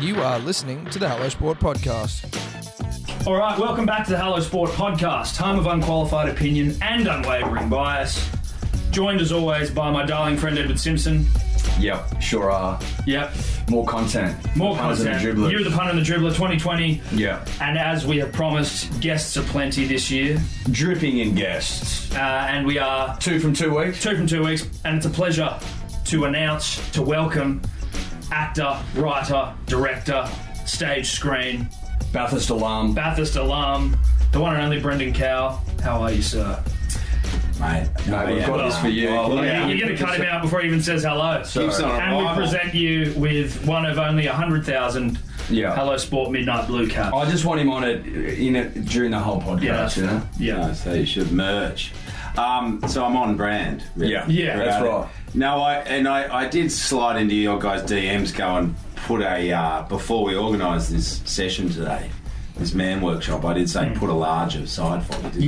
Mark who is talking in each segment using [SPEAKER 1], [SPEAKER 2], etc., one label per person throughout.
[SPEAKER 1] You are listening to the Hello Sport Podcast.
[SPEAKER 2] All right, welcome back to the Hello Sport podcast, home of unqualified opinion and unwavering bias. Joined as always by my darling friend Edward Simpson.
[SPEAKER 3] Yep, sure are.
[SPEAKER 2] Yep,
[SPEAKER 3] More content.
[SPEAKER 2] more
[SPEAKER 3] Punters
[SPEAKER 2] content.
[SPEAKER 3] And dribblers.
[SPEAKER 2] You're the punter and the dribbler 2020.
[SPEAKER 3] yeah.
[SPEAKER 2] And as we have promised, guests are plenty this year.
[SPEAKER 3] Dripping in guests.
[SPEAKER 2] Uh, and we are
[SPEAKER 3] Two from two weeks.
[SPEAKER 2] two from two weeks, and it's a pleasure to announce, to welcome actor, writer, director, stage screen,
[SPEAKER 3] Bathurst alarm.
[SPEAKER 2] Bathurst alum, the one and only Brendan Cow. How are you, sir?
[SPEAKER 4] Mate,
[SPEAKER 3] No, we've got this for you.
[SPEAKER 4] Well,
[SPEAKER 3] Look
[SPEAKER 2] Yeah,
[SPEAKER 3] out.
[SPEAKER 2] you're going to cut him out before he even says hello.
[SPEAKER 4] Keeps on
[SPEAKER 2] and we
[SPEAKER 3] uh,
[SPEAKER 4] arrival.
[SPEAKER 2] present you with one of only 100,000
[SPEAKER 3] Yeah. Oh,
[SPEAKER 2] Hello Sport Midnight Blue caps.
[SPEAKER 3] I just want him on it in it during the whole podcast.
[SPEAKER 2] yeah, that's-
[SPEAKER 3] you know.
[SPEAKER 2] yeah.
[SPEAKER 4] No, so you should merge. Um, so I'm on brand. really.
[SPEAKER 3] Yeah.
[SPEAKER 2] Yeah.
[SPEAKER 4] About
[SPEAKER 3] That's
[SPEAKER 4] it.
[SPEAKER 3] right.
[SPEAKER 4] No, I and I, I did slide into your guys' DMs, go and put a uh, before we organised this session today. This man workshop, I did say put a large aside for it. didn't
[SPEAKER 2] Hmm.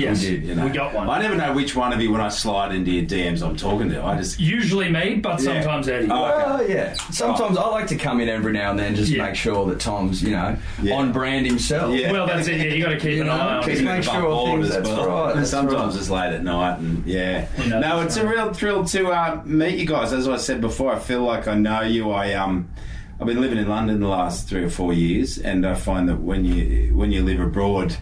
[SPEAKER 2] Yes,
[SPEAKER 4] I?
[SPEAKER 2] we got one.
[SPEAKER 4] I never know which one of you when I slide into your DMs I'm talking to. I just
[SPEAKER 2] Usually me, but
[SPEAKER 4] Yeah.
[SPEAKER 2] sometimes Eddie.
[SPEAKER 4] Oh, okay.
[SPEAKER 3] Well, yeah. Sometimes I like to come in every now and then just
[SPEAKER 2] Yeah.
[SPEAKER 3] make sure that Tom's, you know,
[SPEAKER 4] Yeah.
[SPEAKER 3] on brand himself.
[SPEAKER 4] Yeah.
[SPEAKER 2] Well, that's it. Yeah, you got to keep
[SPEAKER 3] You
[SPEAKER 2] an
[SPEAKER 3] know,
[SPEAKER 2] eye on
[SPEAKER 3] keep
[SPEAKER 2] it.
[SPEAKER 3] an make
[SPEAKER 4] Above
[SPEAKER 3] sure
[SPEAKER 4] board
[SPEAKER 3] things-
[SPEAKER 4] as
[SPEAKER 3] that's
[SPEAKER 4] well.
[SPEAKER 3] right,
[SPEAKER 4] And
[SPEAKER 3] that's
[SPEAKER 4] sometimes
[SPEAKER 3] right.
[SPEAKER 4] it's late at night, and yeah.
[SPEAKER 2] You know,
[SPEAKER 4] no,
[SPEAKER 2] that's
[SPEAKER 4] it's a real thrill to uh, meet you guys. As I said before, I feel like I know you. I um, I've been living in London the last three or four years, and I find that when you when you live abroad.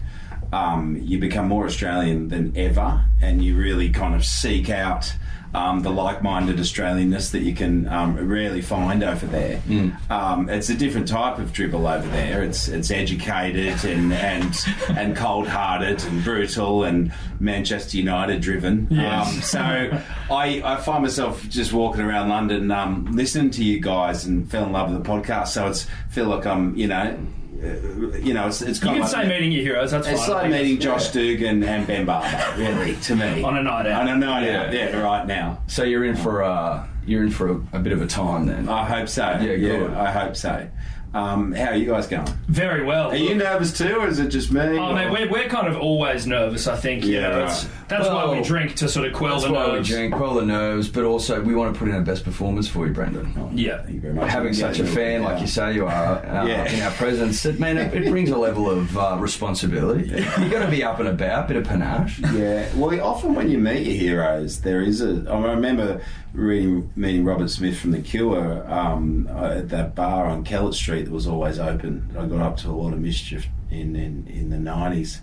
[SPEAKER 4] Um, you become more Australian than ever, and you really kind of seek out um, the like-minded Australianness that you can um, rarely find over there.
[SPEAKER 2] Hmm.
[SPEAKER 4] Um, it's a different type of dribble over there. It's it's educated and and, and cold-hearted and brutal and Manchester United driven.
[SPEAKER 2] Yes.
[SPEAKER 4] Um, so I, I find myself just walking around London, um, listening to you guys, and fell in love with the podcast. So it's feel like I'm you know. uh, You know, it's, it's
[SPEAKER 2] You
[SPEAKER 4] kind
[SPEAKER 2] can
[SPEAKER 4] of
[SPEAKER 2] say meeting your heroes. That's
[SPEAKER 4] it's
[SPEAKER 2] fine. I
[SPEAKER 4] like
[SPEAKER 2] think
[SPEAKER 4] meeting
[SPEAKER 2] that's-
[SPEAKER 4] Josh Dugan and Ben Barber, really, to me.
[SPEAKER 2] On a night out.
[SPEAKER 4] On a night out,
[SPEAKER 3] Yeah.
[SPEAKER 4] yeah, right now.
[SPEAKER 3] So you're in for uh you're in for a, a bit of a time then.
[SPEAKER 2] Ah,
[SPEAKER 4] I hope so. Yeah,
[SPEAKER 3] good.
[SPEAKER 4] I hope so. Um, how are you guys going?
[SPEAKER 2] Very well.
[SPEAKER 4] Are you nervous too, or is it just me?
[SPEAKER 2] Oh man, we're, we're kind of always nervous. I think you
[SPEAKER 4] Yeah,
[SPEAKER 2] know,
[SPEAKER 4] right.
[SPEAKER 2] it's, that's why we
[SPEAKER 3] Well,
[SPEAKER 2] drink to sort of quell
[SPEAKER 3] that's
[SPEAKER 2] the
[SPEAKER 3] why we
[SPEAKER 2] nerves.
[SPEAKER 3] drink, quell the nerves, but also we want to put in our best performance for you, Brendan.
[SPEAKER 2] Yeah,
[SPEAKER 4] Thank you very much.
[SPEAKER 3] having such a fan like you say you are uh,
[SPEAKER 4] Yeah.
[SPEAKER 3] in our presence, it, man, it, it brings a level of uh, responsibility. you got to be up and about, bit of panache.
[SPEAKER 4] Yeah, well, often when you meet your heroes, there is a. I remember reading, meeting Robert Smith from The Cure um, at that bar on Kellett Street that was always open. I got up to a lot of mischief in, in, in the 90s,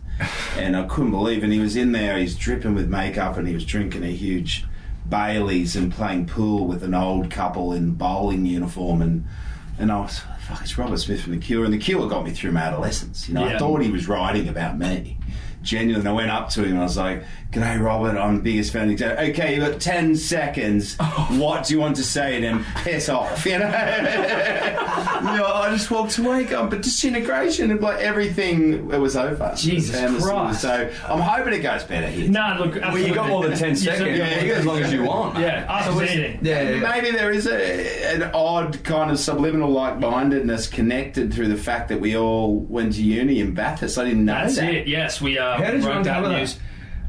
[SPEAKER 4] and I couldn't believe And he was in there, he's dripping with makeup, and he was drinking a huge Bailey's and playing pool with an old couple in bowling uniform. And, and I was, fuck, it's Robert Smith from The Cure. And The Cure got me through my adolescence. You know,
[SPEAKER 2] Yeah.
[SPEAKER 4] I thought he was writing about me genuine. I went up to him and I was like, G'day, Robert, I'm the biggest fan. He said, Okay, you've got 10 seconds. What do you want to say? And then piss off. You know? You know, I just walked away going, but disintegration and like everything, it was over.
[SPEAKER 2] Jesus
[SPEAKER 4] And it was-
[SPEAKER 2] Christ.
[SPEAKER 4] So I'm hoping it goes better here.
[SPEAKER 2] No, look.
[SPEAKER 3] Well, you got more than 10
[SPEAKER 2] absolutely.
[SPEAKER 3] seconds,
[SPEAKER 2] You
[SPEAKER 4] Yeah,
[SPEAKER 2] said-
[SPEAKER 4] yeah.
[SPEAKER 3] as long as you want.
[SPEAKER 2] Yeah, us is anything.
[SPEAKER 3] Yeah, yeah.
[SPEAKER 4] Maybe there is a, an odd kind of subliminal like-mindedness connected through the fact that we all went to uni in Bathurst. I didn't know
[SPEAKER 2] That's
[SPEAKER 4] that.
[SPEAKER 2] it. Yes, we uh,
[SPEAKER 3] How did you
[SPEAKER 2] broke
[SPEAKER 3] uncover that?
[SPEAKER 2] news.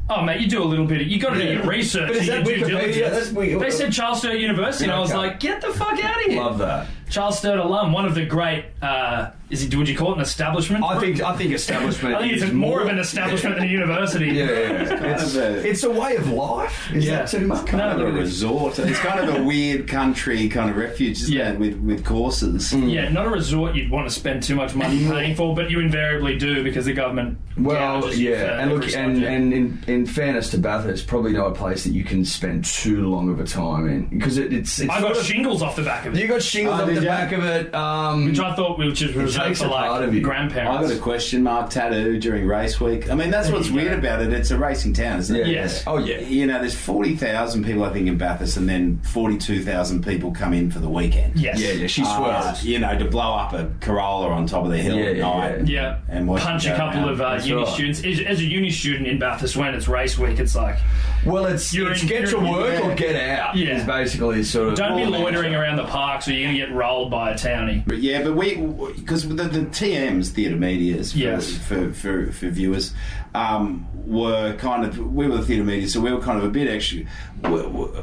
[SPEAKER 2] Oh mate, you do a little bit. Of, you got to do
[SPEAKER 3] Yeah.
[SPEAKER 2] your research.
[SPEAKER 3] But is
[SPEAKER 2] you
[SPEAKER 3] that
[SPEAKER 2] do due
[SPEAKER 3] Wikipedia?
[SPEAKER 2] diligence.
[SPEAKER 3] That's we-
[SPEAKER 2] they said Charles Sturt University, and I was
[SPEAKER 3] Okay.
[SPEAKER 2] like, get the fuck out of here.
[SPEAKER 3] Love that.
[SPEAKER 2] Charles Sturt alum, one of the great. Uh, is it? Would you call it an establishment?
[SPEAKER 3] I think I think establishment.
[SPEAKER 2] I think it's
[SPEAKER 3] is
[SPEAKER 2] more of an establishment than a university.
[SPEAKER 3] Yeah, yeah, yeah.
[SPEAKER 4] Kind of a-
[SPEAKER 3] It's a way of life. Is
[SPEAKER 2] Yeah.
[SPEAKER 3] that too much?
[SPEAKER 2] No,
[SPEAKER 4] kind of a
[SPEAKER 2] look at
[SPEAKER 4] resort. It's kind of a weird country kind of refuge, isn't
[SPEAKER 2] Yeah. Mm.
[SPEAKER 4] it? With with courses.
[SPEAKER 2] Yeah, not a resort you'd want to spend too much money paying for, but you invariably do because the government.
[SPEAKER 3] Well,
[SPEAKER 2] gouges
[SPEAKER 3] yeah,
[SPEAKER 2] you for
[SPEAKER 3] and look,
[SPEAKER 2] every
[SPEAKER 3] and,
[SPEAKER 2] subject.
[SPEAKER 3] and in, in fairness to Bathurst, probably not a place that you can spend too long of a time in because it, it's, it's
[SPEAKER 2] I got
[SPEAKER 3] sort of-
[SPEAKER 2] shingles off the back of it,
[SPEAKER 3] you got shingles
[SPEAKER 4] Oh,
[SPEAKER 3] up
[SPEAKER 4] did
[SPEAKER 3] the
[SPEAKER 4] you?
[SPEAKER 3] back of it. Um,
[SPEAKER 2] which I thought which is reserved
[SPEAKER 3] takes
[SPEAKER 2] for
[SPEAKER 3] a part
[SPEAKER 2] like
[SPEAKER 3] of you.
[SPEAKER 4] I
[SPEAKER 2] grandparents.
[SPEAKER 4] got a question mark tattoo during race week. I mean, that's what's
[SPEAKER 2] you go.
[SPEAKER 4] weird about it. It's a racing town, isn't it?
[SPEAKER 2] Yes.
[SPEAKER 3] Oh yeah.
[SPEAKER 4] You know, there's forty thousand people I think in Bathurst, and then forty-two thousand people come in for the weekend.
[SPEAKER 2] yes.
[SPEAKER 3] Yeah, yeah. She
[SPEAKER 2] Ah.
[SPEAKER 4] Uh,
[SPEAKER 3] swerves.
[SPEAKER 4] you know, to blow up a Corolla on top of the hill
[SPEAKER 3] Yeah,
[SPEAKER 4] at
[SPEAKER 3] yeah, yeah.
[SPEAKER 4] night.
[SPEAKER 2] Yeah,
[SPEAKER 4] And watch
[SPEAKER 2] punch
[SPEAKER 4] it
[SPEAKER 2] a
[SPEAKER 4] go
[SPEAKER 2] couple
[SPEAKER 4] around.
[SPEAKER 2] of uh,
[SPEAKER 3] That's
[SPEAKER 2] uni
[SPEAKER 3] right.
[SPEAKER 2] students. As, as a uni student in Bathurst, when it's race week, it's like
[SPEAKER 3] Well, it's,
[SPEAKER 2] You're
[SPEAKER 3] it's
[SPEAKER 2] in-
[SPEAKER 3] get to
[SPEAKER 2] you're-
[SPEAKER 3] work
[SPEAKER 4] yeah.
[SPEAKER 3] or get out.
[SPEAKER 2] Yeah.
[SPEAKER 3] Is basically sort of.
[SPEAKER 2] Don't be
[SPEAKER 4] Well,
[SPEAKER 2] loitering around the parks or you're going to get rolled by a townie.
[SPEAKER 4] But yeah, but we because the, the TMs, theatre medias, for,
[SPEAKER 2] Yes.
[SPEAKER 4] for, for, for viewers, um, were kind of we were the theatre media, so we were kind of a bit actually we,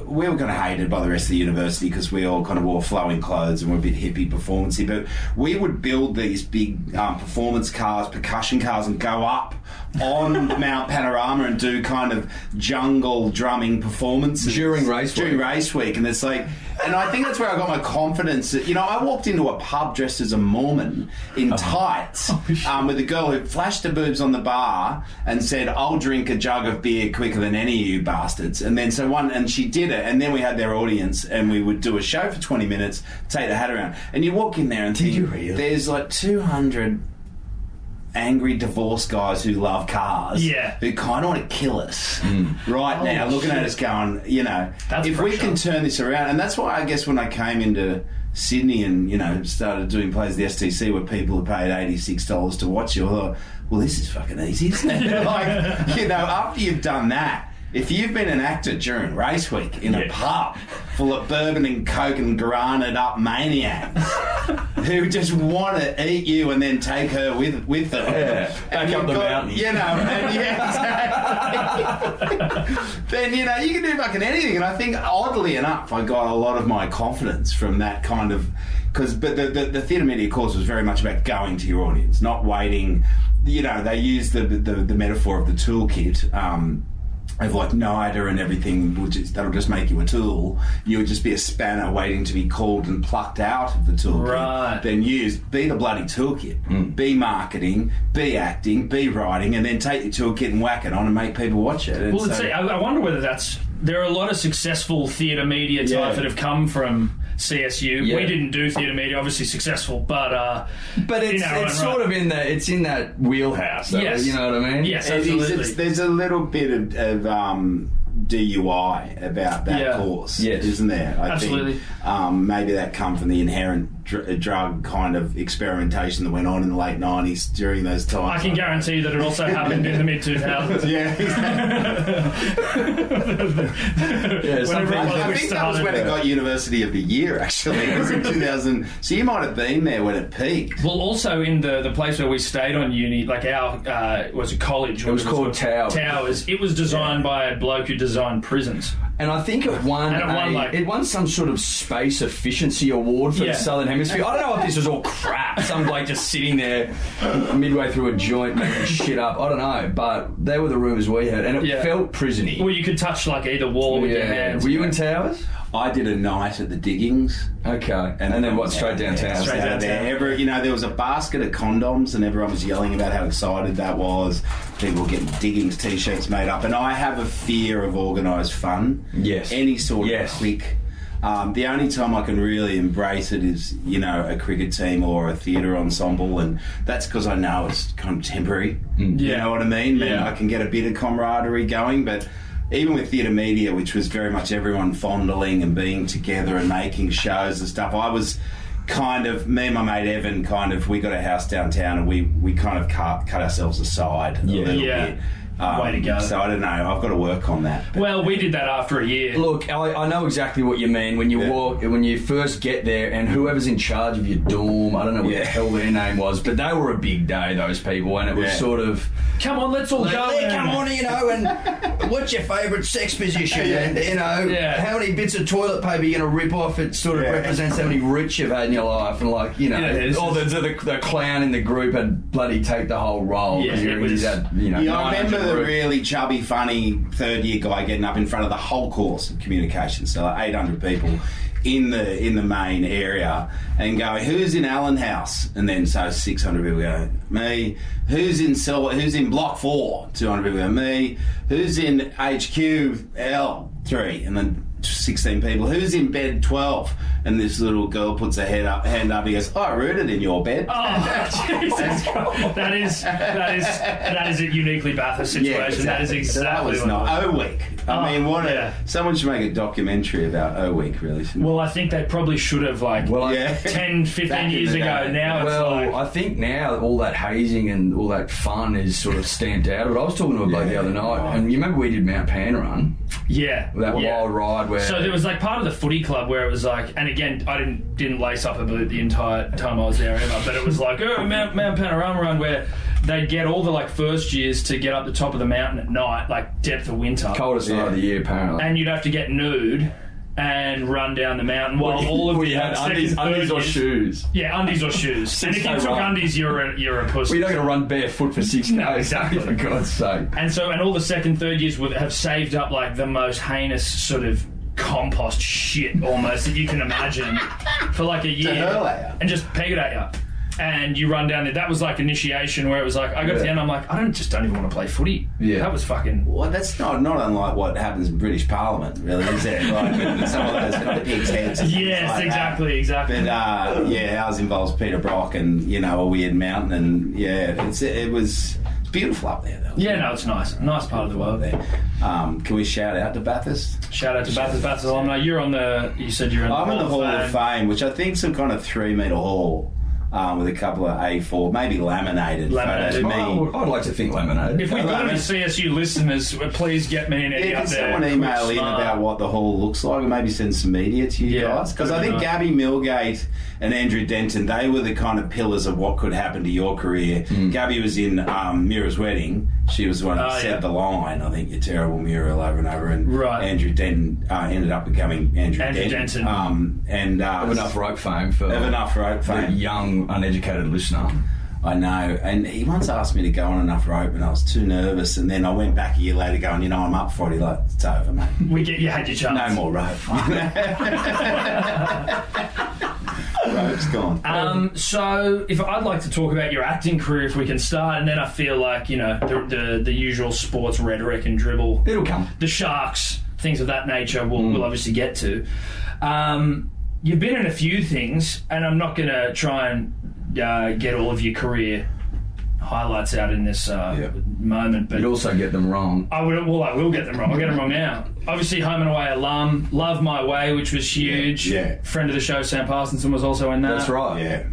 [SPEAKER 4] we were kind of hated by the rest of the university because we all kind of wore flowing clothes and were a bit hippie performancy. But we would build these big um, performance cars, percussion cars, and go up on Mount Panorama and do kind of jungle drumming performances
[SPEAKER 3] During race
[SPEAKER 4] During
[SPEAKER 3] week.
[SPEAKER 4] race week, and it's like, and I think that's where I got my confidence. That, you know, I walked into a pub dressed as a Mormon in
[SPEAKER 3] Oh.
[SPEAKER 4] tights um, with a girl who flashed her boobs on the bar and said, "I'll drink a jug of beer quicker than any of you bastards." And then so one, and she did it, and then we had their audience, and we would do a show for twenty minutes, take the hat around, and you walk in there and think,
[SPEAKER 3] you really?
[SPEAKER 4] there's like two hundred. Angry divorced guys who love cars,
[SPEAKER 2] Yeah.
[SPEAKER 4] who kind of want to kill us
[SPEAKER 3] Hmm.
[SPEAKER 4] right
[SPEAKER 3] Oh,
[SPEAKER 4] now,
[SPEAKER 2] Holy
[SPEAKER 4] looking
[SPEAKER 2] shit.
[SPEAKER 4] at us going, you know,
[SPEAKER 2] That's
[SPEAKER 4] if we
[SPEAKER 2] pressure.
[SPEAKER 4] can turn this around, and that's why I guess when I came into Sydney and you know started doing plays at the STC where people had paid eighty six dollars to watch you, I thought, well, this is fucking easy, isn't it? like you know, after you've done that. If you've been an actor during race week in a
[SPEAKER 2] Yeah.
[SPEAKER 4] pub full of bourbon and coke and granite up maniacs who just want to eat you and then take her with with them,
[SPEAKER 3] Yeah, back
[SPEAKER 4] and
[SPEAKER 3] up
[SPEAKER 4] you've
[SPEAKER 3] the mountain.
[SPEAKER 4] you know, and yeah, exactly then you know you can do fucking anything. And I think oddly enough, I got a lot of my confidence from that kind of because. But the, the the theatre media course was very much about going to your audience, not waiting. You know, they used the the, the metaphor of the toolkit. Um, of like NIDA and everything, will just, that'll just make you a tool. You would just be a spanner waiting to be called and plucked out of the toolkit.
[SPEAKER 2] Right.
[SPEAKER 4] Then used, be the bloody toolkit. Be marketing, be acting, be writing, and then take your toolkit and whack it on and make people watch it. And
[SPEAKER 2] Well, let's
[SPEAKER 4] so-
[SPEAKER 2] see. I, I wonder whether that's. There are a lot of successful theatre media type
[SPEAKER 4] Yeah.
[SPEAKER 2] that have come from CSU.
[SPEAKER 3] Yeah.
[SPEAKER 2] We didn't do theatre media, obviously successful, but uh,
[SPEAKER 3] But it's,
[SPEAKER 2] our
[SPEAKER 3] it's
[SPEAKER 2] own right.
[SPEAKER 3] sort of in the it's in that wheelhouse. though,
[SPEAKER 2] Yes.
[SPEAKER 3] You know what I mean?
[SPEAKER 2] yes,
[SPEAKER 4] It is-
[SPEAKER 2] absolutely.
[SPEAKER 4] it's- there's a little bit of, of um, DUI about that
[SPEAKER 2] Yeah.
[SPEAKER 4] course,
[SPEAKER 3] Yes.
[SPEAKER 4] isn't there? I
[SPEAKER 2] Absolutely.
[SPEAKER 4] Think. Um, maybe that come from the inherent dr- uh, drug kind of experimentation that went on in the late '90s during those
[SPEAKER 2] I
[SPEAKER 4] times.
[SPEAKER 2] can guarantee that it also happened in the mid 2000s.
[SPEAKER 4] Yeah, exactly.
[SPEAKER 2] Whenever it
[SPEAKER 3] something-
[SPEAKER 2] was
[SPEAKER 4] I
[SPEAKER 2] we
[SPEAKER 4] think that was
[SPEAKER 2] started.
[SPEAKER 4] when it got University of the Year. Actually, it was in 2000. So you might have been there when it peaked.
[SPEAKER 2] Well, also in the, the place where we stayed on uni, like our uh, was a college. It
[SPEAKER 3] was called Towers.
[SPEAKER 2] Towers. It was designed by a bloke who designed prisons.
[SPEAKER 3] And I think it won,
[SPEAKER 2] And it won,
[SPEAKER 3] a-
[SPEAKER 2] like-
[SPEAKER 3] it won some sort of space efficiency award for
[SPEAKER 2] Yeah.
[SPEAKER 3] the Southern Hemisphere. I don't know if this was all crap. Some bloke just sitting there midway through a joint making shit up. I don't know, but they were the rumours we heard, and it
[SPEAKER 2] Yeah.
[SPEAKER 3] felt prisony.
[SPEAKER 2] Well, you could touch like either wall with your hands.
[SPEAKER 3] Were you in Towers?
[SPEAKER 4] I did a night at the diggings.
[SPEAKER 3] Okay, and, then what? Straight down
[SPEAKER 4] Yeah,
[SPEAKER 3] Towers.
[SPEAKER 2] straight
[SPEAKER 4] out
[SPEAKER 2] down
[SPEAKER 4] of there.
[SPEAKER 2] town.
[SPEAKER 4] Every- you know, there was a basket of condoms, and everyone was yelling about how excited that was. People were getting diggings t-shirts made up, and I have a fear of organised fun.
[SPEAKER 3] Yes.
[SPEAKER 4] any sort
[SPEAKER 3] Yes.
[SPEAKER 4] of clique. Um, the only time I can really embrace it is, you know, a cricket team or a theatre ensemble, and that's because I know it's contemporary. You
[SPEAKER 2] Yeah.
[SPEAKER 4] know what I mean? And
[SPEAKER 2] Yeah.
[SPEAKER 4] I can get a bit of camaraderie going, but even with theatre media, which was very much everyone fondling and being together and making shows and stuff, I was kind of me and my mate Evan kind of we got a house downtown and we we kind of cut, cut ourselves aside a little
[SPEAKER 2] Yeah.
[SPEAKER 4] bit. Um,
[SPEAKER 2] Way to go.
[SPEAKER 4] So I don't know. I've got to work on that. but-
[SPEAKER 2] Well, we did that after a year.
[SPEAKER 3] Look, I, I know exactly what you mean when you
[SPEAKER 4] Yeah.
[SPEAKER 3] walk, when you first get there, and whoever's in charge of your dorm, I don't know what
[SPEAKER 4] Yeah.
[SPEAKER 3] the hell their name was, but they were a big day, those people, and it was
[SPEAKER 4] Yeah.
[SPEAKER 3] sort of.
[SPEAKER 2] Come on, let's all
[SPEAKER 3] Like,
[SPEAKER 2] go.
[SPEAKER 3] "Hey,
[SPEAKER 2] and-
[SPEAKER 3] come on, you know, and what's your favourite sex position? And, you know,
[SPEAKER 2] Yeah.
[SPEAKER 3] how many bits of toilet paper you're going to rip off? It sort of
[SPEAKER 4] Yeah.
[SPEAKER 3] represents how many rich you've had in your life. And, like, you know,
[SPEAKER 2] Yeah, it's
[SPEAKER 3] or the, the, the clown in the group had bloody take the whole role. 'cause
[SPEAKER 2] Yeah,
[SPEAKER 3] you're-
[SPEAKER 2] it was-
[SPEAKER 3] he's had, you know,
[SPEAKER 4] Yeah, I
[SPEAKER 3] 900
[SPEAKER 4] remember the
[SPEAKER 3] group.
[SPEAKER 4] really chubby, funny third year guy getting up in front of the whole course of communications, so like 800 people in the in the main area, and go, "Who's in Allen House?" And then so 600 people go, "Me." Who's in Silver? Who's in Block Four? 200 people go, "Me." Who's in HQ L three? And then 16 people. Who's in bed 12? And this little girl puts her head up, hand up and goes, I rooted in your bed.
[SPEAKER 2] Oh, Jesus Christ. That is that is that is a uniquely Bathurst situation. That is
[SPEAKER 4] So
[SPEAKER 2] exactly
[SPEAKER 4] that was
[SPEAKER 2] what it
[SPEAKER 4] not O Week. I
[SPEAKER 2] Oh,
[SPEAKER 4] mean, what
[SPEAKER 2] yeah.
[SPEAKER 4] a. Someone should make a documentary about O Week, really. shouldn't
[SPEAKER 2] Well, I think they probably should have like
[SPEAKER 3] Well, I-
[SPEAKER 4] they? yeah.
[SPEAKER 2] 10, 15
[SPEAKER 4] Back in
[SPEAKER 2] years
[SPEAKER 4] the
[SPEAKER 2] ago.
[SPEAKER 4] day.
[SPEAKER 2] Now
[SPEAKER 3] well,
[SPEAKER 2] it's like
[SPEAKER 3] I think now all that hazing and all that fun is sort of stamped out. But I was talking to a bloke the
[SPEAKER 4] Yeah,
[SPEAKER 3] other night,
[SPEAKER 4] right.
[SPEAKER 3] and you remember we did Mount Panorun,
[SPEAKER 2] yeah,
[SPEAKER 3] that
[SPEAKER 2] yeah.
[SPEAKER 3] wild ride where
[SPEAKER 2] So there was like part of the footy club where it was like, and again, I didn't didn't lace up about the entire time I was there ever, but it was like oh, Mount, Mount Panorama Run where they'd get all the like first years to get up the top of the mountain at night, like depth of winter,
[SPEAKER 3] coldest night of the year apparently.
[SPEAKER 2] and you'd have to get nude and run down the mountain while all of
[SPEAKER 3] we
[SPEAKER 2] the
[SPEAKER 3] had
[SPEAKER 2] second,
[SPEAKER 3] undies,
[SPEAKER 2] third
[SPEAKER 3] undies or
[SPEAKER 2] years-
[SPEAKER 3] shoes.
[SPEAKER 2] Yeah, undies or shoes. and if you
[SPEAKER 3] Six-day
[SPEAKER 2] took
[SPEAKER 3] run.
[SPEAKER 2] undies, you're a, you're a pussy.
[SPEAKER 3] We're not going to run barefoot for six
[SPEAKER 2] No,
[SPEAKER 3] days,
[SPEAKER 2] exactly.
[SPEAKER 3] for God's sake.
[SPEAKER 2] And so, and all the second, third years would have saved up like the most heinous sort of compost shit almost that you can imagine for like a year.
[SPEAKER 4] her layer.
[SPEAKER 2] And just peg it at you. And you run down there. That was like initiation where it was like, I got to the
[SPEAKER 3] Yeah.
[SPEAKER 2] end, I'm like, I don't just don't even want to play footy.
[SPEAKER 3] Yeah.
[SPEAKER 2] That was fucking.
[SPEAKER 4] Well, that's not not unlike what happens in British Parliament, really, is it? Like with some of those kind of pig's heads. and things
[SPEAKER 2] Yes,
[SPEAKER 4] like that.
[SPEAKER 2] exactly, exactly.
[SPEAKER 4] But uh, yeah, ours involves Peter Brock and you know a weird mountain, and yeah, it's it was it's beautiful up there. Though.
[SPEAKER 2] yeah, no, it's nice. Nice part of the world.
[SPEAKER 4] There. Um, can we shout out to Bathurst?
[SPEAKER 2] Shout out to Bathurst Bathurst alumni. You're on the. You said you're in
[SPEAKER 4] I'm in the Hall of
[SPEAKER 2] Fame.
[SPEAKER 4] Fame, which I think's some kind of three metre hall um, with a couple of A4, maybe laminated,
[SPEAKER 2] Laminated.
[SPEAKER 4] photos.
[SPEAKER 3] I
[SPEAKER 4] Me-
[SPEAKER 3] would- I'd like to think lemonade.
[SPEAKER 2] If we've got any CSU listeners, please get me and Eddie
[SPEAKER 4] Yeah,
[SPEAKER 2] up
[SPEAKER 4] can
[SPEAKER 2] there.
[SPEAKER 4] someone email in about what the hall looks like and maybe send some media to you
[SPEAKER 2] Yeah,
[SPEAKER 4] guys? Because I
[SPEAKER 2] that'd
[SPEAKER 4] think
[SPEAKER 2] be
[SPEAKER 4] Gabby Millgate and Andrew Denton, they were the kind of pillars of what could happen to your career. Gabby was in um, Mira's Wedding. She was the one that
[SPEAKER 2] Oh,
[SPEAKER 4] set
[SPEAKER 2] yeah.
[SPEAKER 4] the line, I think, your terrible mural over and over. And
[SPEAKER 2] Right.
[SPEAKER 4] Andrew Denton uh, ended up becoming Andrew,
[SPEAKER 2] Andrew Denton.
[SPEAKER 4] Um, and uh,
[SPEAKER 3] have enough rope fame for
[SPEAKER 4] Have enough rope
[SPEAKER 3] the
[SPEAKER 4] fame.
[SPEAKER 3] young, uneducated listener.
[SPEAKER 4] I know. And he once asked me to go on enough rope, and I was too nervous. And then I went back a year later, going, "You know, I'm up for it." He's like, "It's over, mate.
[SPEAKER 2] We get you had your chance.
[SPEAKER 4] No more rope." Rope's gone.
[SPEAKER 2] Um, so, if I'd like to talk about your acting career, if we can start, and then I feel like you know the the, the usual sports rhetoric and dribble,
[SPEAKER 3] It'll come.
[SPEAKER 2] the sharks, things of that nature,
[SPEAKER 3] Hmm.
[SPEAKER 2] we'll, we'll obviously get to. Um, you've been in a few things, and I'm not going to try and uh, get all of your career highlights out in this uh,
[SPEAKER 3] Yeah.
[SPEAKER 2] moment, but
[SPEAKER 3] You'd also get them wrong.
[SPEAKER 2] I would, well, I will get them wrong. I'll get them wrong now. Obviously, Home and Away alum, Love My Way, which was huge.
[SPEAKER 4] Yeah, yeah.
[SPEAKER 2] Friend of the show, Sam Parsonson, was also in that.
[SPEAKER 3] That's right.
[SPEAKER 4] Yeah,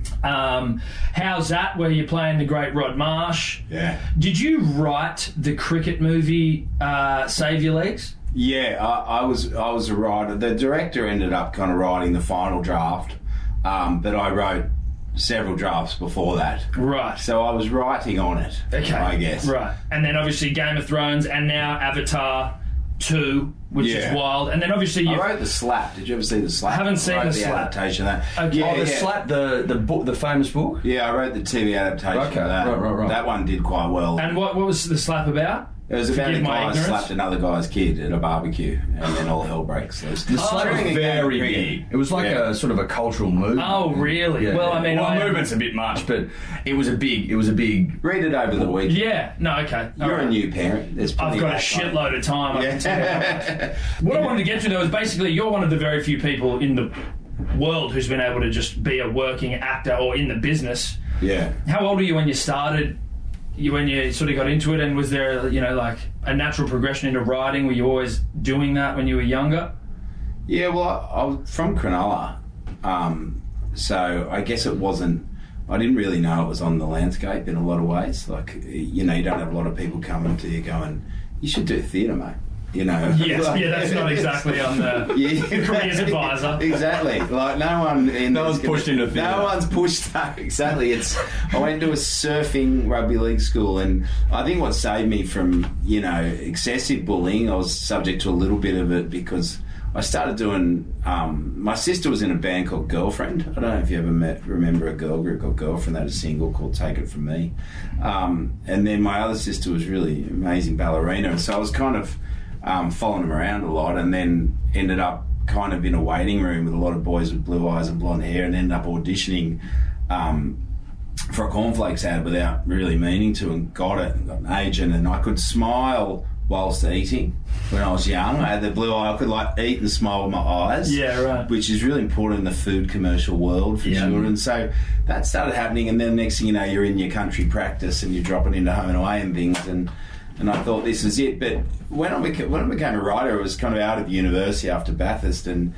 [SPEAKER 2] Um, How's That, where you're playing the great Rod Marsh.
[SPEAKER 4] yeah,
[SPEAKER 2] Did you write the cricket movie uh, Save Your Legs?
[SPEAKER 4] yeah. I, I was, I was a writer. The director ended up kind of writing the final draft, um, but I wrote several drafts before that.
[SPEAKER 2] Right.
[SPEAKER 4] So I was writing on it.
[SPEAKER 2] okay.
[SPEAKER 4] I guess.
[SPEAKER 2] Right. And then obviously Game of Thrones and now Avatar 2, which
[SPEAKER 4] Yeah.
[SPEAKER 2] is wild. And then obviously
[SPEAKER 4] I
[SPEAKER 2] you.
[SPEAKER 4] wrote the slap. Did you ever see the slap?
[SPEAKER 2] I haven't seen
[SPEAKER 4] wrote
[SPEAKER 2] The Slap.
[SPEAKER 4] adaptation of that.
[SPEAKER 2] Okay.
[SPEAKER 4] Yeah,
[SPEAKER 3] Oh, the
[SPEAKER 4] yeah.
[SPEAKER 3] slap, the the book, the famous book.
[SPEAKER 4] Yeah, I wrote the TV adaptation.
[SPEAKER 3] Okay,
[SPEAKER 4] of that.
[SPEAKER 3] right, right, right.
[SPEAKER 4] That one did quite well.
[SPEAKER 2] And what, what was the slap about?
[SPEAKER 4] it was about a
[SPEAKER 2] forgive my
[SPEAKER 4] guy
[SPEAKER 2] ignorance.
[SPEAKER 4] slapped another guy's kid at a barbecue, and then all hell breaks loose.
[SPEAKER 3] The slap was
[SPEAKER 4] during
[SPEAKER 3] very
[SPEAKER 4] a game of cricket.
[SPEAKER 3] big. It was like
[SPEAKER 4] Oh, Yeah.
[SPEAKER 3] a sort of a cultural movement.
[SPEAKER 2] Oh, really? Well, I mean, I-
[SPEAKER 3] movement's a bit much, but it was a big. It was a big.
[SPEAKER 4] Read it over the week.
[SPEAKER 2] Yeah. No, okay. All
[SPEAKER 4] You're
[SPEAKER 2] right.
[SPEAKER 4] a new parent. There's plenty
[SPEAKER 2] I've got a
[SPEAKER 4] of that going.
[SPEAKER 2] shitload of time. I can tell you.
[SPEAKER 4] Yeah.
[SPEAKER 2] What I wanted to get to though is basically you're one of the very few people in the world who's been able to just be a working actor or in the business.
[SPEAKER 4] yeah.
[SPEAKER 2] How old were you when you started? You when you sort of got into it, and was there you know like a natural progression into writing? Were you always doing that when you were younger?
[SPEAKER 4] Yeah, well, I, I'm from Cronulla, um, so I guess it wasn't. I didn't really know it was on the landscape in a lot of ways. Like, you know, you don't have a lot of people coming to you going, "You should do theatre, mate." You know.
[SPEAKER 2] Yes,
[SPEAKER 4] Like-
[SPEAKER 2] yeah, that's not exactly on the careers advisor.
[SPEAKER 4] Exactly. Like no one in
[SPEAKER 3] No one's pushed into theatre.
[SPEAKER 4] No one's pushed that exactly. It's I went to a surfing rugby league school and I think what saved me from, you know, excessive bullying, I was subject to a little bit of it because I started doing um, my sister was in a band called Girlfriend. I don't know if you ever met remember a girl group called Girlfriend, they had a single called Take It From Me. Um, and then my other sister was really amazing ballerina and so I was kind of um, following them around a lot and then ended up kind of in a waiting room with a lot of boys with blue eyes and blonde hair and ended up auditioning um, for a cornflakes ad without really meaning to and got it and got an agent and I could smile whilst eating. When I was young, I had the blue eye. I could like eat and smile with my eyes.
[SPEAKER 2] Yeah, right.
[SPEAKER 4] Which is really important in the food commercial world for
[SPEAKER 2] Yeah.
[SPEAKER 4] children. So that started happening, and then next thing you know, you're in your country practice and you're dropping into home and away and things. And and I thought this was it. But when I became, when I became a writer, it was kind of out of university after Bathurst, and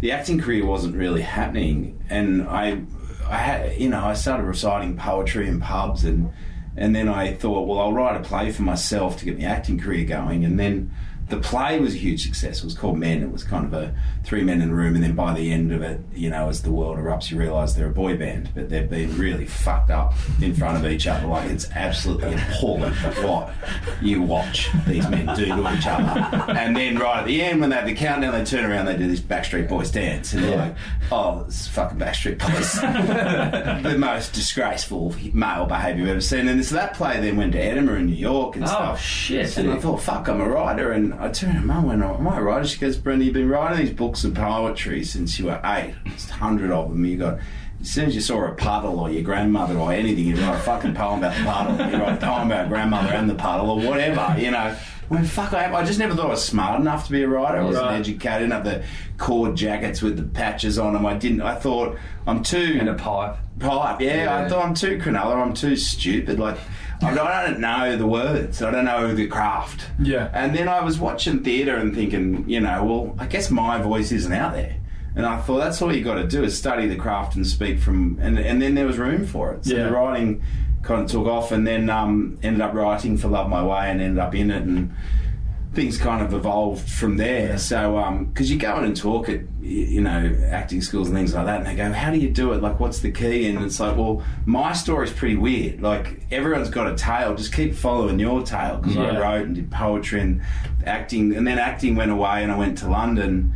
[SPEAKER 4] the acting career wasn't really happening. And I, I had, you know, I started reciting poetry in pubs and. And then I thought, well, I'll write a play for myself to get my acting career going. And then the play was a huge success. It was called Men. It was kind of a three men in a room. And then by the end of it, you know, as the world erupts, you realise they're a boy band, but they've been really fucked up in front of each other. Like it's absolutely appalling what you watch these men do to each other. And then right at the end, when they have the countdown, they turn around, they do this Backstreet Boys dance. And they're like, oh, it's fucking Backstreet Boys. the most disgraceful male behaviour I've ever seen. And so that play then went to Edinburgh and New York and
[SPEAKER 2] Oh
[SPEAKER 4] stuff.
[SPEAKER 2] shit!
[SPEAKER 4] And I thought, fuck, I'm a writer. And I turned to mum and I went, am I a writer? She goes, Brenda, you've been writing these books of poetry since you were eight. There's a hundred of them. You got, as soon as you saw a puddle or your grandmother or anything, you write a fucking poem about the puddle. You write a poem about grandmother and the puddle or whatever, you know. I went, fuck, I, I just never thought I was smart enough to be a writer. I wasn't
[SPEAKER 2] Right.
[SPEAKER 4] educated enough. The cord jackets with the patches on them, I didn't. I thought, I'm too
[SPEAKER 3] And a pipe.
[SPEAKER 4] pipe. Yeah, I
[SPEAKER 3] Yeah.
[SPEAKER 4] thought I'm too granola. I'm too stupid. Like I don't- I don't know the words. I don't know the craft.
[SPEAKER 2] Yeah.
[SPEAKER 4] And then I was watching theatre and thinking, you know, well, I guess my voice isn't out there. And I thought that's all you got to do is study the craft and speak from. And and then there was room for it. So
[SPEAKER 2] Yeah.
[SPEAKER 4] the writing kind of took off, and then um, ended up writing for Love My Way, and ended up in it and things kind of evolved from there. So, because you go in and talk at, y- you know, acting schools and things like that, and they go, "How do you do it? Like, what's the key?" And it's like, well, my story's pretty weird. Like, everyone's got a tale. Just keep following your tale. Because
[SPEAKER 2] Yeah.
[SPEAKER 4] I wrote and did poetry and acting, and then acting went away, and I went to London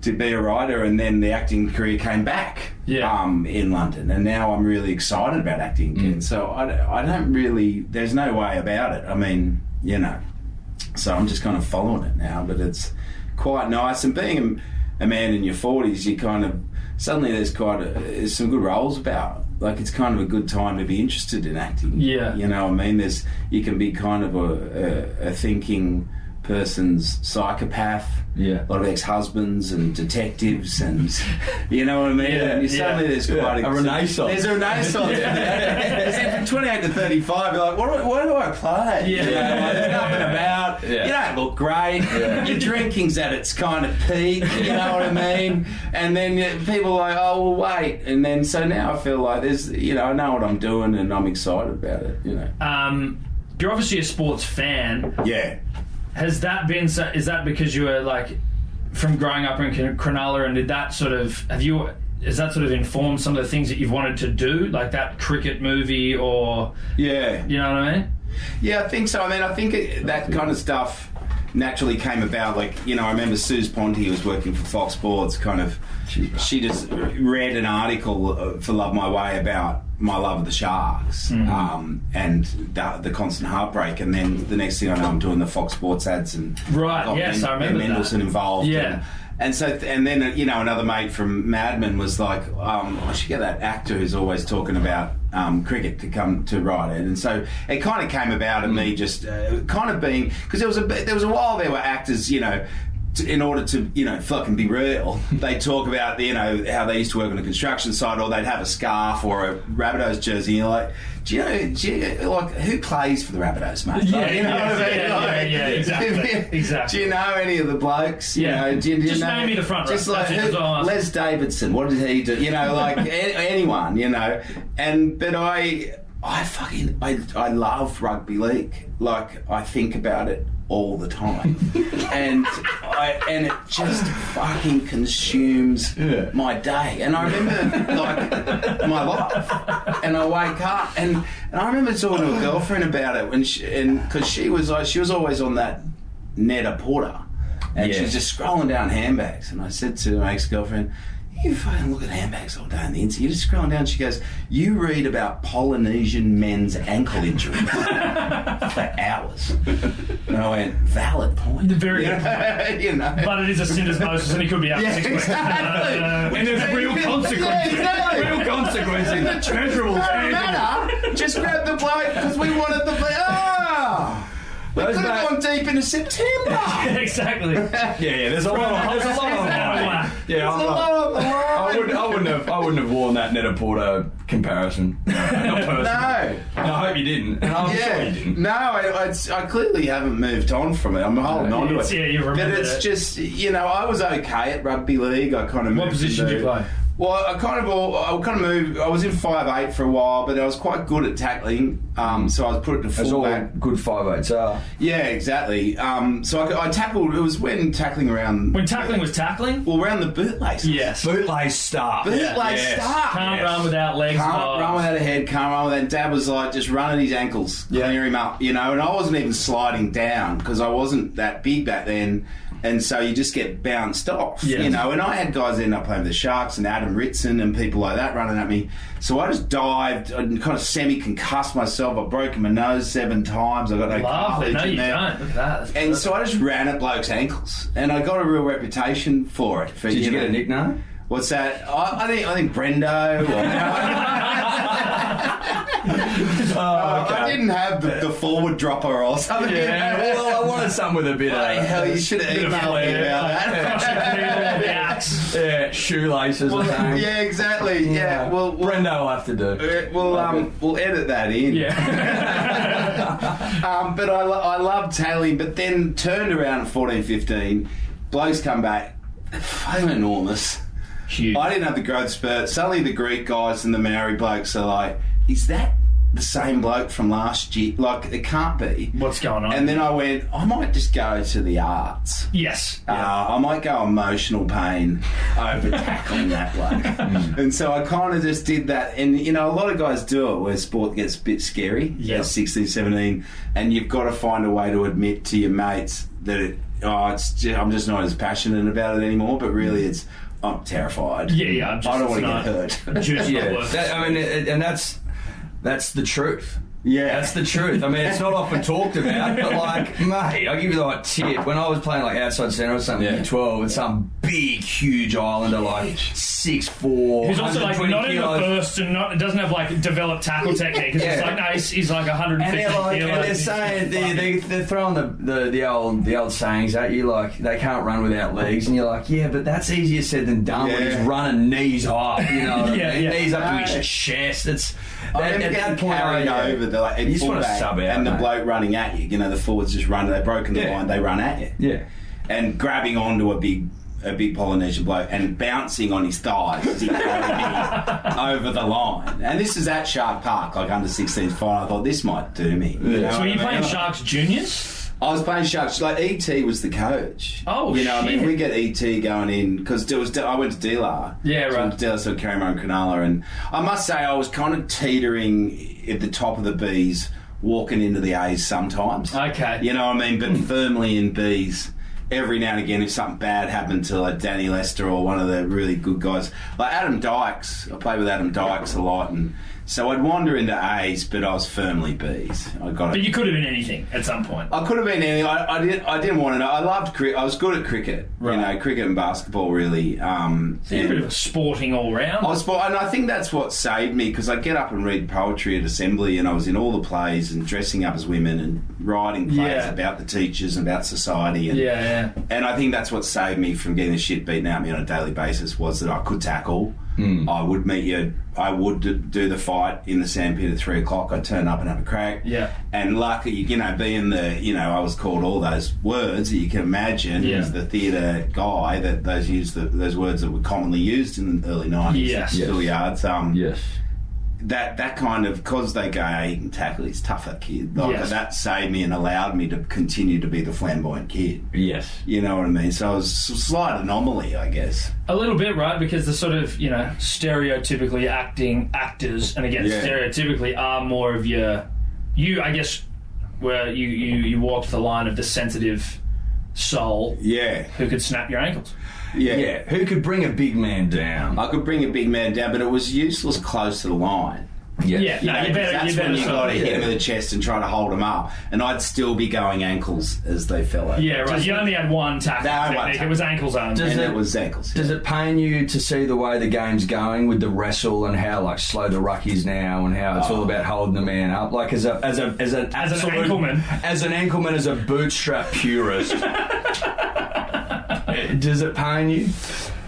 [SPEAKER 4] to be a writer, and then the acting career came back
[SPEAKER 2] Yeah.
[SPEAKER 4] um, in London, and now I'm really excited about acting again.
[SPEAKER 2] Mm.
[SPEAKER 4] So I, d- I don't really, there's no way about it. I mean, you know, so I'm just kind of following it now, but it's quite nice. And being a, a man in your 40s, you kind of suddenly there's quite a, there's some good roles about. Like it's kind of a good time to be interested in acting.
[SPEAKER 2] Yeah.
[SPEAKER 4] you know, what I mean, there's you can be kind of a, a, a thinking person's psychopath
[SPEAKER 3] Yeah.
[SPEAKER 4] a lot of ex-husbands and detectives and you know what I mean.
[SPEAKER 2] Yeah,
[SPEAKER 4] and you suddenly
[SPEAKER 2] yeah.
[SPEAKER 4] there's quite
[SPEAKER 3] A renaissance.
[SPEAKER 4] There's a renaissance. It's in from 28 to 35, you're like, what do, what do I play?
[SPEAKER 2] Yeah.
[SPEAKER 4] You know, like, there's nothing about.
[SPEAKER 3] Yeah.
[SPEAKER 4] You don't look great. Your drinking's at its kind of peak. You know what I mean? And then uh, people are like, oh, well, wait. And then so now I feel like there's, you know, I know what I'm doing and I'm excited about it. You know.
[SPEAKER 2] Um, you're obviously a sports fan.
[SPEAKER 4] Yeah.
[SPEAKER 2] Has that been? so- Is that because you were like from growing up in Cr- Cronulla, and did that sort of have you? Has that sort of informed some of the things that you've wanted to do, like that cricket movie, or
[SPEAKER 4] Yeah.
[SPEAKER 2] you know what I mean?
[SPEAKER 4] Yeah, I think so. I mean, I think it, that kind of stuff naturally came about. Like, you know, I remember Suze Ponte was working for Fox Sports, kind of. She just read an article uh, for Love My Way about my love of the Sharks
[SPEAKER 2] Mm-hmm.
[SPEAKER 4] um, and the, the constant heartbreak. And then the next thing I know, I'm doing the Fox Sports ads and
[SPEAKER 2] Right,
[SPEAKER 4] got
[SPEAKER 2] yes, I remember that.
[SPEAKER 4] Mendelsohn involved.
[SPEAKER 2] Yeah.
[SPEAKER 4] and- and so, and then uh, you know, another mate from Mad Men was like, um, "I should get that actor who's always talking about um, cricket to come to write it." And so it kind of came about, and
[SPEAKER 2] Mm.
[SPEAKER 4] me just uh, kind of being because there was a bit- there was a while there were actors, you know. t in order to, you know, fucking be real, they talk about, you know, how they used to work on a construction site, or they'd have a scarf or a Rabbitohs jersey. And you're like, do you know, do you, like, who plays for the Rabbitohs, mate?
[SPEAKER 2] Yeah,
[SPEAKER 4] Like, you know
[SPEAKER 2] yes,
[SPEAKER 4] what I mean?
[SPEAKER 2] yeah, yeah,
[SPEAKER 4] Like,
[SPEAKER 2] yeah, exactly,
[SPEAKER 4] do
[SPEAKER 2] exactly.
[SPEAKER 4] you know any of the blokes? You
[SPEAKER 2] Yeah.
[SPEAKER 4] know, do you, do you
[SPEAKER 2] Just
[SPEAKER 4] know-
[SPEAKER 2] name me the front row.
[SPEAKER 4] Just like
[SPEAKER 2] That's it,
[SPEAKER 4] who-
[SPEAKER 2] that's all I ask.
[SPEAKER 4] Les Davidson. What did he do? You know, like a- anyone. You know, and but I, I fucking I, I love rugby league. Like I think about it all the time, and I and it just fucking consumes my day. And I remember like my life, and I wake up and and I remember talking to a girlfriend about it when she, and because she was like she was always on that Netta Porter. And
[SPEAKER 3] Yeah.
[SPEAKER 4] she's just scrolling down handbags. And I said to my ex girlfriend, You fucking look at handbags all day on the Insta. You're just scrolling down. She goes, You read about Polynesian men's ankle injuries for hours. And I went, Valid point.
[SPEAKER 2] Very
[SPEAKER 4] you
[SPEAKER 2] good
[SPEAKER 4] know? you know?
[SPEAKER 2] But it is a syndesmosis, and it could be out for
[SPEAKER 4] Yeah,
[SPEAKER 2] six weeks. Uh,
[SPEAKER 4] exactly.
[SPEAKER 2] and there's real
[SPEAKER 4] Yeah,
[SPEAKER 2] consequences.
[SPEAKER 4] exactly.
[SPEAKER 2] Real consequences. Measurable.
[SPEAKER 4] Doesn't matter. Just grab the bloke because we wanted the. Ah! We
[SPEAKER 3] Those
[SPEAKER 4] could have
[SPEAKER 3] mate-
[SPEAKER 4] gone deep into September. yeah,
[SPEAKER 2] exactly.
[SPEAKER 3] yeah, there's a lot of there's a lot of
[SPEAKER 2] Yeah.
[SPEAKER 3] Yeah, I'm
[SPEAKER 4] a
[SPEAKER 3] not-
[SPEAKER 4] lot on the
[SPEAKER 3] I
[SPEAKER 4] line.
[SPEAKER 3] wouldn't, I wouldn't have I wouldn't have worn that Netta Porter comparison. No, not personally.
[SPEAKER 4] No.
[SPEAKER 3] No, I hope you didn't. And I'm
[SPEAKER 4] Yeah.
[SPEAKER 3] sure you didn't.
[SPEAKER 4] No, I, I, I clearly haven't moved on from it. I'm holding on to
[SPEAKER 2] It's-
[SPEAKER 4] it.
[SPEAKER 2] yeah, you
[SPEAKER 4] But
[SPEAKER 2] remembered
[SPEAKER 4] it's
[SPEAKER 2] it.
[SPEAKER 4] just, you know, I was okay at rugby league. I kind of
[SPEAKER 2] What position did you play?
[SPEAKER 4] Well, I kind of, all- I kind of moved. I was in five eight for a while, but I was quite good at tackling. Um, so I was put it to
[SPEAKER 3] As all
[SPEAKER 4] fullback.
[SPEAKER 3] good five eights Uh, are.
[SPEAKER 4] Yeah, exactly. Um, so I, I tackled. It was when tackling around.
[SPEAKER 2] When tackling was tackling.
[SPEAKER 4] well, around the bootlace.
[SPEAKER 2] Yes.
[SPEAKER 3] Bootlace star.
[SPEAKER 4] Bootlace
[SPEAKER 3] Yes.
[SPEAKER 4] start.
[SPEAKER 2] Can't
[SPEAKER 3] Yes.
[SPEAKER 2] run without legs.
[SPEAKER 4] Can't
[SPEAKER 2] vibes.
[SPEAKER 4] run without a head, can't run without. Dad was like, just running his ankles,
[SPEAKER 3] Yeah.
[SPEAKER 4] clear him up, you know. And I wasn't even sliding down because I wasn't that big back then. And so you just get bounced off,
[SPEAKER 2] Yeah.
[SPEAKER 4] you know. And I had guys end up playing with the Sharks and Adam Ritson and people like that running at me. So I just dived and kind of semi concussed myself. I broke my nose seven times. I got no
[SPEAKER 2] Lovely.
[SPEAKER 4] cartilage
[SPEAKER 2] No,
[SPEAKER 4] in
[SPEAKER 2] you
[SPEAKER 4] there.
[SPEAKER 2] don't. Look at that. That's
[SPEAKER 4] And so I just ran at blokes' ankles, and I got a real reputation for it. For,
[SPEAKER 3] Did you get
[SPEAKER 4] know,
[SPEAKER 3] a nickname?
[SPEAKER 4] What's that? I, I think I think Brendo. Or,
[SPEAKER 3] Oh,
[SPEAKER 4] I didn't have the, the forward dropper or something.
[SPEAKER 3] Yeah, well, I wanted something with a bit
[SPEAKER 4] Bloody
[SPEAKER 3] of.
[SPEAKER 4] hell, you should have
[SPEAKER 2] Bit of
[SPEAKER 4] emailed me
[SPEAKER 2] flair.
[SPEAKER 4] about that.
[SPEAKER 2] perfect. Axe.
[SPEAKER 3] Yeah, shoelaces or something.
[SPEAKER 4] yeah, exactly. Yeah, well, we'll,
[SPEAKER 3] Brendo will have to do.
[SPEAKER 4] uh, we'll, um, we'll edit that in.
[SPEAKER 2] Yeah.
[SPEAKER 4] Um, but I, lo- I love tailing, but then turned around at 14, 15, blokes come back, fucking enormous.
[SPEAKER 2] Huge.
[SPEAKER 4] I didn't have the growth spurt. Suddenly, the Greek guys and the Maori blokes are like, "Is that the same bloke from last year?" Like, it can't be.
[SPEAKER 2] What's going on?
[SPEAKER 4] And then I went, I might just go to the arts.
[SPEAKER 2] yes.
[SPEAKER 4] Uh, I might go emotional pain over tackling that
[SPEAKER 2] Hmm.
[SPEAKER 4] one. and so I kind of just did that. And, you know, a lot of guys do it where sport gets a bit scary
[SPEAKER 2] Yeah.
[SPEAKER 4] at 16, 17, and you've got to find a way to admit to your mates that it, oh, it's ju- I'm just not as passionate about it anymore, but really it's, I'm terrified.
[SPEAKER 2] Hmm. Yeah, yeah, I'm just-
[SPEAKER 4] I don't want to
[SPEAKER 2] it's not-
[SPEAKER 4] get hurt.
[SPEAKER 2] Juice
[SPEAKER 3] Yeah,
[SPEAKER 2] not worth
[SPEAKER 3] that- I mean, it, and that's that's the truth.
[SPEAKER 4] yeah.
[SPEAKER 3] That's the truth. I mean, it's not often talked about, but like, mate, I'll give you the hot tip. When I was playing like outside centre or something,
[SPEAKER 4] Yeah.
[SPEAKER 3] year 12, and some big, huge islander, like 6'4,
[SPEAKER 2] He's also like
[SPEAKER 3] 120
[SPEAKER 2] not in the
[SPEAKER 3] kilos.
[SPEAKER 2] first and not doesn't have like developed tackle technique. 'cause It's
[SPEAKER 3] Yeah.
[SPEAKER 2] like no, he's, he's like 150
[SPEAKER 3] And they're like,
[SPEAKER 2] kilos.
[SPEAKER 3] and they're saying they, they they're throwing the, the, the old the old sayings at you like they can't run without legs, and you're like, yeah, but that's easier said than done. When
[SPEAKER 4] Yeah.
[SPEAKER 3] he's running knees up, you know, what
[SPEAKER 2] Yeah,
[SPEAKER 3] I mean?
[SPEAKER 2] yeah.
[SPEAKER 3] knees up to
[SPEAKER 4] Right.
[SPEAKER 3] his chest. It's
[SPEAKER 4] I
[SPEAKER 3] that,
[SPEAKER 4] remember
[SPEAKER 3] at
[SPEAKER 4] getting
[SPEAKER 3] that point
[SPEAKER 4] carried
[SPEAKER 3] I-
[SPEAKER 4] over the like,
[SPEAKER 3] you just want to
[SPEAKER 4] fullback
[SPEAKER 3] sub out
[SPEAKER 4] and the
[SPEAKER 3] mate.
[SPEAKER 4] bloke running at you. You know, the forwards just run. They've broken the
[SPEAKER 3] Yeah.
[SPEAKER 4] line. They run at you.
[SPEAKER 3] Yeah.
[SPEAKER 4] and grabbing onto a big a big Polynesian bloke and bouncing on his thighs as he carried me over the line. And this is at Shark Park, like under 16s final. I thought this might do me. You know
[SPEAKER 2] So
[SPEAKER 4] what
[SPEAKER 2] were
[SPEAKER 4] I
[SPEAKER 2] you
[SPEAKER 4] mean?
[SPEAKER 2] playing Sharks juniors?
[SPEAKER 4] I was playing Sharks. Like ET was the coach.
[SPEAKER 2] Oh,
[SPEAKER 4] you know, I
[SPEAKER 2] shit.
[SPEAKER 4] mean, we get ET going in because there was I went to Dealar.
[SPEAKER 2] Yeah,
[SPEAKER 4] So I went
[SPEAKER 2] right.
[SPEAKER 4] to Dealar, so came around Cronulla, and I must say I was kind of teetering at the top of the B's, walking into the A's sometimes.
[SPEAKER 2] Okay. Hmm.
[SPEAKER 4] you know what I mean, but firmly in B's. Every now and again, if something bad happened to like Danny Lester or one of the really good guys, like Adam Dykes, I played with Adam Dykes a lot, and so I'd wander into A's, but I was firmly B's. I got it.
[SPEAKER 2] But you could have been anything at some point.
[SPEAKER 4] I could have been any. I, I didn't. I didn't want to know. I loved cricket. I was good at cricket.
[SPEAKER 2] Right.
[SPEAKER 4] You know, cricket and basketball really. Um,
[SPEAKER 2] You're a bit
[SPEAKER 4] and
[SPEAKER 2] of a sporting all round.
[SPEAKER 4] I was, bo- and I think that's what saved me because I get up and read poetry at assembly, and I was in all the plays and dressing up as women and writing plays
[SPEAKER 2] Yeah.
[SPEAKER 4] about the teachers and about society. And,
[SPEAKER 2] yeah, yeah.
[SPEAKER 4] and I think that's what saved me from getting the shit beaten out of me on a daily basis was that I could tackle.
[SPEAKER 2] Hmm.
[SPEAKER 4] I would meet you. I would d- do the fight in the sandpit at three o'clock. I'd turn up and have a crack.
[SPEAKER 2] Yeah.
[SPEAKER 4] And lucky, you know, being the, you know, I was called all those words that you can imagine
[SPEAKER 2] Yeah.
[SPEAKER 4] as the theatre guy that those used the, those words that were commonly used in the early nineties.
[SPEAKER 2] Yes.
[SPEAKER 4] Still yards. Um,
[SPEAKER 3] Yes.
[SPEAKER 4] that that kind of cause they go hey, you can tackle is tougher kid. Like,
[SPEAKER 2] Yes.
[SPEAKER 4] That saved me and allowed me to continue to be the flamboyant kid.
[SPEAKER 3] Yes.
[SPEAKER 4] You know what I mean? So it was a slight anomaly, I guess.
[SPEAKER 2] A little bit, right? Because the sort of, you know, stereotypically acting actors, and again,
[SPEAKER 4] Yeah.
[SPEAKER 2] stereotypically are more of your, you, I guess, where you, you, you walked the line of the sensitive soul
[SPEAKER 4] Yeah,
[SPEAKER 2] who could snap your ankles.
[SPEAKER 4] yeah.
[SPEAKER 3] Yeah. Who could bring a big man down?
[SPEAKER 4] I could bring a big man down, but it was useless close to the line.
[SPEAKER 2] Yeah, no, you better,
[SPEAKER 4] that's
[SPEAKER 2] you better
[SPEAKER 4] when you got to
[SPEAKER 2] stop.
[SPEAKER 4] hit him in the chest and try to hold him up. And I'd still be going ankles as they fell over.
[SPEAKER 2] Yeah, right. You only had one tackle
[SPEAKER 4] That
[SPEAKER 2] technique.
[SPEAKER 4] one
[SPEAKER 2] It
[SPEAKER 4] tackle.
[SPEAKER 2] was ankles only.
[SPEAKER 4] And it was ankles.
[SPEAKER 3] Does it pain you to see the way the game's going with the wrestle and how like slow the ruck is now and how it's all about holding the man up? Like as a as a as an
[SPEAKER 2] As an
[SPEAKER 3] absolute-
[SPEAKER 2] ankleman.
[SPEAKER 3] as an ankleman, as a bootstrap purist. Does it pain you?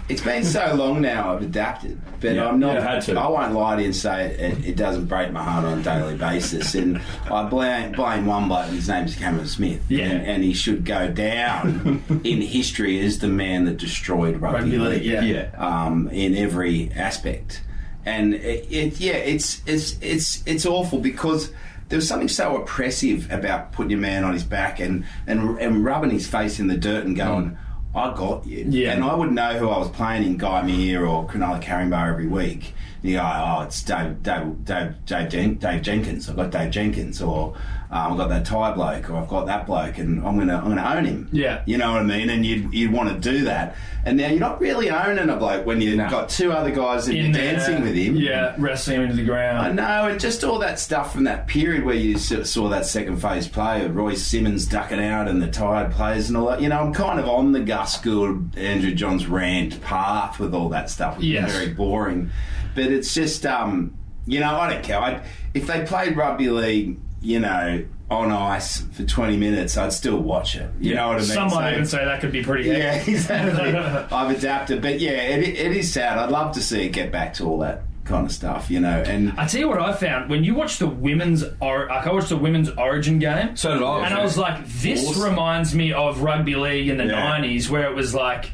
[SPEAKER 4] It's been so long now. I've adapted, but
[SPEAKER 3] Yeah,
[SPEAKER 4] I'm not.
[SPEAKER 3] you've had to.
[SPEAKER 4] I won't lie to you and say it, it, it doesn't break my heart on a daily basis. And I blame, blame one bloke. His name's Cameron Smith.
[SPEAKER 2] Yeah.
[SPEAKER 4] and, and he should go down in history as the man that destroyed
[SPEAKER 2] Rugby
[SPEAKER 4] rugby,
[SPEAKER 2] league, yeah.
[SPEAKER 3] Yeah.
[SPEAKER 4] um, in every aspect. And it, it, yeah, it's it's it's it's awful because there was something so oppressive about putting your man on his back and and and rubbing his face in the dirt and going. I got you.
[SPEAKER 2] Yeah.
[SPEAKER 4] And I would know who I was playing in Guy Meir or Cronulla Carringbar every week. And you go, oh, it's Dave, Dave, Dave, Dave, Jen- Dave Jenkins. I've got Dave Jenkins, or um, I've got that Thai bloke, or I've got that bloke, and I'm gonna, I'm gonna own him.
[SPEAKER 2] Yeah.
[SPEAKER 4] you know what I mean. And you'd, you'd want to do that. And now you're not really owning a bloke when you've
[SPEAKER 3] No.
[SPEAKER 4] got two other guys and
[SPEAKER 2] In
[SPEAKER 4] you're
[SPEAKER 2] there.
[SPEAKER 4] dancing with him.
[SPEAKER 2] Yeah, wrestling him into the
[SPEAKER 4] I
[SPEAKER 2] ground.
[SPEAKER 4] know, and just all that stuff from that period where you s- saw that second phase play of Roy Simmons ducking out and the tired players and all that. You know, I'm kind of on the Gus Gould, Andrew Johns rant path with all that stuff, which
[SPEAKER 2] Yes.
[SPEAKER 4] is very boring. But it's just, um, you know, I don't care. I'd, if they played rugby league, you know, on ice for 20 minutes, I'd still watch it. You know what I mean?
[SPEAKER 2] Some might
[SPEAKER 4] So-
[SPEAKER 2] even say that could be pretty.
[SPEAKER 4] yeah, exactly. I've adapted, but yeah, it, it is sad. I'd love to see it get back to all that kind of stuff, you know. And
[SPEAKER 2] I tell you what I found when you watch the women's or like I watched the women's Origin game.
[SPEAKER 3] So did I.
[SPEAKER 2] and I was like, this
[SPEAKER 3] Awesome.
[SPEAKER 2] reminds me of rugby league in the
[SPEAKER 4] Yeah.
[SPEAKER 2] nineties, where it was like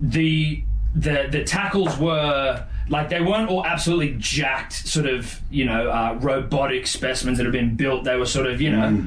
[SPEAKER 2] the the the tackles were like they weren't all absolutely jacked, sort of you know uh, robotic specimens that have been built. They were sort of you know.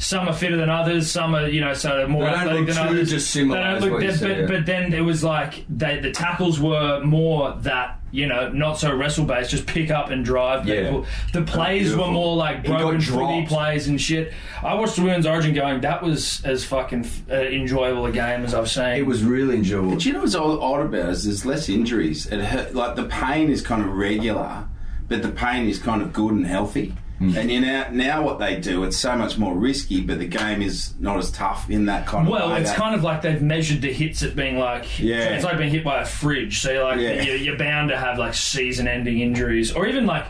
[SPEAKER 2] Some are fitter than others. Some are, you know, so they're more
[SPEAKER 3] Mm. They don't
[SPEAKER 2] athletic
[SPEAKER 3] look
[SPEAKER 2] than
[SPEAKER 3] too
[SPEAKER 2] others.
[SPEAKER 3] dissimilar,
[SPEAKER 2] They don't
[SPEAKER 3] is
[SPEAKER 2] look-
[SPEAKER 3] what you
[SPEAKER 2] but-
[SPEAKER 3] said, yeah.
[SPEAKER 2] but then it was like they, the tackles were more that you know not so wrestle based, just pick up and drive.
[SPEAKER 3] Yeah.
[SPEAKER 2] people. The plays were
[SPEAKER 3] Beautiful.
[SPEAKER 2] more like
[SPEAKER 3] got
[SPEAKER 2] broken footy
[SPEAKER 3] dropped.
[SPEAKER 2] plays and shit. I watched the women's origin going. That was as fucking uh, enjoyable a game as I've seen.
[SPEAKER 3] It was really enjoyable.
[SPEAKER 4] Do you know what's all odd about it is there's less injuries. It hurt, like the pain is kind of regular, but the pain is kind of good and healthy.
[SPEAKER 3] Hmm.
[SPEAKER 4] And you know now what they do, it's so much more risky, but the game is not as tough in that kind of
[SPEAKER 2] Well,
[SPEAKER 4] way.
[SPEAKER 2] it's
[SPEAKER 4] They-
[SPEAKER 2] kind of like they've measured the hits at being like,
[SPEAKER 4] Yeah.
[SPEAKER 2] it's like being hit by a fridge. So you're like,
[SPEAKER 4] Yeah.
[SPEAKER 2] you're, you're bound to have like season-ending injuries, or even like,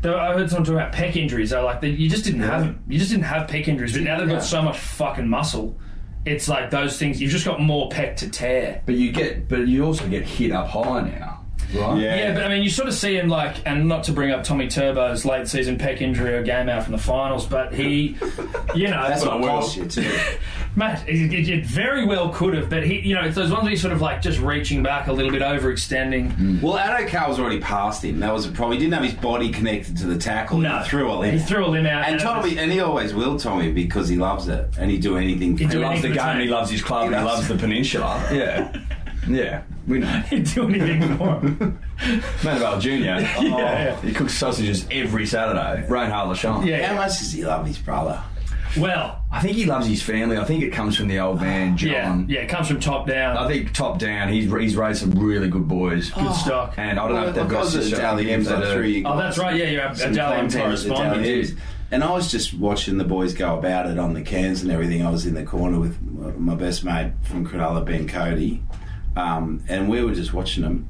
[SPEAKER 2] though I heard someone talk about pec injuries. They're like, you just didn't have them. You just didn't have pec injuries, but now they've
[SPEAKER 4] Yeah.
[SPEAKER 2] got so much fucking muscle. It's like those things. You've just got more pec to tear.
[SPEAKER 3] But you get, but you also get hit up high now, right?
[SPEAKER 4] yeah.
[SPEAKER 2] Yeah, but I mean, you sort of see him like, and not to bring up Tommy Turbo's late season pec injury or game out from the finals, but he, you know,
[SPEAKER 4] that's what costs you too.
[SPEAKER 2] Matt, it, it- it very well could have, but he, you know, it's those ones where he's sort of like just reaching back a little bit, overextending.
[SPEAKER 4] well, Addo Carr was already past him. That was a problem. He didn't have his body connected to the tackle.
[SPEAKER 2] No,
[SPEAKER 4] he threw a limb.
[SPEAKER 2] He threw a limb out,
[SPEAKER 4] And
[SPEAKER 2] it was-
[SPEAKER 4] Tommy, and he always will, Tommy, because he loves it and he'd do anything for
[SPEAKER 2] He'd
[SPEAKER 4] it.
[SPEAKER 2] do
[SPEAKER 3] He loves the game. He loves his club.
[SPEAKER 4] He
[SPEAKER 3] and He loves
[SPEAKER 4] loves-
[SPEAKER 3] the peninsula. Yeah, yeah. We know.
[SPEAKER 2] he'd do anything for him.
[SPEAKER 3] Manavale Junior. Oh,
[SPEAKER 2] yeah.
[SPEAKER 3] He cooks sausages every Saturday. Reinhard Lachon.
[SPEAKER 2] Yeah.
[SPEAKER 4] How much does he love his brother?
[SPEAKER 2] Well,
[SPEAKER 3] I think he loves his family. I think it comes from the old man
[SPEAKER 2] yeah,
[SPEAKER 3] John.
[SPEAKER 2] yeah, it comes from top down.
[SPEAKER 3] I think top down, he's he's raised some really good boys.
[SPEAKER 2] good
[SPEAKER 4] Oh.
[SPEAKER 2] stock.
[SPEAKER 3] And I don't know if they've
[SPEAKER 4] Look, I
[SPEAKER 3] got a
[SPEAKER 4] was at
[SPEAKER 3] sister.
[SPEAKER 4] Daly M's,
[SPEAKER 3] They
[SPEAKER 4] I
[SPEAKER 3] do.
[SPEAKER 4] threw you
[SPEAKER 2] oh,
[SPEAKER 4] guys
[SPEAKER 2] that's right. Yeah, you're a, a
[SPEAKER 4] some
[SPEAKER 2] Dalian
[SPEAKER 4] content at the
[SPEAKER 2] correspondent.
[SPEAKER 4] Daily M's. And I was just watching the boys go about it on the cans and everything. I was in the corner with my- my best mate from Cronulla, Ben Cody, um, and we were just watching them.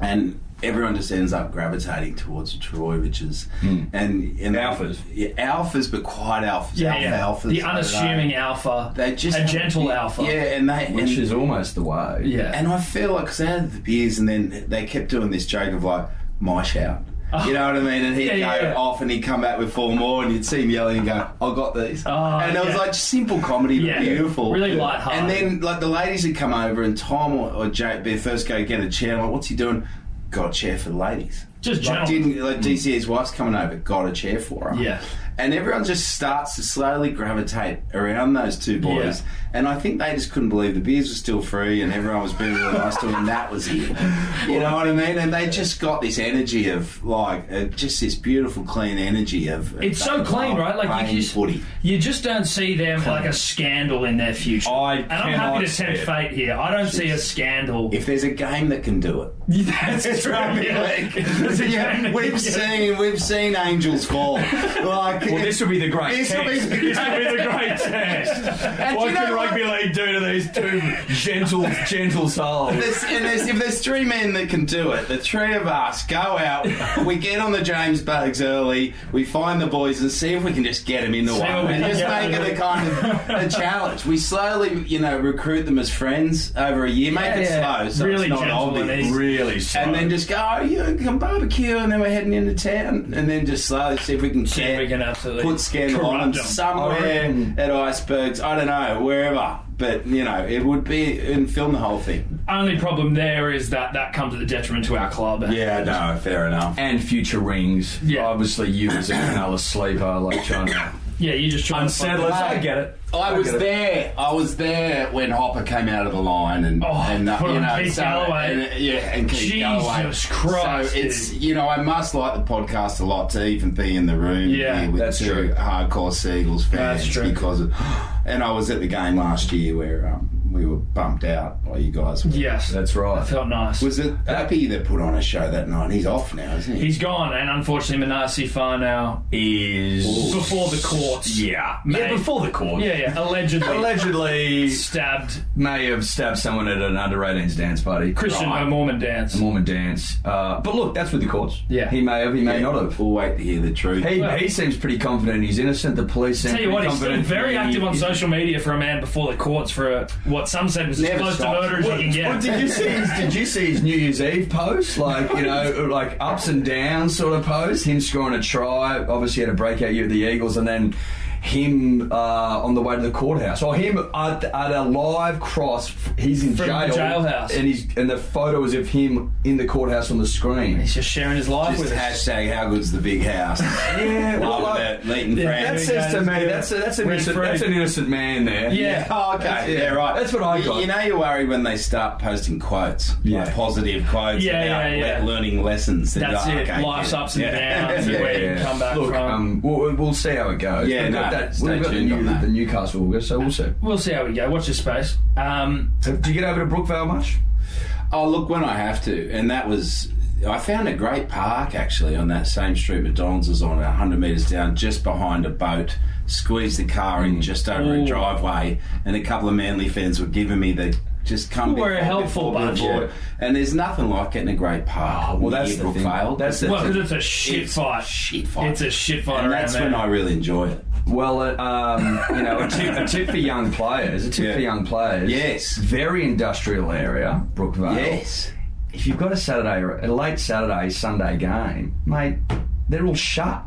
[SPEAKER 4] And everyone just ends up gravitating towards the Troy, which is and, and
[SPEAKER 3] Alphas.
[SPEAKER 4] yeah, alphas, but quiet alphas,
[SPEAKER 2] Yeah,
[SPEAKER 4] alpha
[SPEAKER 2] yeah.
[SPEAKER 4] alphas, I
[SPEAKER 2] the
[SPEAKER 4] don't know.
[SPEAKER 2] unassuming alpha.
[SPEAKER 4] They just
[SPEAKER 2] a gentle
[SPEAKER 4] yeah,
[SPEAKER 2] alpha.
[SPEAKER 4] yeah, and they and,
[SPEAKER 3] Which is almost the way.
[SPEAKER 2] yeah.
[SPEAKER 4] and I feel like because they had the beers, and then they kept doing this joke of like my shout. You know what I mean? And he'd
[SPEAKER 2] Oh. Yeah,
[SPEAKER 4] go
[SPEAKER 2] yeah, yeah.
[SPEAKER 4] off and he'd come back with four more, and you'd see him yelling and go, I got these.
[SPEAKER 2] Oh,
[SPEAKER 4] and it was
[SPEAKER 2] yeah.
[SPEAKER 4] like just simple comedy, but
[SPEAKER 2] Yeah.
[SPEAKER 4] beautiful.
[SPEAKER 2] Really
[SPEAKER 4] light
[SPEAKER 2] lighthearted.
[SPEAKER 4] And then, like, the ladies would come over, and Tom or, or Jake Bear first go get a chair. Like, what's he doing? Got a chair for the ladies.
[SPEAKER 2] Just
[SPEAKER 4] like,
[SPEAKER 2] gentlemen.
[SPEAKER 4] didn't, like DCA's wife's coming over, got a chair for her.
[SPEAKER 2] Yeah.
[SPEAKER 4] And everyone just starts to slowly gravitate around those two boys.
[SPEAKER 2] Yeah.
[SPEAKER 4] And I think they just couldn't believe the beers were still free and everyone was being really nice to them, and that was it. You know what I mean? And they just got this energy of like uh, just this beautiful, clean energy of. of
[SPEAKER 2] It's so
[SPEAKER 4] of
[SPEAKER 2] clean, right? Like you
[SPEAKER 4] playing
[SPEAKER 2] just,
[SPEAKER 4] footy.
[SPEAKER 2] you just don't see them like a scandal in their future.
[SPEAKER 3] I
[SPEAKER 2] and I'm happy
[SPEAKER 3] cannot
[SPEAKER 2] to
[SPEAKER 3] see
[SPEAKER 2] tempt
[SPEAKER 3] it.
[SPEAKER 2] fate here. I don't see a scandal.
[SPEAKER 4] If there's a game that can do it,
[SPEAKER 2] That's
[SPEAKER 4] It's
[SPEAKER 2] true.
[SPEAKER 4] rugby league. Yeah, we've seen we've seen angels fall. Like
[SPEAKER 3] Well, this would be the great
[SPEAKER 4] This would be
[SPEAKER 3] test.
[SPEAKER 2] This
[SPEAKER 4] the
[SPEAKER 2] would be the great test.
[SPEAKER 4] And
[SPEAKER 2] what
[SPEAKER 4] you know
[SPEAKER 2] can
[SPEAKER 4] what?
[SPEAKER 2] rugby league do to these two?
[SPEAKER 3] gentle, gentle soul.
[SPEAKER 4] There's, and there's, if there's three men that can do it, the three of us go out. We get on the James Bugs early. We find the boys and see if we can just get them in the
[SPEAKER 2] See
[SPEAKER 4] one.
[SPEAKER 2] what we
[SPEAKER 4] And
[SPEAKER 2] can
[SPEAKER 4] just
[SPEAKER 2] get
[SPEAKER 4] make
[SPEAKER 2] them
[SPEAKER 4] it
[SPEAKER 2] in.
[SPEAKER 4] a kind of a challenge. We slowly, you know, recruit them as friends over a year. Make it
[SPEAKER 2] yeah.
[SPEAKER 4] slow, so
[SPEAKER 2] Really
[SPEAKER 4] it's not
[SPEAKER 2] gentle and
[SPEAKER 4] obvious.
[SPEAKER 2] easy.
[SPEAKER 3] Really slow.
[SPEAKER 4] And then just go, oh, you can come barbecue, and then we're heading into town, and then just slowly see if we can
[SPEAKER 2] See if
[SPEAKER 4] get-
[SPEAKER 2] we can absolutely
[SPEAKER 4] put scandal
[SPEAKER 2] corrupt
[SPEAKER 4] on them
[SPEAKER 2] them.
[SPEAKER 3] I
[SPEAKER 4] somewhere
[SPEAKER 3] reckon-
[SPEAKER 4] at icebergs. I don't know, wherever. But you know, it would be and film the whole thing.
[SPEAKER 2] Only problem there is that that comes at the detriment to our club.
[SPEAKER 4] Yeah, no, fair enough.
[SPEAKER 3] and future rings.
[SPEAKER 2] Yeah.
[SPEAKER 3] Obviously, you as a Cronulla sleeper, like trying to
[SPEAKER 2] yeah. You just trying
[SPEAKER 3] unsettle us.
[SPEAKER 2] to
[SPEAKER 3] I get it.
[SPEAKER 4] I was
[SPEAKER 3] get it.
[SPEAKER 4] there. I was there when Hopper came out of the line, and
[SPEAKER 2] Oh,
[SPEAKER 4] and uh,
[SPEAKER 2] put
[SPEAKER 4] you
[SPEAKER 2] on
[SPEAKER 4] know,
[SPEAKER 2] Keith
[SPEAKER 4] so,
[SPEAKER 2] Galloway.
[SPEAKER 4] and, uh, yeah, and Keith
[SPEAKER 2] Jesus
[SPEAKER 4] Galloway.
[SPEAKER 2] Christ,
[SPEAKER 4] So it's
[SPEAKER 2] dude.
[SPEAKER 4] you know, I must like the podcast a lot to even be in the room.
[SPEAKER 2] Yeah,
[SPEAKER 4] here with
[SPEAKER 3] that's
[SPEAKER 4] two
[SPEAKER 3] true.
[SPEAKER 4] Hardcore Seagulls fans
[SPEAKER 2] That's true.
[SPEAKER 4] because, of, and I was at the game last year where um, we were bumped out by you guys. Were.
[SPEAKER 2] Yes,
[SPEAKER 3] That's
[SPEAKER 2] I
[SPEAKER 3] right.
[SPEAKER 2] felt nice.
[SPEAKER 4] Was it Happy that put on a show that night? He's off now, isn't he?
[SPEAKER 2] He's gone, and unfortunately, Manasi Far now
[SPEAKER 3] Is
[SPEAKER 2] before the courts.
[SPEAKER 3] yeah,
[SPEAKER 2] Mate.
[SPEAKER 3] yeah, before the court.
[SPEAKER 2] yeah, yeah. Allegedly,
[SPEAKER 3] Allegedly,
[SPEAKER 2] stabbed
[SPEAKER 3] may have stabbed someone at an under 18s dance party.
[SPEAKER 2] Christian
[SPEAKER 3] Right.
[SPEAKER 2] a Mormon dance.
[SPEAKER 3] Mormon dance. Uh, but look, that's with the courts.
[SPEAKER 2] Yeah.
[SPEAKER 3] He may have, he may not have.
[SPEAKER 4] We'll wait to hear the truth.
[SPEAKER 3] He,
[SPEAKER 2] Well-
[SPEAKER 3] he seems pretty confident he's innocent. The police seem
[SPEAKER 2] Tell you
[SPEAKER 3] pretty
[SPEAKER 2] what, he's still
[SPEAKER 3] confident
[SPEAKER 2] very
[SPEAKER 3] he-
[SPEAKER 2] active on
[SPEAKER 3] he-
[SPEAKER 2] social media for a man before the courts for a, what some said was as
[SPEAKER 4] Never
[SPEAKER 2] close to
[SPEAKER 4] stops.
[SPEAKER 2] murder as you can get.
[SPEAKER 3] Well, did you see? His, did you see his New Year's Eve post? Like you know, like ups and downs sort of post. Him scoring a try. Obviously, had a breakout year at the Eagles, and then him uh, on the way to the courthouse, or him at, at a live cross. f- He's in
[SPEAKER 2] From the
[SPEAKER 3] jail,
[SPEAKER 2] jailhouse.
[SPEAKER 3] and he's and the photo is of him in the courthouse on the screen.
[SPEAKER 2] He's just sharing his life
[SPEAKER 4] Just
[SPEAKER 2] with us.
[SPEAKER 4] hashtag how good's the big house.
[SPEAKER 3] Yeah, well,
[SPEAKER 4] Love
[SPEAKER 3] like,
[SPEAKER 4] that. Leighton
[SPEAKER 2] Yeah,
[SPEAKER 4] Frank.
[SPEAKER 3] that
[SPEAKER 2] that's
[SPEAKER 3] says to me that's a, that's an
[SPEAKER 2] We're
[SPEAKER 3] innocent,
[SPEAKER 2] free.
[SPEAKER 3] that's an innocent man there.
[SPEAKER 2] Yeah.
[SPEAKER 4] Oh, okay.
[SPEAKER 3] yeah.
[SPEAKER 4] Yeah, right.
[SPEAKER 3] That's what I
[SPEAKER 4] You-
[SPEAKER 3] got.
[SPEAKER 4] You know, you worry when they start posting quotes,
[SPEAKER 3] Yeah.
[SPEAKER 4] like positive quotes
[SPEAKER 2] Yeah,
[SPEAKER 4] about
[SPEAKER 2] yeah, yeah.
[SPEAKER 4] le- learning lessons. And
[SPEAKER 2] That's
[SPEAKER 4] you're
[SPEAKER 2] it.
[SPEAKER 4] like, okay,
[SPEAKER 2] Life's
[SPEAKER 4] yeah.
[SPEAKER 2] ups and
[SPEAKER 4] Yeah.
[SPEAKER 2] downs and
[SPEAKER 4] Yeah.
[SPEAKER 2] where you can come back
[SPEAKER 3] Look,
[SPEAKER 2] from.
[SPEAKER 3] um, we'll, we'll see how it goes.
[SPEAKER 4] Yeah,
[SPEAKER 3] we've got
[SPEAKER 4] no,
[SPEAKER 3] that,
[SPEAKER 4] stay
[SPEAKER 3] we've got the,
[SPEAKER 4] tuned
[SPEAKER 3] new,
[SPEAKER 4] on that.
[SPEAKER 3] the Newcastle, we'll go, so we'll see.
[SPEAKER 2] we'll see how we go. Watch your space. Um,
[SPEAKER 3] So, do you get over to Brookvale much?
[SPEAKER 4] Oh, look, when I have to, and that was. I found a great park actually on that same street McDonald's is on, 100 metres down, just behind a boat. Squeezed the car in just over
[SPEAKER 2] Mm. Ooh.
[SPEAKER 4] a driveway, and a couple of Manly fans were giving me the just come.
[SPEAKER 2] You were a
[SPEAKER 4] before,
[SPEAKER 2] helpful
[SPEAKER 4] before,
[SPEAKER 2] bunch. Oh,
[SPEAKER 4] before.
[SPEAKER 2] Yeah.
[SPEAKER 4] And there's nothing like getting a great park.
[SPEAKER 3] well, that's the thing.
[SPEAKER 4] Brookvale.
[SPEAKER 3] That's the-
[SPEAKER 2] well, because it's a shit
[SPEAKER 4] It's
[SPEAKER 2] fight.
[SPEAKER 4] shit fight.
[SPEAKER 2] It's a shit fight.
[SPEAKER 4] and
[SPEAKER 2] around
[SPEAKER 4] that's
[SPEAKER 2] there.
[SPEAKER 4] when I really enjoy it.
[SPEAKER 3] Well, uh, um, you know, a tip, a tip for young players, a tip
[SPEAKER 4] Yeah.
[SPEAKER 3] for young players.
[SPEAKER 4] Yes.
[SPEAKER 3] Very industrial area, Brookvale.
[SPEAKER 4] Yes.
[SPEAKER 3] If you've got a Saturday, or a late Saturday, Sunday game, mate, they're all shut.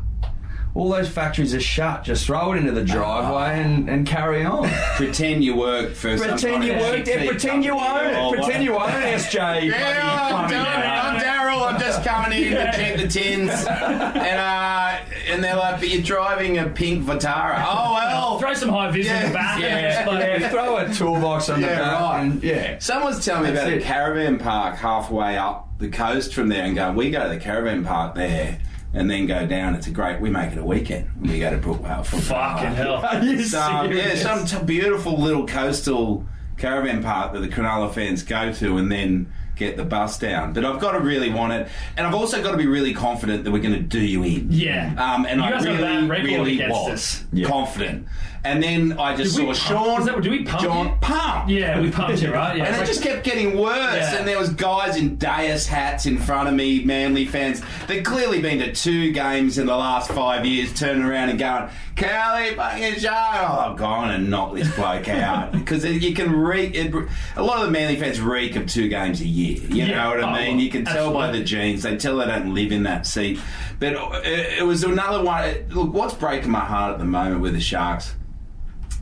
[SPEAKER 3] All those factories are shut. Just throw it into the driveway and, and carry on.
[SPEAKER 4] Pretend you work for some
[SPEAKER 3] Ah. pretend
[SPEAKER 4] kind
[SPEAKER 3] you
[SPEAKER 4] of
[SPEAKER 3] work
[SPEAKER 4] shit
[SPEAKER 3] there.
[SPEAKER 4] tea
[SPEAKER 3] Pretend you
[SPEAKER 4] company
[SPEAKER 3] own
[SPEAKER 4] or
[SPEAKER 3] it.
[SPEAKER 4] what-
[SPEAKER 3] Pretend you own it, SJ.
[SPEAKER 4] Yeah, I'm
[SPEAKER 3] bloody
[SPEAKER 4] doing it.
[SPEAKER 3] plumber.
[SPEAKER 4] I'm Daryl. I'm just coming in to check the tins, and uh, and they're like, "But you're driving a pink Vitara." Oh well.
[SPEAKER 2] Throw some high vis in
[SPEAKER 4] Yeah.
[SPEAKER 2] the back.
[SPEAKER 4] Yeah.
[SPEAKER 2] and
[SPEAKER 3] Yeah,
[SPEAKER 2] just like,
[SPEAKER 3] throw a toolbox on the
[SPEAKER 4] Yeah,
[SPEAKER 3] back.
[SPEAKER 4] right.
[SPEAKER 3] And, yeah.
[SPEAKER 4] Someone's telling me
[SPEAKER 3] That's
[SPEAKER 4] about
[SPEAKER 3] it.
[SPEAKER 4] a caravan park halfway up the coast from there, and go. We go to the caravan park there, and then go down. It's a great. We make it a weekend. We go to Brookwell for
[SPEAKER 2] fucking hell.
[SPEAKER 3] Are you
[SPEAKER 4] some, yeah,
[SPEAKER 3] serious?
[SPEAKER 4] some t- beautiful little coastal caravan park that the Cronulla fans go to and then get the bus down. But I've got to really want it, and I've also got to be really confident that we're going to do you in.
[SPEAKER 2] Yeah.
[SPEAKER 4] um, and
[SPEAKER 2] You
[SPEAKER 4] I
[SPEAKER 2] guys have a bad
[SPEAKER 4] really,
[SPEAKER 2] record
[SPEAKER 4] really
[SPEAKER 2] against
[SPEAKER 4] was
[SPEAKER 2] us.
[SPEAKER 3] Yeah.
[SPEAKER 4] confident. And then I just
[SPEAKER 2] Did
[SPEAKER 4] saw
[SPEAKER 2] we pump-
[SPEAKER 4] Sean.
[SPEAKER 2] is that- do we pump
[SPEAKER 4] John
[SPEAKER 2] you?
[SPEAKER 4] pump?
[SPEAKER 2] Yeah, we pumped you, right? Yeah.
[SPEAKER 4] And it just kept getting worse.
[SPEAKER 2] Yeah.
[SPEAKER 4] And there was guys in Dais hats in front of me, Manly fans. They've clearly been to two games in the last five years, turning around and going, "Kelly, fucking John, oh, I've gone and knocked this bloke out." Because you can reek. It, a lot of the Manly fans reek of two games a year. You
[SPEAKER 2] Yeah.
[SPEAKER 4] know what
[SPEAKER 2] Oh,
[SPEAKER 4] I mean? You can tell by
[SPEAKER 2] absolutely.
[SPEAKER 4] the jeans. They tell they don't live in that seat. But it, it was another one. Look, what's breaking my heart at the moment with the Sharks?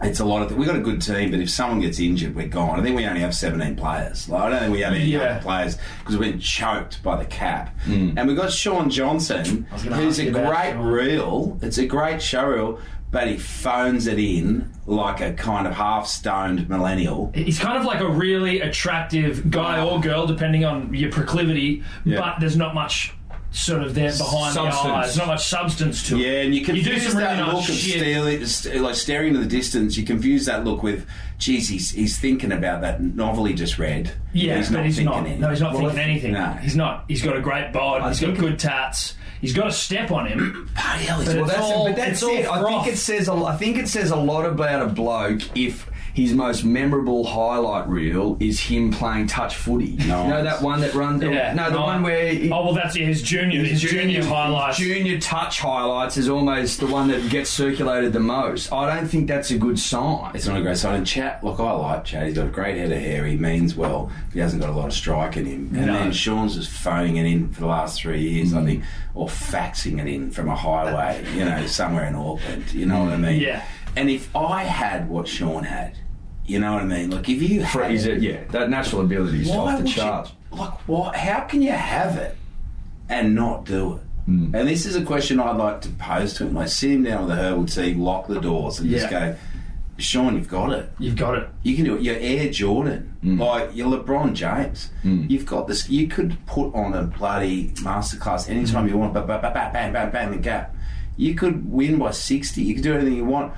[SPEAKER 4] It's a lot of. We've got a good team, but if someone gets injured, we're gone. I think we only have 17 players. Like, I don't think we have any
[SPEAKER 2] Yeah.
[SPEAKER 4] other players because we've been choked by the cap. And we've got Sean Johnson,
[SPEAKER 2] gonna
[SPEAKER 4] who's
[SPEAKER 2] ask
[SPEAKER 4] a
[SPEAKER 2] you about
[SPEAKER 4] great
[SPEAKER 2] Sean.
[SPEAKER 4] reel. It's a great show reel, but he phones it in like a kind of half stoned millennial.
[SPEAKER 2] He's kind of like a really attractive guy or girl, depending on your proclivity, but there's not much sort of there behind the
[SPEAKER 3] Substance.
[SPEAKER 2] eyes. Not much substance to it.
[SPEAKER 4] Yeah, and you
[SPEAKER 2] do
[SPEAKER 4] confuse
[SPEAKER 2] some
[SPEAKER 4] that
[SPEAKER 2] really nice
[SPEAKER 4] look of
[SPEAKER 2] shit.
[SPEAKER 4] staring, st- like staring into the distance. You confuse that look with, geez, he's, he's thinking about that novel he just read.
[SPEAKER 2] Yeah,
[SPEAKER 4] he's
[SPEAKER 2] but
[SPEAKER 4] not
[SPEAKER 2] he's
[SPEAKER 4] thinking
[SPEAKER 2] not.
[SPEAKER 4] any.
[SPEAKER 2] No, he's not
[SPEAKER 3] Well,
[SPEAKER 2] thinking
[SPEAKER 3] I-
[SPEAKER 2] anything.
[SPEAKER 4] no.
[SPEAKER 2] He's not. He's got a great bod. he's got
[SPEAKER 3] think-
[SPEAKER 2] good tats. He's got a step on him.
[SPEAKER 4] Bloody hell, he's
[SPEAKER 2] But
[SPEAKER 4] all-
[SPEAKER 3] Well, that's,
[SPEAKER 2] all-
[SPEAKER 3] but
[SPEAKER 2] it's
[SPEAKER 3] that's
[SPEAKER 2] all
[SPEAKER 3] it. I
[SPEAKER 2] froth.
[SPEAKER 3] think it says a, lo- I think it says a lot about a bloke if his most memorable highlight reel is him playing touch footy. You know that one that runs.
[SPEAKER 2] Yeah.
[SPEAKER 3] no, the
[SPEAKER 2] no,
[SPEAKER 3] one where he-
[SPEAKER 2] oh well, that's yeah, his junior. His, junior, highlights.
[SPEAKER 3] Junior touch highlights is almost the one that gets circulated the most. I don't think that's a good sign.
[SPEAKER 4] It's not a great sign. And Chat, look, I like Chat. He's got a great head of hair. He means well. He hasn't got a lot of strike in him. And
[SPEAKER 2] No.
[SPEAKER 4] then Sean's just phoning it in for the last three years,
[SPEAKER 3] Mm.
[SPEAKER 4] I think, or faxing it in from a highway, you know, somewhere in Auckland. You know what I mean?
[SPEAKER 2] Yeah.
[SPEAKER 4] And if I had what Sean had, you know what I mean? Like, if you had
[SPEAKER 3] Is it? Yeah, that natural ability is
[SPEAKER 4] why
[SPEAKER 3] off the
[SPEAKER 4] would
[SPEAKER 3] charts.
[SPEAKER 4] You, like, what? How can you have it and not do it?
[SPEAKER 3] Mm.
[SPEAKER 4] And this is a question I'd like to pose to him. Like, sit him down with a herbal tea, lock the doors, and just
[SPEAKER 2] Yeah.
[SPEAKER 4] go, Sean, you've got it.
[SPEAKER 2] You've got it.
[SPEAKER 4] You can do it. You're Air Jordan,
[SPEAKER 3] Mm.
[SPEAKER 4] like you're LeBron James. You've got this. You could put on a bloody masterclass anytime you want. Bam, bam, bam, bam, bam, bam, bam, the gap. You could win by sixty. You could do anything you want.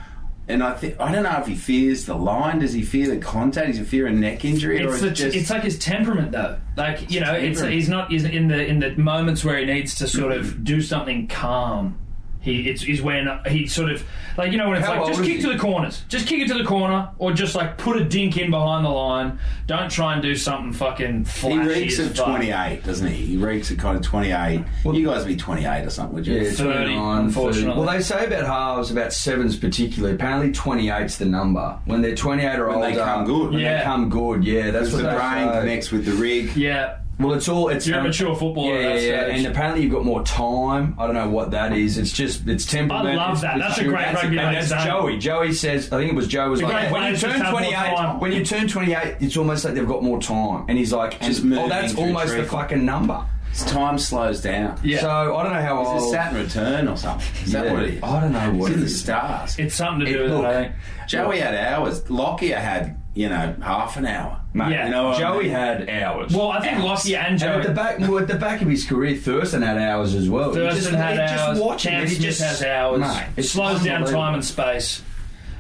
[SPEAKER 4] And I think I don't know if he fears the line. Does he fear the contact? Does he fear a neck injury?
[SPEAKER 2] It's,
[SPEAKER 4] or
[SPEAKER 2] the,
[SPEAKER 4] is it just,
[SPEAKER 2] it's like his temperament, though. Like you know, it's
[SPEAKER 4] temperament.
[SPEAKER 2] he's not he's in the in the moments where he needs to sort of do something calm. He it's is when he sort of like you know when it's
[SPEAKER 3] How
[SPEAKER 2] like
[SPEAKER 3] old
[SPEAKER 2] just
[SPEAKER 3] is
[SPEAKER 2] kick
[SPEAKER 3] he?
[SPEAKER 2] to the corners, just kick it to the corner, or just like put a dink in behind the line. Don't try and do something fucking
[SPEAKER 4] he
[SPEAKER 2] flashy.
[SPEAKER 4] reeks
[SPEAKER 2] as
[SPEAKER 4] of
[SPEAKER 2] fuck.
[SPEAKER 4] twenty eight, doesn't he? He reeks of kind of twenty eight. you guys would be twenty eight or something, would you?
[SPEAKER 3] Yeah,
[SPEAKER 2] 30,
[SPEAKER 3] 29,
[SPEAKER 2] unfortunately.
[SPEAKER 3] 30. Well, they say about halves, about sevens particularly. Apparently, 28's the number. When they're 28 or
[SPEAKER 4] When
[SPEAKER 3] older,
[SPEAKER 4] they come good.
[SPEAKER 3] When
[SPEAKER 2] Yeah.
[SPEAKER 3] they come good, yeah. That's
[SPEAKER 4] Because
[SPEAKER 3] what
[SPEAKER 4] the
[SPEAKER 3] they
[SPEAKER 4] brain
[SPEAKER 3] say.
[SPEAKER 4] connects with the rig.
[SPEAKER 2] Yeah,
[SPEAKER 3] Well, it's all it's
[SPEAKER 2] You're a mature footballer
[SPEAKER 3] Yeah,
[SPEAKER 2] at that
[SPEAKER 3] yeah, yeah.
[SPEAKER 2] stage.
[SPEAKER 3] And apparently, you've got more time. I don't know what that is. It's just it's temperament.
[SPEAKER 2] I love
[SPEAKER 3] it's-
[SPEAKER 2] that.
[SPEAKER 3] it's
[SPEAKER 2] That's a
[SPEAKER 3] true.
[SPEAKER 2] great rugby
[SPEAKER 3] and
[SPEAKER 2] league
[SPEAKER 3] that's
[SPEAKER 2] saying.
[SPEAKER 3] Joey. Joey says, I think it was Joe was
[SPEAKER 2] The
[SPEAKER 3] like,
[SPEAKER 2] great
[SPEAKER 3] when you
[SPEAKER 2] players
[SPEAKER 3] turn
[SPEAKER 2] just have more
[SPEAKER 3] 28,
[SPEAKER 2] time.
[SPEAKER 3] when you turn 28, it's almost like they've got more time. And he's like,
[SPEAKER 4] Just
[SPEAKER 3] and- oh,
[SPEAKER 4] moving
[SPEAKER 3] that's
[SPEAKER 4] through
[SPEAKER 3] almost the
[SPEAKER 4] treacle.
[SPEAKER 3] fucking number.
[SPEAKER 4] His time slows down.
[SPEAKER 2] Yeah.
[SPEAKER 3] So I don't know how
[SPEAKER 4] Is it
[SPEAKER 3] old.
[SPEAKER 4] Saturn return or something? Is that
[SPEAKER 3] Yeah.
[SPEAKER 4] what it is?
[SPEAKER 3] I don't know what
[SPEAKER 4] it's in
[SPEAKER 3] it
[SPEAKER 4] the
[SPEAKER 3] is.
[SPEAKER 4] stars.
[SPEAKER 2] it's something to do
[SPEAKER 3] It-
[SPEAKER 2] with it.
[SPEAKER 3] look,
[SPEAKER 2] I think.
[SPEAKER 4] Joey had hours. Lockyer had, you know, half an hour.
[SPEAKER 3] Mate,
[SPEAKER 2] Yeah.
[SPEAKER 4] You know what I
[SPEAKER 3] Joey
[SPEAKER 4] mean?
[SPEAKER 3] had hours.
[SPEAKER 2] Well, I think Lossie and
[SPEAKER 3] And
[SPEAKER 2] Joey.
[SPEAKER 3] at the back, well, at the back of his career, Thurston had hours as well. You
[SPEAKER 2] Thurston
[SPEAKER 3] just,
[SPEAKER 2] had
[SPEAKER 3] you
[SPEAKER 2] hours.
[SPEAKER 3] Just watch him.
[SPEAKER 2] Cam
[SPEAKER 3] It's
[SPEAKER 2] Smith
[SPEAKER 3] just-
[SPEAKER 2] has hours.
[SPEAKER 3] Mate,
[SPEAKER 2] it
[SPEAKER 3] it's
[SPEAKER 2] slows down
[SPEAKER 3] unbelievable.
[SPEAKER 2] time and space.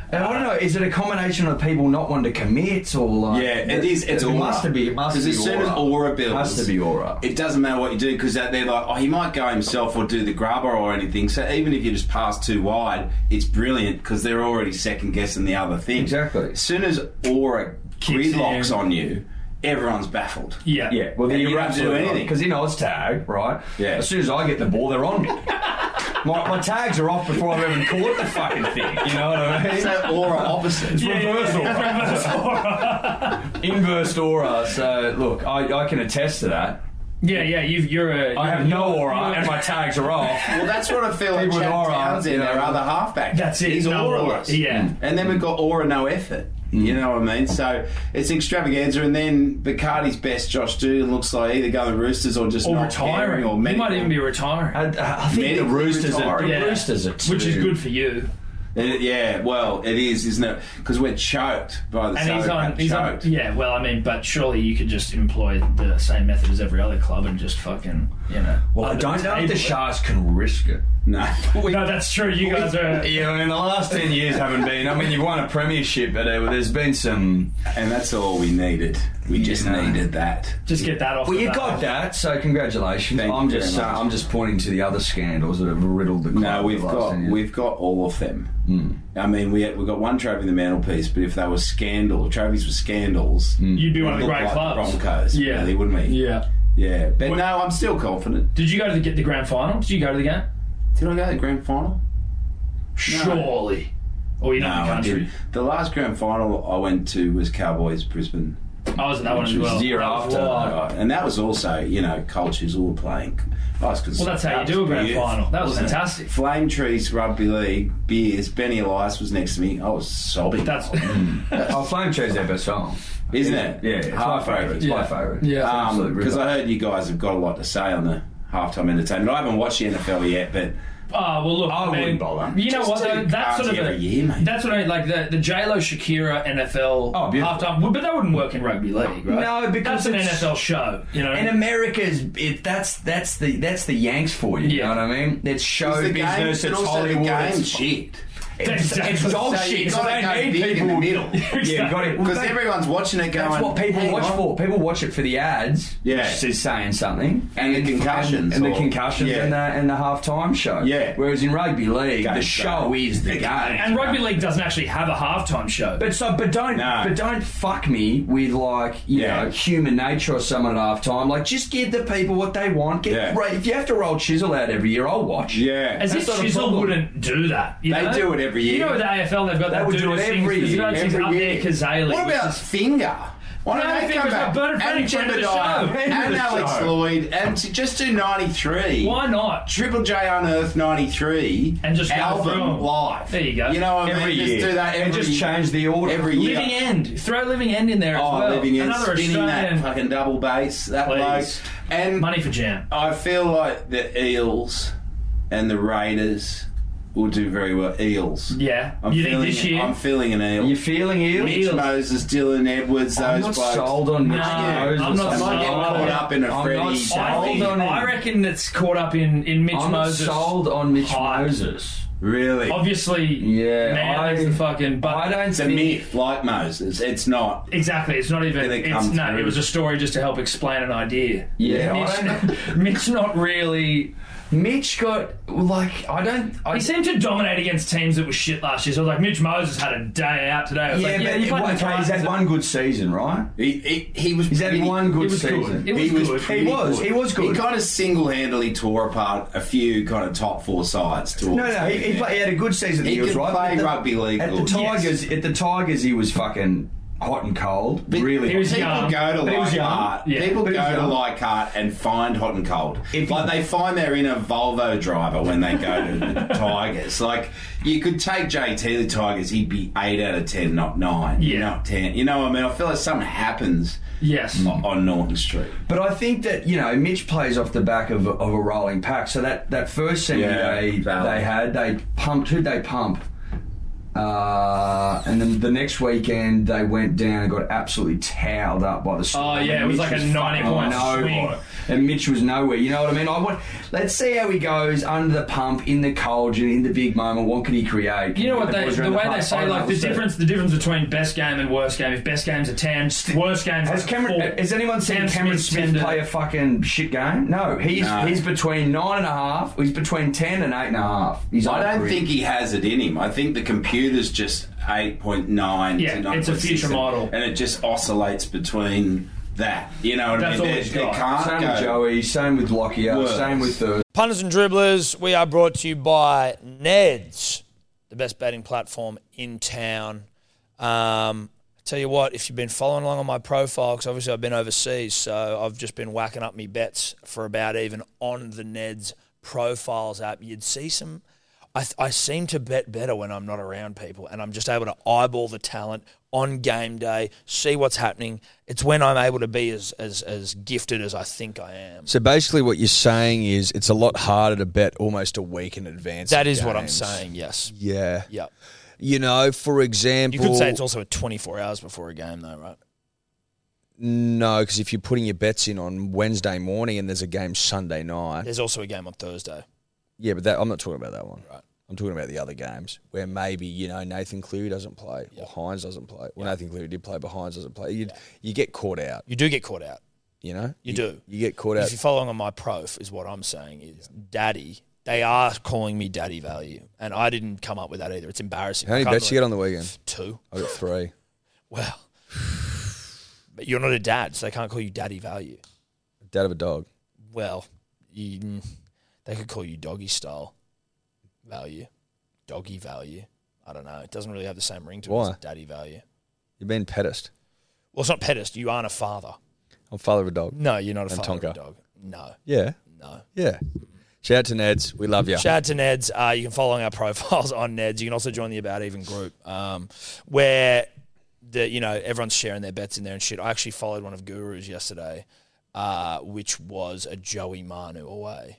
[SPEAKER 3] And I don't know. Is it a combination of people not wanting to commit or like?
[SPEAKER 4] Yeah, it is. It's
[SPEAKER 3] it
[SPEAKER 4] aura.
[SPEAKER 3] must to be. It must
[SPEAKER 4] 'Cause
[SPEAKER 3] be
[SPEAKER 4] as soon as aura builds,
[SPEAKER 3] Has to be aura.
[SPEAKER 4] It doesn't matter what you do because they're like, oh, he might go himself or do the grubber or anything. So even if you just pass too wide, it's brilliant because they're already second guessing the other thing.
[SPEAKER 3] Exactly.
[SPEAKER 4] As soon as aura
[SPEAKER 2] Kicks
[SPEAKER 4] gridlocks
[SPEAKER 2] in.
[SPEAKER 4] on you, everyone's baffled.
[SPEAKER 2] Yeah.
[SPEAKER 3] yeah. Well, then
[SPEAKER 4] And you
[SPEAKER 3] you're
[SPEAKER 4] don't do
[SPEAKER 3] absolutely
[SPEAKER 4] anything.
[SPEAKER 3] because in Oztag, right?
[SPEAKER 4] Yeah.
[SPEAKER 3] As soon as I get the ball, they're on me. my, my tags are off before I've even caught the fucking thing. You know what I mean?
[SPEAKER 4] So aura opposite.
[SPEAKER 2] Yeah,
[SPEAKER 3] Reverse
[SPEAKER 2] yeah,
[SPEAKER 3] aura.
[SPEAKER 2] yeah. Reverse aura.
[SPEAKER 3] Inverse aura. So look, I, I can attest to that.
[SPEAKER 2] yeah, yeah. You've, you're a.
[SPEAKER 3] I have no aura, and my tags are off.
[SPEAKER 4] Well, that's what I feel like
[SPEAKER 3] People
[SPEAKER 4] Chad
[SPEAKER 3] with aura,
[SPEAKER 4] Townsend,
[SPEAKER 3] yeah.
[SPEAKER 4] our other halfback.
[SPEAKER 2] That's it,
[SPEAKER 4] He's
[SPEAKER 2] no aura.
[SPEAKER 4] auraless.
[SPEAKER 2] Yeah. Mm.
[SPEAKER 4] And then we've got aura no effort. You know what I mean? So it's extravaganza, and then Bacardi's best Josh Doolan looks like either going to Roosters or just
[SPEAKER 2] or
[SPEAKER 4] not
[SPEAKER 2] retiring.
[SPEAKER 4] caring or
[SPEAKER 2] you
[SPEAKER 4] medical.
[SPEAKER 2] might even be retiring,
[SPEAKER 3] I, uh, I think the
[SPEAKER 4] Medically
[SPEAKER 3] Roosters are the
[SPEAKER 4] retired.
[SPEAKER 2] Yeah.
[SPEAKER 3] Roosters are two.
[SPEAKER 2] which is good for you.
[SPEAKER 4] Uh, yeah, well, it is, isn't it? Because we're choked by
[SPEAKER 2] And
[SPEAKER 4] the
[SPEAKER 2] he's
[SPEAKER 4] salary
[SPEAKER 2] on.
[SPEAKER 4] cap,
[SPEAKER 2] He's on.
[SPEAKER 4] choked.
[SPEAKER 2] Yeah. Well, I mean, but surely you could just employ the same method as every other club and just fucking, you know.
[SPEAKER 3] Well, I don't know if the Sharks can risk it.
[SPEAKER 4] No.
[SPEAKER 2] No, that's true. You guys are.
[SPEAKER 3] Yeah, in the last ten years haven't been. I mean, you've won a premiership, but uh, there's been some.
[SPEAKER 4] and that's all we needed. We just
[SPEAKER 3] no.
[SPEAKER 4] needed that.
[SPEAKER 2] Just get that off.
[SPEAKER 3] Well,
[SPEAKER 2] the
[SPEAKER 3] you
[SPEAKER 2] bat.
[SPEAKER 3] got that, so congratulations.
[SPEAKER 4] Thank
[SPEAKER 3] I'm
[SPEAKER 4] you
[SPEAKER 3] just, uh,
[SPEAKER 4] very much.
[SPEAKER 3] I'm just pointing to the other scandals that have riddled the club.
[SPEAKER 4] No, we've
[SPEAKER 3] the last
[SPEAKER 4] got
[SPEAKER 3] 10 years.
[SPEAKER 4] we've got all of them.
[SPEAKER 2] Mm.
[SPEAKER 4] I mean, we we got one trophy in the mantelpiece, but if they were scandal trophies were scandals,
[SPEAKER 2] You'd be one of
[SPEAKER 4] we'd
[SPEAKER 2] the
[SPEAKER 4] look
[SPEAKER 2] great
[SPEAKER 4] like
[SPEAKER 2] clubs.
[SPEAKER 4] Broncos,
[SPEAKER 2] Yeah.
[SPEAKER 4] really, wouldn't we?
[SPEAKER 2] Yeah.
[SPEAKER 4] yeah. But no, I'm still confident.
[SPEAKER 2] Did you go to the, get the grand final? Did you go to the game?
[SPEAKER 4] Did I go to the grand final?
[SPEAKER 2] Surely. Oh, Or you're
[SPEAKER 4] No,
[SPEAKER 2] not in the
[SPEAKER 4] I
[SPEAKER 2] country.
[SPEAKER 4] didn't. The last grand final I went to was Cowboys Brisbane,
[SPEAKER 2] I, was at that one
[SPEAKER 4] which
[SPEAKER 2] as
[SPEAKER 4] was
[SPEAKER 2] well.
[SPEAKER 4] the year
[SPEAKER 2] That was
[SPEAKER 4] after,
[SPEAKER 2] wild.
[SPEAKER 4] Right. and that was also you know cultures all playing. I was
[SPEAKER 2] Well, that's how you do a grand final. That was fantastic.
[SPEAKER 4] Flame Trees Rugby League beers. Benny Elias was next to me. I was sobbing.
[SPEAKER 2] That's
[SPEAKER 4] Mm.
[SPEAKER 3] Oh, Flame chose their best song,
[SPEAKER 4] isn't it?
[SPEAKER 3] Yeah, it's my
[SPEAKER 4] Half Um,
[SPEAKER 3] favourite. It's
[SPEAKER 4] favourite.
[SPEAKER 3] my favourite.
[SPEAKER 2] Yeah.
[SPEAKER 3] It's an absolute
[SPEAKER 4] Because
[SPEAKER 3] ripper.
[SPEAKER 4] I heard you guys have got a lot to say on the halftime entertainment. I haven't watched the NFL yet, but
[SPEAKER 2] Oh, well, look,
[SPEAKER 3] I
[SPEAKER 2] man,
[SPEAKER 3] wouldn't bother.
[SPEAKER 2] You know
[SPEAKER 4] Just
[SPEAKER 2] what?
[SPEAKER 4] do
[SPEAKER 2] Though, that's sort of
[SPEAKER 4] cards
[SPEAKER 2] a,
[SPEAKER 4] every year, mate.
[SPEAKER 2] that's what I like the the J Lo Shakira NFL
[SPEAKER 3] Oh, beautiful.
[SPEAKER 2] halftime, but that wouldn't work in rugby league, right?
[SPEAKER 3] No, because
[SPEAKER 2] that's an
[SPEAKER 3] it's-
[SPEAKER 2] NFL show, you know.
[SPEAKER 3] And America's it, that's that's the that's the Yanks for you. You
[SPEAKER 2] Yeah.
[SPEAKER 3] know what I mean? It's show
[SPEAKER 4] It's the game,
[SPEAKER 3] business.
[SPEAKER 4] and
[SPEAKER 3] It's
[SPEAKER 4] also
[SPEAKER 3] Hollywood.
[SPEAKER 4] The game.
[SPEAKER 3] it's,
[SPEAKER 4] shit.
[SPEAKER 3] it's, it's dog
[SPEAKER 2] Oh,
[SPEAKER 4] So you
[SPEAKER 3] shit. So
[SPEAKER 4] gotta go
[SPEAKER 3] they need
[SPEAKER 4] big
[SPEAKER 3] people
[SPEAKER 4] in the middle.
[SPEAKER 3] Yeah, you got it. Well,
[SPEAKER 4] Because
[SPEAKER 3] they-
[SPEAKER 4] everyone's watching it going.
[SPEAKER 3] That's what people
[SPEAKER 4] "Hang
[SPEAKER 3] watch
[SPEAKER 4] on."
[SPEAKER 3] for. People watch it for the ads.
[SPEAKER 4] Yeah.
[SPEAKER 3] which is saying something,
[SPEAKER 4] And the concussions
[SPEAKER 3] and, and the
[SPEAKER 4] or-
[SPEAKER 3] concussions,
[SPEAKER 4] Yeah.
[SPEAKER 3] and the and the halftime show.
[SPEAKER 4] Yeah.
[SPEAKER 3] Whereas in rugby league,
[SPEAKER 4] Game,
[SPEAKER 3] the show
[SPEAKER 4] game.
[SPEAKER 3] is the game.
[SPEAKER 2] And rugby league doesn't actually have a halftime show.
[SPEAKER 3] But so, but don't,
[SPEAKER 4] No.
[SPEAKER 3] but don't fuck me with like you
[SPEAKER 4] Yeah.
[SPEAKER 3] know human nature or someone at half time. Like, just give the people what they want. Get
[SPEAKER 4] Yeah.
[SPEAKER 3] right. If you have to roll chisel out every year, I'll watch.
[SPEAKER 4] Yeah.
[SPEAKER 2] As if
[SPEAKER 3] not a
[SPEAKER 2] Chisel
[SPEAKER 3] problem.
[SPEAKER 2] wouldn't do that. You
[SPEAKER 4] They
[SPEAKER 2] know?
[SPEAKER 4] do it every year.
[SPEAKER 2] You know, with the AFL, they've got that
[SPEAKER 3] would
[SPEAKER 2] dude
[SPEAKER 3] do
[SPEAKER 2] who
[SPEAKER 3] it
[SPEAKER 2] sings,
[SPEAKER 3] every
[SPEAKER 2] there's a guy who
[SPEAKER 4] Every
[SPEAKER 2] sings up there,
[SPEAKER 4] year.
[SPEAKER 2] Kazali.
[SPEAKER 4] What about
[SPEAKER 2] which is-
[SPEAKER 4] Finger? Why
[SPEAKER 2] No,
[SPEAKER 4] don't they come
[SPEAKER 2] Finger's
[SPEAKER 4] back
[SPEAKER 2] a bird friend,
[SPEAKER 4] and
[SPEAKER 2] friend of the
[SPEAKER 4] Jebediah
[SPEAKER 2] show.
[SPEAKER 4] and
[SPEAKER 3] Friend of the
[SPEAKER 4] Alex
[SPEAKER 3] show.
[SPEAKER 4] Lloyd and t- just do ninety three?
[SPEAKER 2] Why not?
[SPEAKER 4] Triple J Unearth '93
[SPEAKER 2] And just go through 'em.
[SPEAKER 4] album live.
[SPEAKER 2] There you go.
[SPEAKER 4] You know what I
[SPEAKER 3] Every
[SPEAKER 4] mean?
[SPEAKER 3] year.
[SPEAKER 4] Just do that
[SPEAKER 3] And
[SPEAKER 4] every
[SPEAKER 3] just change the order.
[SPEAKER 4] every year.
[SPEAKER 2] Living End. Throw Living End in there as
[SPEAKER 4] Oh,
[SPEAKER 2] well.
[SPEAKER 4] living in
[SPEAKER 2] Another
[SPEAKER 4] spinning that
[SPEAKER 2] Australian.
[SPEAKER 4] fucking double bass, that
[SPEAKER 2] Please.
[SPEAKER 4] bloke. And
[SPEAKER 2] Money for Jam.
[SPEAKER 4] I feel like the Eels and the Raiders will do very well. Eels.
[SPEAKER 2] Yeah.
[SPEAKER 4] I'm
[SPEAKER 2] you think
[SPEAKER 4] feeling,
[SPEAKER 2] this year?
[SPEAKER 4] I'm feeling an eel.
[SPEAKER 3] Are you feeling ill?
[SPEAKER 2] Me-
[SPEAKER 4] Mitch
[SPEAKER 2] Eels.
[SPEAKER 4] Moses, Dylan Edwards, those
[SPEAKER 3] I'm not
[SPEAKER 4] blokes.
[SPEAKER 3] sold on Mitch
[SPEAKER 2] No,
[SPEAKER 3] Moses.
[SPEAKER 2] I'm not
[SPEAKER 4] I might get
[SPEAKER 2] sold.
[SPEAKER 4] caught up in a
[SPEAKER 3] I'm
[SPEAKER 4] Freddie.
[SPEAKER 3] not
[SPEAKER 2] I,
[SPEAKER 3] sold
[SPEAKER 2] think,
[SPEAKER 3] on him.
[SPEAKER 2] I reckon it's caught up in, in Mitch
[SPEAKER 3] I'm not
[SPEAKER 2] Moses.
[SPEAKER 3] sold on Mitch
[SPEAKER 2] Hype.
[SPEAKER 3] Moses.
[SPEAKER 4] Really?
[SPEAKER 2] Obviously,
[SPEAKER 3] Yeah,
[SPEAKER 2] man,
[SPEAKER 3] I-
[SPEAKER 2] it's the fucking. But
[SPEAKER 3] I don't
[SPEAKER 4] It's a
[SPEAKER 3] think-
[SPEAKER 4] myth, like Moses. It's not.
[SPEAKER 2] Exactly. It's not even.
[SPEAKER 4] And it
[SPEAKER 2] It's,
[SPEAKER 4] comes
[SPEAKER 2] no,
[SPEAKER 4] through.
[SPEAKER 2] it was a story just to help explain an idea.
[SPEAKER 3] Yeah, I don't know.
[SPEAKER 2] Mitch, Mitch not really.
[SPEAKER 3] Mitch got like I don't. I,
[SPEAKER 2] He seemed to dominate against teams that were shit last year. So I was like, Mitch Moses had a day out today. I was
[SPEAKER 3] yeah,
[SPEAKER 2] like, yeah,
[SPEAKER 3] but
[SPEAKER 2] you played
[SPEAKER 3] okay,
[SPEAKER 2] the Titans.
[SPEAKER 3] he's had one good season, right?
[SPEAKER 4] He, he, he was.
[SPEAKER 3] He's had
[SPEAKER 4] pretty-
[SPEAKER 3] one
[SPEAKER 2] It
[SPEAKER 3] good
[SPEAKER 2] was
[SPEAKER 3] season.
[SPEAKER 2] good. It was,
[SPEAKER 4] he was.
[SPEAKER 2] good.
[SPEAKER 4] pretty
[SPEAKER 3] He was- he was good.
[SPEAKER 4] He kind of single-handedly tore apart a few kind of top four sides. Towards
[SPEAKER 3] No, no, he, he, play, he had a good season.
[SPEAKER 4] He
[SPEAKER 3] He, was
[SPEAKER 4] could
[SPEAKER 3] right
[SPEAKER 4] play
[SPEAKER 3] But the-
[SPEAKER 4] rugby league
[SPEAKER 3] at the
[SPEAKER 4] good.
[SPEAKER 3] Tigers. At the Tigers, he was fucking hot and cold. really,
[SPEAKER 2] he was-
[SPEAKER 3] hot.
[SPEAKER 4] People
[SPEAKER 2] young.
[SPEAKER 4] go to
[SPEAKER 3] He was young.
[SPEAKER 4] Leichhardt.
[SPEAKER 2] Yeah.
[SPEAKER 4] People
[SPEAKER 3] He
[SPEAKER 4] go
[SPEAKER 3] was
[SPEAKER 4] to
[SPEAKER 3] young.
[SPEAKER 4] Leichhardt and find hot and cold.
[SPEAKER 3] If-
[SPEAKER 4] like they find their inner Volvo driver when they go to the Tigers. Like you could take JT the Tigers, he'd be eight out of ten, not nine,
[SPEAKER 2] Yeah.
[SPEAKER 4] not ten. You know what I mean? I feel like something happens
[SPEAKER 2] Yes.
[SPEAKER 4] on, on Norton Street.
[SPEAKER 3] But I think that you know Mitch plays off the back of, a- of a rolling pack. So that that first semi
[SPEAKER 4] Yeah,
[SPEAKER 3] they
[SPEAKER 4] valid.
[SPEAKER 3] they had, they pumped. Who they pump? Uh, and then the next weekend they went down and got absolutely towed up by the storm.
[SPEAKER 2] Oh, yeah,
[SPEAKER 3] And
[SPEAKER 2] it was
[SPEAKER 3] Mitch
[SPEAKER 2] like a 90
[SPEAKER 3] fucking
[SPEAKER 2] point swing.
[SPEAKER 3] nowhere. And Mitch was nowhere. You know what I mean? I want. Let's see how he goes under the pump, in the cold, in the big moment. What can he create?
[SPEAKER 2] You know what
[SPEAKER 3] The
[SPEAKER 2] they,
[SPEAKER 3] boys
[SPEAKER 2] the
[SPEAKER 3] around
[SPEAKER 2] way
[SPEAKER 3] park,
[SPEAKER 2] they
[SPEAKER 3] I
[SPEAKER 2] say
[SPEAKER 3] don't know,
[SPEAKER 2] like the
[SPEAKER 3] we'll see.
[SPEAKER 2] difference the difference between best game and worst game. If best game's a ten, worst game's
[SPEAKER 3] Has
[SPEAKER 2] a
[SPEAKER 3] Cameron?
[SPEAKER 2] four.
[SPEAKER 3] Has anyone seen
[SPEAKER 2] Cam
[SPEAKER 3] Cameron
[SPEAKER 2] Smith's
[SPEAKER 3] Smith
[SPEAKER 2] tender.
[SPEAKER 3] play a fucking shit game? No, he's
[SPEAKER 4] No.
[SPEAKER 3] he's between nine and a half. He's between ten and eight and a half. He's on
[SPEAKER 4] I don't
[SPEAKER 3] grid.
[SPEAKER 4] think he has it in him. I think the computer's just eight point nine.
[SPEAKER 2] Yeah,
[SPEAKER 4] to 9.6
[SPEAKER 2] it's a future
[SPEAKER 4] and-
[SPEAKER 2] model.
[SPEAKER 4] and it just oscillates between that. You know what
[SPEAKER 2] That's
[SPEAKER 4] I mean?
[SPEAKER 2] all
[SPEAKER 4] They-
[SPEAKER 2] he's
[SPEAKER 4] they
[SPEAKER 2] got.
[SPEAKER 4] can't
[SPEAKER 3] Same
[SPEAKER 4] go.
[SPEAKER 3] with Joey. Same with Lockyer.
[SPEAKER 4] Worse.
[SPEAKER 3] Same with Thurston.
[SPEAKER 5] Punters and dribblers, we are brought to you by Neds, the best betting platform in town. Um, tell you what, if you've been following along on my profile, because obviously I've been overseas, so I've just been whacking up me bets for about even on the Neds profiles app. You'd see some. I, th- I seem to bet better when I'm not around people, and I'm just able to eyeball the talent on game day, see what's happening. It's when I'm able to be as as, as gifted as I think I am.
[SPEAKER 6] So basically, what you're saying is it's a lot harder to bet almost a week in advance.
[SPEAKER 5] That
[SPEAKER 6] of
[SPEAKER 5] is what I'm
[SPEAKER 6] games.
[SPEAKER 5] saying. Yes.
[SPEAKER 6] Yeah.
[SPEAKER 5] Yep.
[SPEAKER 6] You know, for
[SPEAKER 5] You
[SPEAKER 6] example,
[SPEAKER 5] could say it's also at 24 hours before a game, though, right?
[SPEAKER 6] no, because if you're putting your bets in on Wednesday morning and there's a game Sunday night,
[SPEAKER 5] There's also a game on Thursday.
[SPEAKER 6] yeah, but that, I'm not talking about that one. Right. I'm talking about the other games where maybe you know Nathan Cleary doesn't play or Hines doesn't play. Well, Nathan Cleary did play, but Hines doesn't play. You you get caught out.
[SPEAKER 5] You do get caught out.
[SPEAKER 6] You know,
[SPEAKER 5] You do.
[SPEAKER 6] You get caught
[SPEAKER 5] If
[SPEAKER 6] out.
[SPEAKER 5] you're following on my prof, is what I'm saying is daddy. They are calling me daddy value, and I didn't come up with that either. It's embarrassing.
[SPEAKER 6] How many
[SPEAKER 5] I can't
[SPEAKER 6] bets you get
[SPEAKER 5] believe-
[SPEAKER 6] on the weekend?
[SPEAKER 5] Two.
[SPEAKER 6] I got three.
[SPEAKER 5] Well, but you're not a dad, so they can't call you daddy value.
[SPEAKER 6] Dad of a dog.
[SPEAKER 5] Well, you, mm, they could call you doggy style value, doggy value. I don't know. It doesn't really have the same ring to it.
[SPEAKER 6] Why?
[SPEAKER 5] as daddy value.
[SPEAKER 6] You've been pedest.
[SPEAKER 5] Well, it's not pedest. You aren't a father.
[SPEAKER 6] I'm father of a dog.
[SPEAKER 5] No, you're not a
[SPEAKER 6] And
[SPEAKER 5] father of a
[SPEAKER 6] Tonka.
[SPEAKER 5] dog. No,
[SPEAKER 6] Yeah.
[SPEAKER 5] no.
[SPEAKER 6] Yeah. Shout out to Neds. We love you.
[SPEAKER 5] Shout out to Neds. Uh, you can follow our profiles on Neds. You can also join the About Even group, um, where the you know everyone's sharing their bets in there and shit. I actually followed one of Guru's yesterday, uh, which was a Joey Manu away.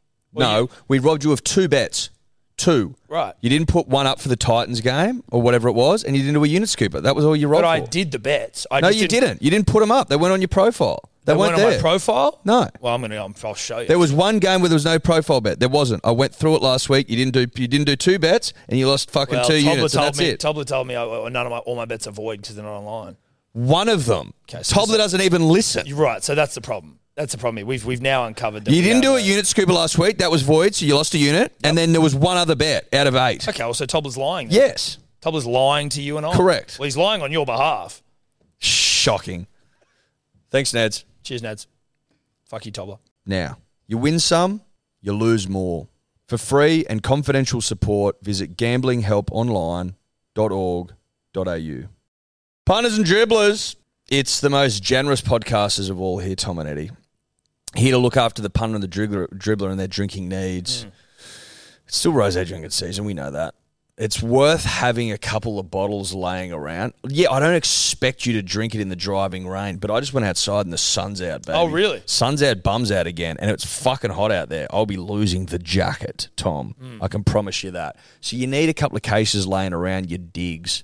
[SPEAKER 6] no, we robbed you of two bets. Two.
[SPEAKER 5] Right.
[SPEAKER 6] You didn't put one up for the Titans game or whatever it was, and you didn't do a unit scooper. That was all you robbed
[SPEAKER 5] But I
[SPEAKER 6] for.
[SPEAKER 5] did the bets. I
[SPEAKER 6] no,
[SPEAKER 5] just
[SPEAKER 6] you didn't. You didn't put them up. They weren't on your profile.
[SPEAKER 5] They
[SPEAKER 6] They, weren't
[SPEAKER 5] weren't
[SPEAKER 6] there.
[SPEAKER 5] on my profile.
[SPEAKER 6] No.
[SPEAKER 5] Well, I'm gonna. I'm, I'll show you.
[SPEAKER 6] There was one game where there was no profile bet. There wasn't. I went through it last week. You didn't do. You didn't do two bets, and you lost fucking
[SPEAKER 5] well,
[SPEAKER 6] two
[SPEAKER 5] Tobler
[SPEAKER 6] units. and
[SPEAKER 5] told
[SPEAKER 6] that's
[SPEAKER 5] me.
[SPEAKER 6] it.
[SPEAKER 5] Tobler told me I, I- none of my all my bets are void because they're not online.
[SPEAKER 6] one of them.
[SPEAKER 5] Okay, so
[SPEAKER 6] Tobler
[SPEAKER 5] this-
[SPEAKER 6] doesn't even listen. You,
[SPEAKER 5] You're right. So that's the problem. That's the problem. here. We've we've now uncovered. That we
[SPEAKER 6] didn't do
[SPEAKER 5] have
[SPEAKER 6] a unit scooper last week. That was void, so you lost a unit. And then there was one other bet out of eight.
[SPEAKER 5] Okay, well, so Tobler's lying. Then.
[SPEAKER 6] Yes.
[SPEAKER 5] Tobler's lying to you and I.
[SPEAKER 6] Correct.
[SPEAKER 5] Well, he's lying on your behalf.
[SPEAKER 6] Shocking. Thanks, Neds.
[SPEAKER 5] Cheers, Nads. Fuck you, Tobler.
[SPEAKER 6] Now, you win some, you lose more. For free and confidential support, visit gamblinghelponline.org.au. Punters and dribblers, it's the most generous podcasters of all here, Tom and Eddie. Here to look after the punter and the dribbler, dribbler and their drinking
[SPEAKER 5] Hmm.
[SPEAKER 6] needs. It's still rosé drinking season, we know that. It's worth having a couple of bottles laying around. Yeah, I don't expect you to drink it in the driving rain, but I just went outside and the sun's out, baby.
[SPEAKER 5] Oh, really?
[SPEAKER 6] Sun's out, bums out again, and it's fucking hot out there. I'll be losing the jacket, Tom.
[SPEAKER 5] Hmm.
[SPEAKER 6] I can promise you that. So you need a couple of cases laying around your digs.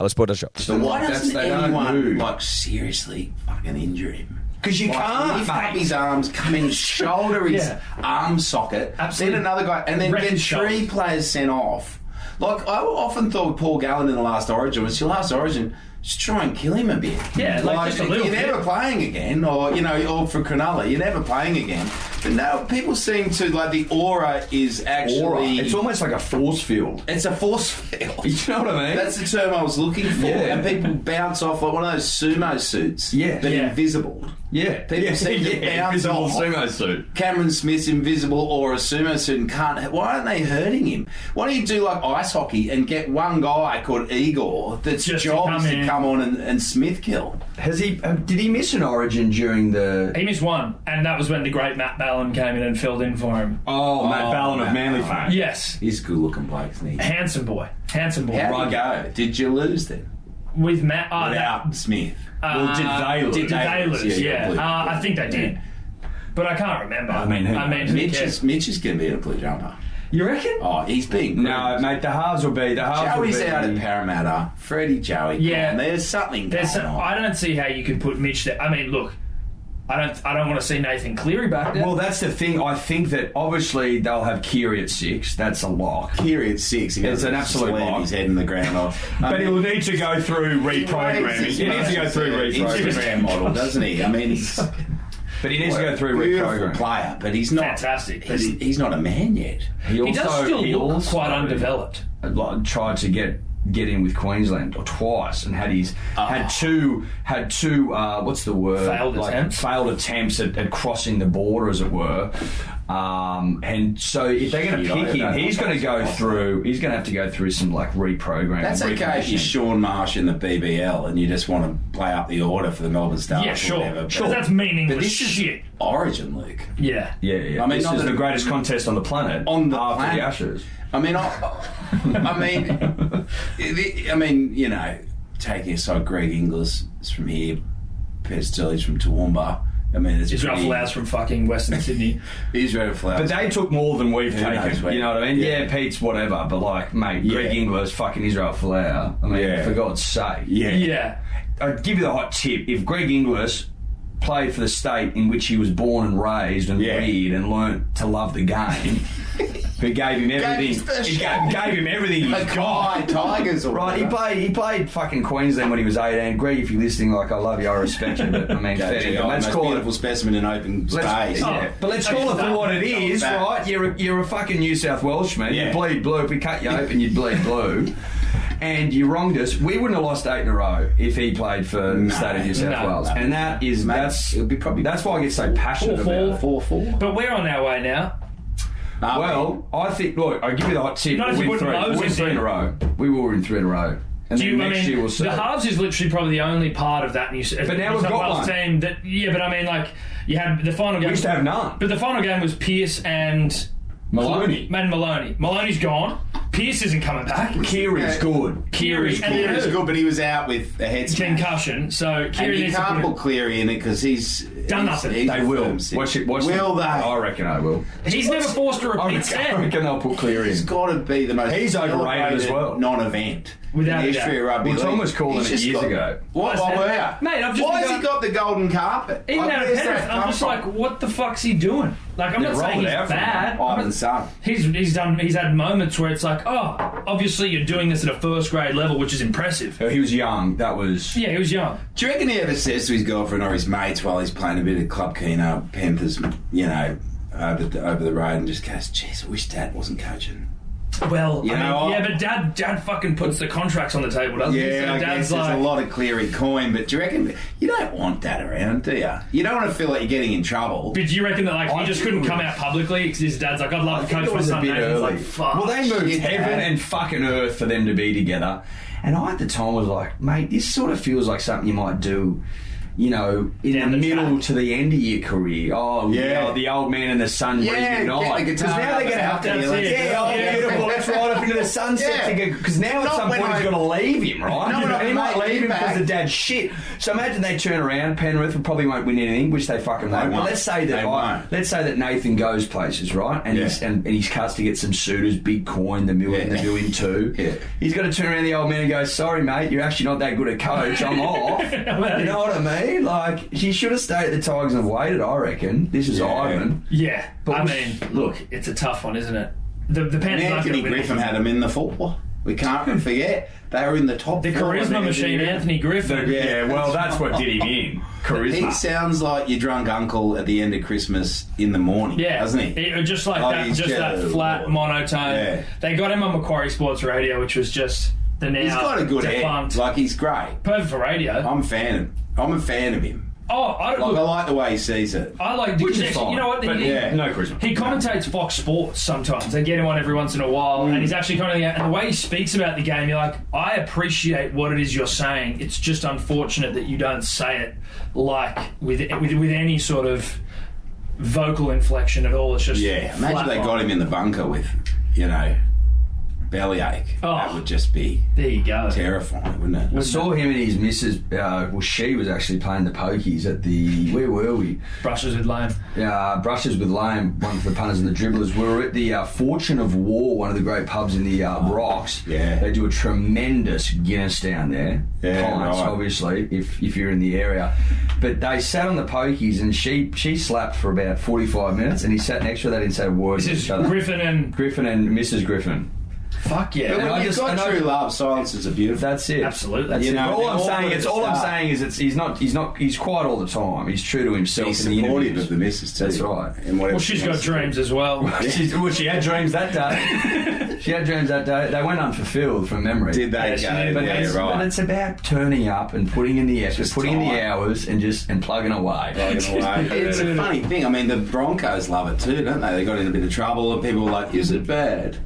[SPEAKER 6] Hellosport.shop.
[SPEAKER 4] So why
[SPEAKER 3] That's-
[SPEAKER 4] doesn't
[SPEAKER 3] they don't
[SPEAKER 4] anyone
[SPEAKER 3] move.
[SPEAKER 4] like seriously fucking injure him? Because
[SPEAKER 3] you can't,
[SPEAKER 4] lift up his arms, come in, shoulder his
[SPEAKER 2] Yeah.
[SPEAKER 4] arm socket,
[SPEAKER 2] Absolutely.
[SPEAKER 4] then another guy, and then
[SPEAKER 2] Wreck
[SPEAKER 4] get
[SPEAKER 2] his shoulder.
[SPEAKER 4] three players sent off. Like I often thought, Paul Gallen in the last Origin was your last Origin. Just try and kill him a bit.
[SPEAKER 2] Yeah, like, just a little
[SPEAKER 4] you're
[SPEAKER 2] bit.
[SPEAKER 4] never playing again, or you know, or for Cronulla, you're never playing again. But now people seem to like the aura is actually
[SPEAKER 3] Aura. It's almost like a force field.
[SPEAKER 4] it's a force field.
[SPEAKER 3] You know what I mean?
[SPEAKER 4] That's the term I was looking for.
[SPEAKER 3] Yeah.
[SPEAKER 4] And people bounce off like one of those sumo suits.
[SPEAKER 3] Yeah.
[SPEAKER 4] But
[SPEAKER 2] Yeah.
[SPEAKER 4] invisible.
[SPEAKER 3] yeah.
[SPEAKER 4] People seem to bounce
[SPEAKER 3] invisible
[SPEAKER 4] off.
[SPEAKER 3] sumo suit.
[SPEAKER 4] Cameron Smith's invisible or a sumo suit and can't. Why aren't they hurting him? Why don't you do like ice hockey and get one guy called Igor that's
[SPEAKER 2] Just to
[SPEAKER 4] job
[SPEAKER 2] come
[SPEAKER 4] is to
[SPEAKER 2] in.
[SPEAKER 4] come on and, and Smith kill?
[SPEAKER 3] Has he? uh, Did he miss an origin during the?
[SPEAKER 2] He missed one, and that was when the great Matt Ballon came in and filled in for him.
[SPEAKER 3] Oh, Matt Ballon of Manly fame.
[SPEAKER 2] Yes,
[SPEAKER 4] He's a good looking bloke, isn't he?
[SPEAKER 2] handsome boy, handsome boy.
[SPEAKER 4] How'd you go? Did you lose then?
[SPEAKER 2] With Matt, oh, that,
[SPEAKER 4] Without Smith.
[SPEAKER 2] uh,
[SPEAKER 3] Well, did they lose?
[SPEAKER 2] Did they lose?
[SPEAKER 4] Yeah,
[SPEAKER 2] Yeah,
[SPEAKER 4] blue.
[SPEAKER 2] Uh, I think they did, but I can't remember. I
[SPEAKER 3] mean, who
[SPEAKER 2] I mean,
[SPEAKER 3] knows?
[SPEAKER 2] who
[SPEAKER 4] Mitch
[SPEAKER 2] cares?
[SPEAKER 4] is, Mitch is going to be in a blue jumper.
[SPEAKER 2] You reckon?
[SPEAKER 4] Oh, he's being
[SPEAKER 3] No, mate. The halves will be. The halves
[SPEAKER 4] Joey's
[SPEAKER 3] will be.
[SPEAKER 4] out at Parramatta. Freddie Joey.
[SPEAKER 2] Yeah.
[SPEAKER 4] And there's something
[SPEAKER 2] There's
[SPEAKER 4] going
[SPEAKER 2] some,
[SPEAKER 4] on.
[SPEAKER 2] I don't see how you could put Mitch there. I mean, look, I don't. I don't want to see Nathan Cleary back there.
[SPEAKER 3] Well, that's the thing. I think that obviously they'll have Kiri at six. That's a lock.
[SPEAKER 4] Period six. He
[SPEAKER 3] It's an absolute
[SPEAKER 4] slam
[SPEAKER 3] lock.
[SPEAKER 4] his head in the ground. off. I
[SPEAKER 3] But
[SPEAKER 4] mean,
[SPEAKER 3] he'll need to go through reprogramming.
[SPEAKER 4] he's
[SPEAKER 3] He needs to go through
[SPEAKER 4] he's an
[SPEAKER 3] reprogramming.
[SPEAKER 4] Instagram model, doesn't he? I mean, he's a
[SPEAKER 3] But he needs to go through
[SPEAKER 4] beautiful
[SPEAKER 3] reprogramming.
[SPEAKER 4] player, but he's not
[SPEAKER 2] Fantastic.
[SPEAKER 4] He's, he's not a man yet.
[SPEAKER 2] he does still
[SPEAKER 3] he
[SPEAKER 2] look
[SPEAKER 3] also
[SPEAKER 2] quite undeveloped.
[SPEAKER 3] like, Tried to get get in with Queensland or twice, and had his
[SPEAKER 4] Ah.
[SPEAKER 3] had two had two uh, what's the word
[SPEAKER 2] Failed attempts?
[SPEAKER 3] failed attempts at, at crossing the border, as it were. Um, and so if they're going to
[SPEAKER 4] Shit, I
[SPEAKER 3] pick
[SPEAKER 4] don't
[SPEAKER 3] him,
[SPEAKER 4] know.
[SPEAKER 3] he's going to go through. He's going to have to go through some like reprogramming.
[SPEAKER 4] That's okay if
[SPEAKER 3] reconditioning.
[SPEAKER 4] you're Sean Marsh in the BBL and you just want to play up the order for the Melbourne Stars.
[SPEAKER 2] Yeah,
[SPEAKER 4] or
[SPEAKER 2] sure.
[SPEAKER 4] Whatever, but-
[SPEAKER 2] Sure. That's meaningless
[SPEAKER 4] But this is
[SPEAKER 2] shit.
[SPEAKER 4] Origin, Luke.
[SPEAKER 2] Yeah.
[SPEAKER 3] Yeah, yeah.
[SPEAKER 4] I mean,
[SPEAKER 3] this
[SPEAKER 4] not
[SPEAKER 3] is
[SPEAKER 4] that-
[SPEAKER 3] the greatest contest on the planet.
[SPEAKER 4] On the
[SPEAKER 3] after
[SPEAKER 4] planet.
[SPEAKER 3] the Ashes.
[SPEAKER 4] I mean, I, I mean, the- I mean, you know, taking aside Greg Inglis is from here, Peter Stelly's from Toowoomba. I mean, it's
[SPEAKER 2] Israel
[SPEAKER 4] pretty-
[SPEAKER 2] Flowers from fucking Western Sydney.
[SPEAKER 4] Israel Flowers.
[SPEAKER 3] But they took more than we've
[SPEAKER 4] Yeah, that's
[SPEAKER 3] taken.
[SPEAKER 4] right.
[SPEAKER 3] You know what I mean?
[SPEAKER 4] Yeah.
[SPEAKER 3] Yeah. Pete's whatever, but like, mate, Greg
[SPEAKER 4] Yeah.
[SPEAKER 3] Inglis, fucking Israel Folau. I mean,
[SPEAKER 4] Yeah.
[SPEAKER 3] for God's sake.
[SPEAKER 4] yeah.
[SPEAKER 2] yeah.
[SPEAKER 3] I'd give you the hot tip. If Greg Inglis played for the state in which he was born and raised and
[SPEAKER 4] Yeah.
[SPEAKER 3] reared and learnt to love the game, who gave him everything.
[SPEAKER 4] special.
[SPEAKER 3] he gave, gave him everything he's got.
[SPEAKER 4] God, Tigers or
[SPEAKER 3] Right, he
[SPEAKER 4] whatever.
[SPEAKER 3] played. He played fucking Queensland when he was eighteen. Greg, if you're listening, like I love you, I respect you, but I mean,
[SPEAKER 4] Yeah,
[SPEAKER 3] fair
[SPEAKER 4] gee,
[SPEAKER 3] dinkum.
[SPEAKER 4] I'm
[SPEAKER 3] let's
[SPEAKER 4] the most
[SPEAKER 3] call it.
[SPEAKER 4] beautiful specimen in open
[SPEAKER 3] Let's,
[SPEAKER 4] space.
[SPEAKER 3] yeah.
[SPEAKER 2] Oh,
[SPEAKER 3] But let's call it for what it is,
[SPEAKER 4] Back.
[SPEAKER 3] right? You're a, you're a fucking New South Welshman. You
[SPEAKER 4] Yeah.
[SPEAKER 3] bleed blue. If we cut you open, you'd bleed blue. And you wronged us. We wouldn't have lost eight in a row if he played for the state of New South
[SPEAKER 2] no,
[SPEAKER 3] Wales. And that is
[SPEAKER 4] Mate,
[SPEAKER 3] that's
[SPEAKER 4] it'll be probably-
[SPEAKER 3] that's why I get so passionate
[SPEAKER 2] Four,
[SPEAKER 3] about it.
[SPEAKER 4] Four four.
[SPEAKER 2] But we're on our way now.
[SPEAKER 4] Aren't we?
[SPEAKER 3] Well, I think look, I'll give you the hot tip.
[SPEAKER 2] Not if
[SPEAKER 3] we'll
[SPEAKER 2] you
[SPEAKER 3] win
[SPEAKER 2] put
[SPEAKER 3] three.
[SPEAKER 2] Moses
[SPEAKER 3] We'll win three in a row. We will win three in a row. And
[SPEAKER 2] Do
[SPEAKER 3] then
[SPEAKER 2] you, I
[SPEAKER 3] next
[SPEAKER 2] mean,
[SPEAKER 3] year we'll see.
[SPEAKER 2] the halves is literally probably the only part of that new.
[SPEAKER 3] But now
[SPEAKER 2] New
[SPEAKER 3] we've
[SPEAKER 2] South
[SPEAKER 3] got
[SPEAKER 2] Wales
[SPEAKER 3] one.
[SPEAKER 2] team that yeah, but I mean like you had the final game.
[SPEAKER 3] used to have none.
[SPEAKER 2] But the final game was Pierce and
[SPEAKER 3] Maloney.
[SPEAKER 2] Man Maloney. Maloney's gone. Pierce isn't coming back.
[SPEAKER 3] Kiri's good.
[SPEAKER 2] Kiri's and
[SPEAKER 4] Cleary
[SPEAKER 2] then
[SPEAKER 4] was
[SPEAKER 2] who?
[SPEAKER 4] good, but he was out with a head smash.
[SPEAKER 2] concussion. So
[SPEAKER 4] And
[SPEAKER 2] Kiri
[SPEAKER 4] you
[SPEAKER 2] needs to
[SPEAKER 4] can't
[SPEAKER 2] put
[SPEAKER 4] put Cleary in it because he's
[SPEAKER 2] Done
[SPEAKER 4] he's-
[SPEAKER 2] nothing.
[SPEAKER 4] he's
[SPEAKER 3] They
[SPEAKER 4] a
[SPEAKER 3] will.
[SPEAKER 4] firm six.
[SPEAKER 3] Watch it. Watch
[SPEAKER 4] Will
[SPEAKER 3] them.
[SPEAKER 4] they?
[SPEAKER 3] I reckon I will.
[SPEAKER 2] He's never forced a
[SPEAKER 3] I
[SPEAKER 2] repeat
[SPEAKER 3] reckon, I
[SPEAKER 2] set.
[SPEAKER 3] reckon they'll put Cleary
[SPEAKER 4] It's
[SPEAKER 3] in.
[SPEAKER 4] got to be the most
[SPEAKER 3] He's overrated as
[SPEAKER 4] celebrated
[SPEAKER 3] well.
[SPEAKER 4] Non-event
[SPEAKER 2] Without
[SPEAKER 4] in
[SPEAKER 2] a
[SPEAKER 4] the history
[SPEAKER 2] doubt.
[SPEAKER 4] of rugby.
[SPEAKER 3] Well, Tom
[SPEAKER 4] league.
[SPEAKER 3] was calling
[SPEAKER 4] He's
[SPEAKER 3] it
[SPEAKER 4] just
[SPEAKER 3] years
[SPEAKER 4] got-
[SPEAKER 3] ago.
[SPEAKER 4] What? Why
[SPEAKER 2] Why is
[SPEAKER 4] were
[SPEAKER 2] that?
[SPEAKER 4] you?
[SPEAKER 2] Mate, I've just
[SPEAKER 4] Why has
[SPEAKER 2] been
[SPEAKER 4] he
[SPEAKER 2] going-
[SPEAKER 4] got the golden carpet?
[SPEAKER 2] Even
[SPEAKER 4] Like,
[SPEAKER 2] out of
[SPEAKER 4] where's
[SPEAKER 2] Penrith,
[SPEAKER 4] that
[SPEAKER 2] I'm
[SPEAKER 4] come
[SPEAKER 2] just
[SPEAKER 4] from?
[SPEAKER 2] like, what the fuck's he doing? Like, I'm not saying
[SPEAKER 3] rolled
[SPEAKER 2] he's
[SPEAKER 3] out for him.
[SPEAKER 2] bad.
[SPEAKER 4] Ivan Sun.
[SPEAKER 2] He's, he's done. He's had moments where it's like, oh, obviously you're doing this at a first grade level, which is impressive.
[SPEAKER 3] He was young. That was.
[SPEAKER 2] Yeah, he was young.
[SPEAKER 4] Do you reckon he ever says to his girlfriend or his mates while he's playing a bit of club keno Panthers, you know, over the, over the road and just goes, "Jeez, I wish Dad wasn't coaching."
[SPEAKER 2] Well,
[SPEAKER 4] You
[SPEAKER 2] I mean,
[SPEAKER 4] know what?
[SPEAKER 2] yeah, but dad, dad fucking puts the contracts on the table, doesn't he?
[SPEAKER 4] Yeah,
[SPEAKER 2] So
[SPEAKER 4] I
[SPEAKER 2] dad's
[SPEAKER 4] guess
[SPEAKER 2] like,
[SPEAKER 4] there's a lot of Cleary coin, but do you reckon you don't want that around, do you? You don't want to feel like you're getting in trouble.
[SPEAKER 2] But do you reckon that like
[SPEAKER 3] I
[SPEAKER 2] he just
[SPEAKER 3] think
[SPEAKER 2] couldn't
[SPEAKER 3] it
[SPEAKER 2] come
[SPEAKER 3] was-
[SPEAKER 2] out publicly because his dad's like, I'd
[SPEAKER 3] I
[SPEAKER 2] love to
[SPEAKER 3] think
[SPEAKER 2] coach
[SPEAKER 3] it
[SPEAKER 2] my
[SPEAKER 3] was a
[SPEAKER 2] son.
[SPEAKER 3] bit
[SPEAKER 2] Nathan. He's
[SPEAKER 3] early.
[SPEAKER 2] like, fuck.
[SPEAKER 3] well, they moved
[SPEAKER 4] shit,
[SPEAKER 3] heaven
[SPEAKER 4] Dad.
[SPEAKER 3] and fucking earth for them to be together. And I at the time was like, mate, this sort of feels like something you might do, you know, in
[SPEAKER 2] Down
[SPEAKER 3] the,
[SPEAKER 2] the
[SPEAKER 3] middle
[SPEAKER 2] track.
[SPEAKER 3] to the end of your career. Oh,
[SPEAKER 4] Yeah.
[SPEAKER 3] yeah, the old man and the sun
[SPEAKER 4] Yeah,
[SPEAKER 3] reunite.
[SPEAKER 4] get the
[SPEAKER 3] Because
[SPEAKER 4] guitar
[SPEAKER 3] now
[SPEAKER 4] out
[SPEAKER 3] they're going to
[SPEAKER 4] the
[SPEAKER 3] have to.
[SPEAKER 4] back,
[SPEAKER 2] that's it.
[SPEAKER 3] Yeah, oh,
[SPEAKER 2] Yeah.
[SPEAKER 3] beautiful. Let's ride off into the
[SPEAKER 4] Yeah.
[SPEAKER 3] sunset Because now at
[SPEAKER 4] Not
[SPEAKER 3] some
[SPEAKER 4] when
[SPEAKER 3] point
[SPEAKER 4] I-
[SPEAKER 3] he's got to leave him, right?
[SPEAKER 4] Not when I
[SPEAKER 3] and he might
[SPEAKER 4] made
[SPEAKER 3] leave him
[SPEAKER 4] it
[SPEAKER 3] because
[SPEAKER 4] back.
[SPEAKER 3] the dad's shit. So imagine they turn around. Penrith probably won't win anything, which they fucking won't. But
[SPEAKER 4] won't.
[SPEAKER 3] let's say that
[SPEAKER 4] They
[SPEAKER 3] I-
[SPEAKER 4] won't.
[SPEAKER 3] let's say that Nathan goes places, right? And
[SPEAKER 4] Yeah.
[SPEAKER 3] he's and, and he cuts to get some suitors, big coin, the million,
[SPEAKER 4] Yeah.
[SPEAKER 3] the million two.
[SPEAKER 4] Yeah.
[SPEAKER 3] He's got to turn around to the old man and go, "Sorry, mate, you're actually not that good a coach. I'm off." you know what I mean? Like he should have stayed at the Tigers and waited. I reckon this is
[SPEAKER 4] Yeah.
[SPEAKER 3] Ivan.
[SPEAKER 2] yeah,
[SPEAKER 3] But
[SPEAKER 2] I
[SPEAKER 3] we-
[SPEAKER 2] mean, look, it's a tough one, isn't it? The the Panthers aren't
[SPEAKER 4] Anthony
[SPEAKER 2] going to win.
[SPEAKER 4] Griffin
[SPEAKER 2] it.
[SPEAKER 4] had him in the football. We can't forget they were in the top.
[SPEAKER 2] Hmm. The
[SPEAKER 4] four of
[SPEAKER 2] charisma machine,
[SPEAKER 4] Griffin.
[SPEAKER 2] Anthony Griffin.
[SPEAKER 4] Yeah.
[SPEAKER 3] well, that's what did him in.
[SPEAKER 4] He sounds like your drunk uncle at the end of Christmas in the morning,
[SPEAKER 2] Yeah,
[SPEAKER 4] doesn't he?
[SPEAKER 2] It- just like
[SPEAKER 4] Oh,
[SPEAKER 2] that,
[SPEAKER 4] he's
[SPEAKER 2] just that
[SPEAKER 4] just-
[SPEAKER 2] flat monotone.
[SPEAKER 4] Yeah.
[SPEAKER 2] They got him on Macquarie Sports Radio, which was just the now
[SPEAKER 4] He's got a good
[SPEAKER 2] defunct.
[SPEAKER 4] head. Like he's great.
[SPEAKER 2] perfect for radio.
[SPEAKER 4] I'm a fan. Of, I'm a fan of him.
[SPEAKER 2] oh, I don't.
[SPEAKER 4] Like I
[SPEAKER 2] Look,
[SPEAKER 4] like the way he sees it.
[SPEAKER 2] I like.
[SPEAKER 3] Which is
[SPEAKER 2] actually,
[SPEAKER 3] fine.
[SPEAKER 2] You know what?
[SPEAKER 3] But
[SPEAKER 2] He-
[SPEAKER 4] yeah.
[SPEAKER 3] No charisma.
[SPEAKER 2] He commentates Fox Sports sometimes. They get him on every once in a while, and he's actually kind of and the way he speaks about the game, you're like, I appreciate what it is you're saying. It's just unfortunate that you don't say it like with with, with any sort of vocal inflection at all. It's just
[SPEAKER 4] Yeah, imagine they
[SPEAKER 2] flatline.
[SPEAKER 4] got him in the bunker with, you know, bellyache.
[SPEAKER 2] Oh.
[SPEAKER 4] That would just be
[SPEAKER 2] There you go.
[SPEAKER 4] terrifying, wouldn't it?
[SPEAKER 3] I saw him and his missus. Uh, well, she was actually playing the pokies at the. Where were we?
[SPEAKER 2] Brushes with lame.
[SPEAKER 3] uh, brushes with lame, one for the punters and the dribblers. We were at the uh, Fortune of War, one of the great pubs in the uh, Rocks.
[SPEAKER 4] Ah, Yeah.
[SPEAKER 3] They do a tremendous Guinness down there.
[SPEAKER 4] Yeah,
[SPEAKER 3] Pints,
[SPEAKER 4] right.
[SPEAKER 3] obviously, if, if you're in the area. But they sat on the pokies and she, she slapped for about 45 minutes and he sat next to her. They didn't say a word to
[SPEAKER 2] This
[SPEAKER 3] each
[SPEAKER 2] is
[SPEAKER 3] other.
[SPEAKER 2] Griffin and
[SPEAKER 3] Griffin and Mrs. Griffin.
[SPEAKER 2] fuck yeah.
[SPEAKER 4] But
[SPEAKER 3] I
[SPEAKER 4] when you've
[SPEAKER 3] just-
[SPEAKER 4] got
[SPEAKER 3] and I-
[SPEAKER 4] true love, silences are beautiful.
[SPEAKER 3] That's it.
[SPEAKER 2] Absolutely.
[SPEAKER 3] That's
[SPEAKER 4] You
[SPEAKER 3] it.
[SPEAKER 4] know,
[SPEAKER 3] all
[SPEAKER 4] they're
[SPEAKER 3] I'm
[SPEAKER 4] all
[SPEAKER 3] saying
[SPEAKER 4] good at
[SPEAKER 3] is
[SPEAKER 4] the
[SPEAKER 3] all I'm
[SPEAKER 4] start.
[SPEAKER 3] saying is it's he's not he's not he's quiet all the time. He's true to himself.
[SPEAKER 4] He's
[SPEAKER 3] in the
[SPEAKER 4] supportive
[SPEAKER 3] interviews.
[SPEAKER 4] of the missus too.
[SPEAKER 3] That's right.
[SPEAKER 4] And whatever
[SPEAKER 2] Well, she's
[SPEAKER 4] she
[SPEAKER 2] got
[SPEAKER 4] wants to
[SPEAKER 2] dreams
[SPEAKER 4] do.
[SPEAKER 2] as well.
[SPEAKER 3] She's, well, she had dreams that day. she had dreams that day. They went unfulfilled from memory.
[SPEAKER 4] Did they
[SPEAKER 2] Yeah, she
[SPEAKER 4] go?
[SPEAKER 2] did.
[SPEAKER 3] But,
[SPEAKER 4] yeah,
[SPEAKER 3] it's, but
[SPEAKER 4] right.
[SPEAKER 3] it's about turning up and putting in the effort,
[SPEAKER 4] Just
[SPEAKER 3] putting in the
[SPEAKER 4] time.
[SPEAKER 3] hours, and just and plugging away.
[SPEAKER 4] It's, it's a funny thing. I mean, the Broncos love it too, don't they? They got in a bit of trouble, and people were like, "Is it bad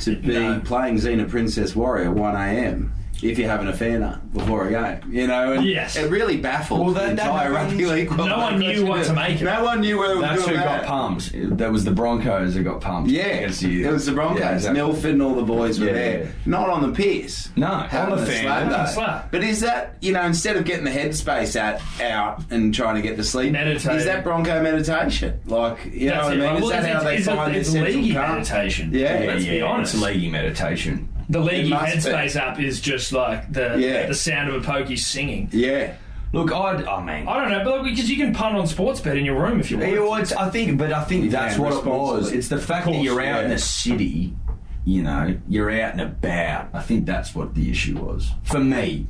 [SPEAKER 4] to be playing Xena Princess Warrior 1 a.m. if you're having a fan before a game?" You know, and
[SPEAKER 2] Yes.
[SPEAKER 4] it really baffled
[SPEAKER 3] Well,
[SPEAKER 4] the
[SPEAKER 3] that- that
[SPEAKER 4] entire
[SPEAKER 3] happens.
[SPEAKER 4] rugby league.
[SPEAKER 2] No one knew what to make of it.
[SPEAKER 4] No one knew where we were
[SPEAKER 3] That's who
[SPEAKER 4] doing
[SPEAKER 3] got
[SPEAKER 4] that.
[SPEAKER 3] pumped. That was the Broncos that got pumped.
[SPEAKER 4] Yeah,
[SPEAKER 3] Against the-
[SPEAKER 4] it was the Broncos.
[SPEAKER 3] Yeah, exactly.
[SPEAKER 4] Milford and all the boys were
[SPEAKER 3] Yeah.
[SPEAKER 4] there, not on the piss.
[SPEAKER 3] No,
[SPEAKER 4] Having
[SPEAKER 3] on the
[SPEAKER 4] a
[SPEAKER 3] fan.
[SPEAKER 4] slap,
[SPEAKER 3] Having
[SPEAKER 2] a
[SPEAKER 4] though.
[SPEAKER 2] slap.
[SPEAKER 4] But is that you know instead of getting the headspace out out and trying to get to sleep,
[SPEAKER 2] Meditate.
[SPEAKER 4] is that Bronco meditation? Like you
[SPEAKER 2] That's
[SPEAKER 4] know what I mean?
[SPEAKER 2] Well,
[SPEAKER 4] is that
[SPEAKER 2] it's,
[SPEAKER 4] how they
[SPEAKER 2] it's,
[SPEAKER 4] find
[SPEAKER 2] it's,
[SPEAKER 4] their central
[SPEAKER 2] league
[SPEAKER 4] calm?
[SPEAKER 2] meditation.
[SPEAKER 4] Yeah,
[SPEAKER 3] Yeah,
[SPEAKER 2] let's
[SPEAKER 3] yeah,
[SPEAKER 2] be honest.
[SPEAKER 3] It's league meditation.
[SPEAKER 2] The league
[SPEAKER 4] must be.
[SPEAKER 2] headspace app is just like the
[SPEAKER 4] Yeah.
[SPEAKER 2] the sound of a pokey singing.
[SPEAKER 4] Yeah.
[SPEAKER 3] Look, I'd, oh, I mean,
[SPEAKER 2] I don't know, but because you can punt on sports bet in your room if you want.
[SPEAKER 3] Yeah, well, it's, I think, but I think that's
[SPEAKER 4] can,
[SPEAKER 3] what it was.
[SPEAKER 4] responsibly.
[SPEAKER 3] It's the fact
[SPEAKER 4] Of
[SPEAKER 3] that you're
[SPEAKER 4] course,
[SPEAKER 3] out in
[SPEAKER 4] yeah.
[SPEAKER 3] the city, you know, you're out and about. I think that's what the issue was for me.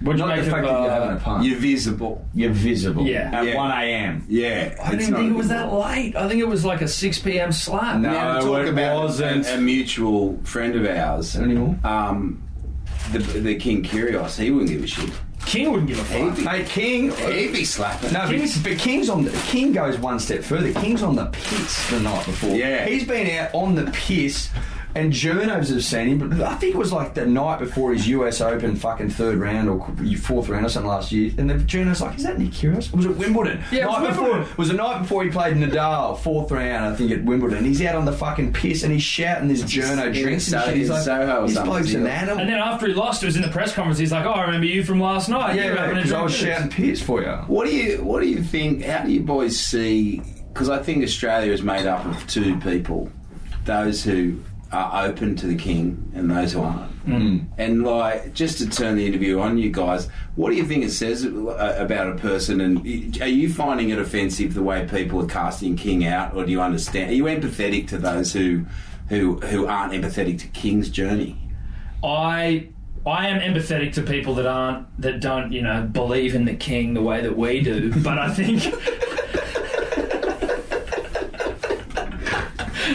[SPEAKER 2] What'd you
[SPEAKER 3] Not
[SPEAKER 2] make
[SPEAKER 3] the fact
[SPEAKER 2] of,
[SPEAKER 3] that you're
[SPEAKER 2] uh,
[SPEAKER 3] having a punt.
[SPEAKER 4] You're visible.
[SPEAKER 3] You're visible
[SPEAKER 2] Yeah.
[SPEAKER 3] at
[SPEAKER 4] Yeah.
[SPEAKER 3] 1 a.m.
[SPEAKER 4] Yeah.
[SPEAKER 2] I didn't think it was that late. I think it was like a 6 p.m. slap.
[SPEAKER 3] No.
[SPEAKER 4] Now to talk
[SPEAKER 3] it
[SPEAKER 4] about
[SPEAKER 3] wasn't. Uh,
[SPEAKER 4] A, a mutual friend of ours.
[SPEAKER 3] Anymore?
[SPEAKER 4] Um, the, the King Kyrgios, he wouldn't give a shit.
[SPEAKER 2] King wouldn't give a
[SPEAKER 4] He'd
[SPEAKER 2] fuck.
[SPEAKER 4] be,
[SPEAKER 3] Hey, King.
[SPEAKER 4] he'd be slapping.
[SPEAKER 3] No, but,
[SPEAKER 2] King's-
[SPEAKER 3] but King's on the King goes one step further. King's on the piss the night before.
[SPEAKER 4] Yeah.
[SPEAKER 3] he's been out on the piss, and journos have seen him. But I think it was like the night before his US Open fucking third round or fourth round or something last year. And the journos like, is that Nick Kyrgios? Or Was it Wimbledon?
[SPEAKER 2] Yeah, it
[SPEAKER 3] night
[SPEAKER 2] was
[SPEAKER 3] before,
[SPEAKER 2] Wimbledon.
[SPEAKER 3] it was the night before he played Nadal fourth round. I think at Wimbledon. He's out on the fucking piss and he's shouting this journo
[SPEAKER 4] in
[SPEAKER 3] drinks and
[SPEAKER 4] So-
[SPEAKER 3] shit. He's
[SPEAKER 4] in
[SPEAKER 3] like,
[SPEAKER 4] Soho or
[SPEAKER 3] this
[SPEAKER 4] something,
[SPEAKER 3] bloke's
[SPEAKER 4] is
[SPEAKER 3] an
[SPEAKER 4] he?
[SPEAKER 3] animal.
[SPEAKER 2] And then after he lost, it was in the press conference. He's like, "Oh, I remember you from last night. You were
[SPEAKER 3] yeah,
[SPEAKER 2] having a
[SPEAKER 3] because I was
[SPEAKER 2] drink with us."
[SPEAKER 3] shouting piss for you.
[SPEAKER 4] What do you What do you think? How do you boys see? Because I think Australia is made up of two people: those who are open to the king and those who aren't.
[SPEAKER 3] Hmm.
[SPEAKER 4] Mm. And like, just to turn the interview on you guys, what do you think it says uh, about a person? And y- are you finding it offensive the way people are casting King out, or do you understand? Are you empathetic to those who who who aren't empathetic to King's journey?
[SPEAKER 2] I I am empathetic to people that aren't that don't you know believe in the king the way that we do. But I think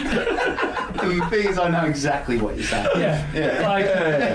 [SPEAKER 4] the thing is, I know exactly what you're saying.
[SPEAKER 2] yeah, like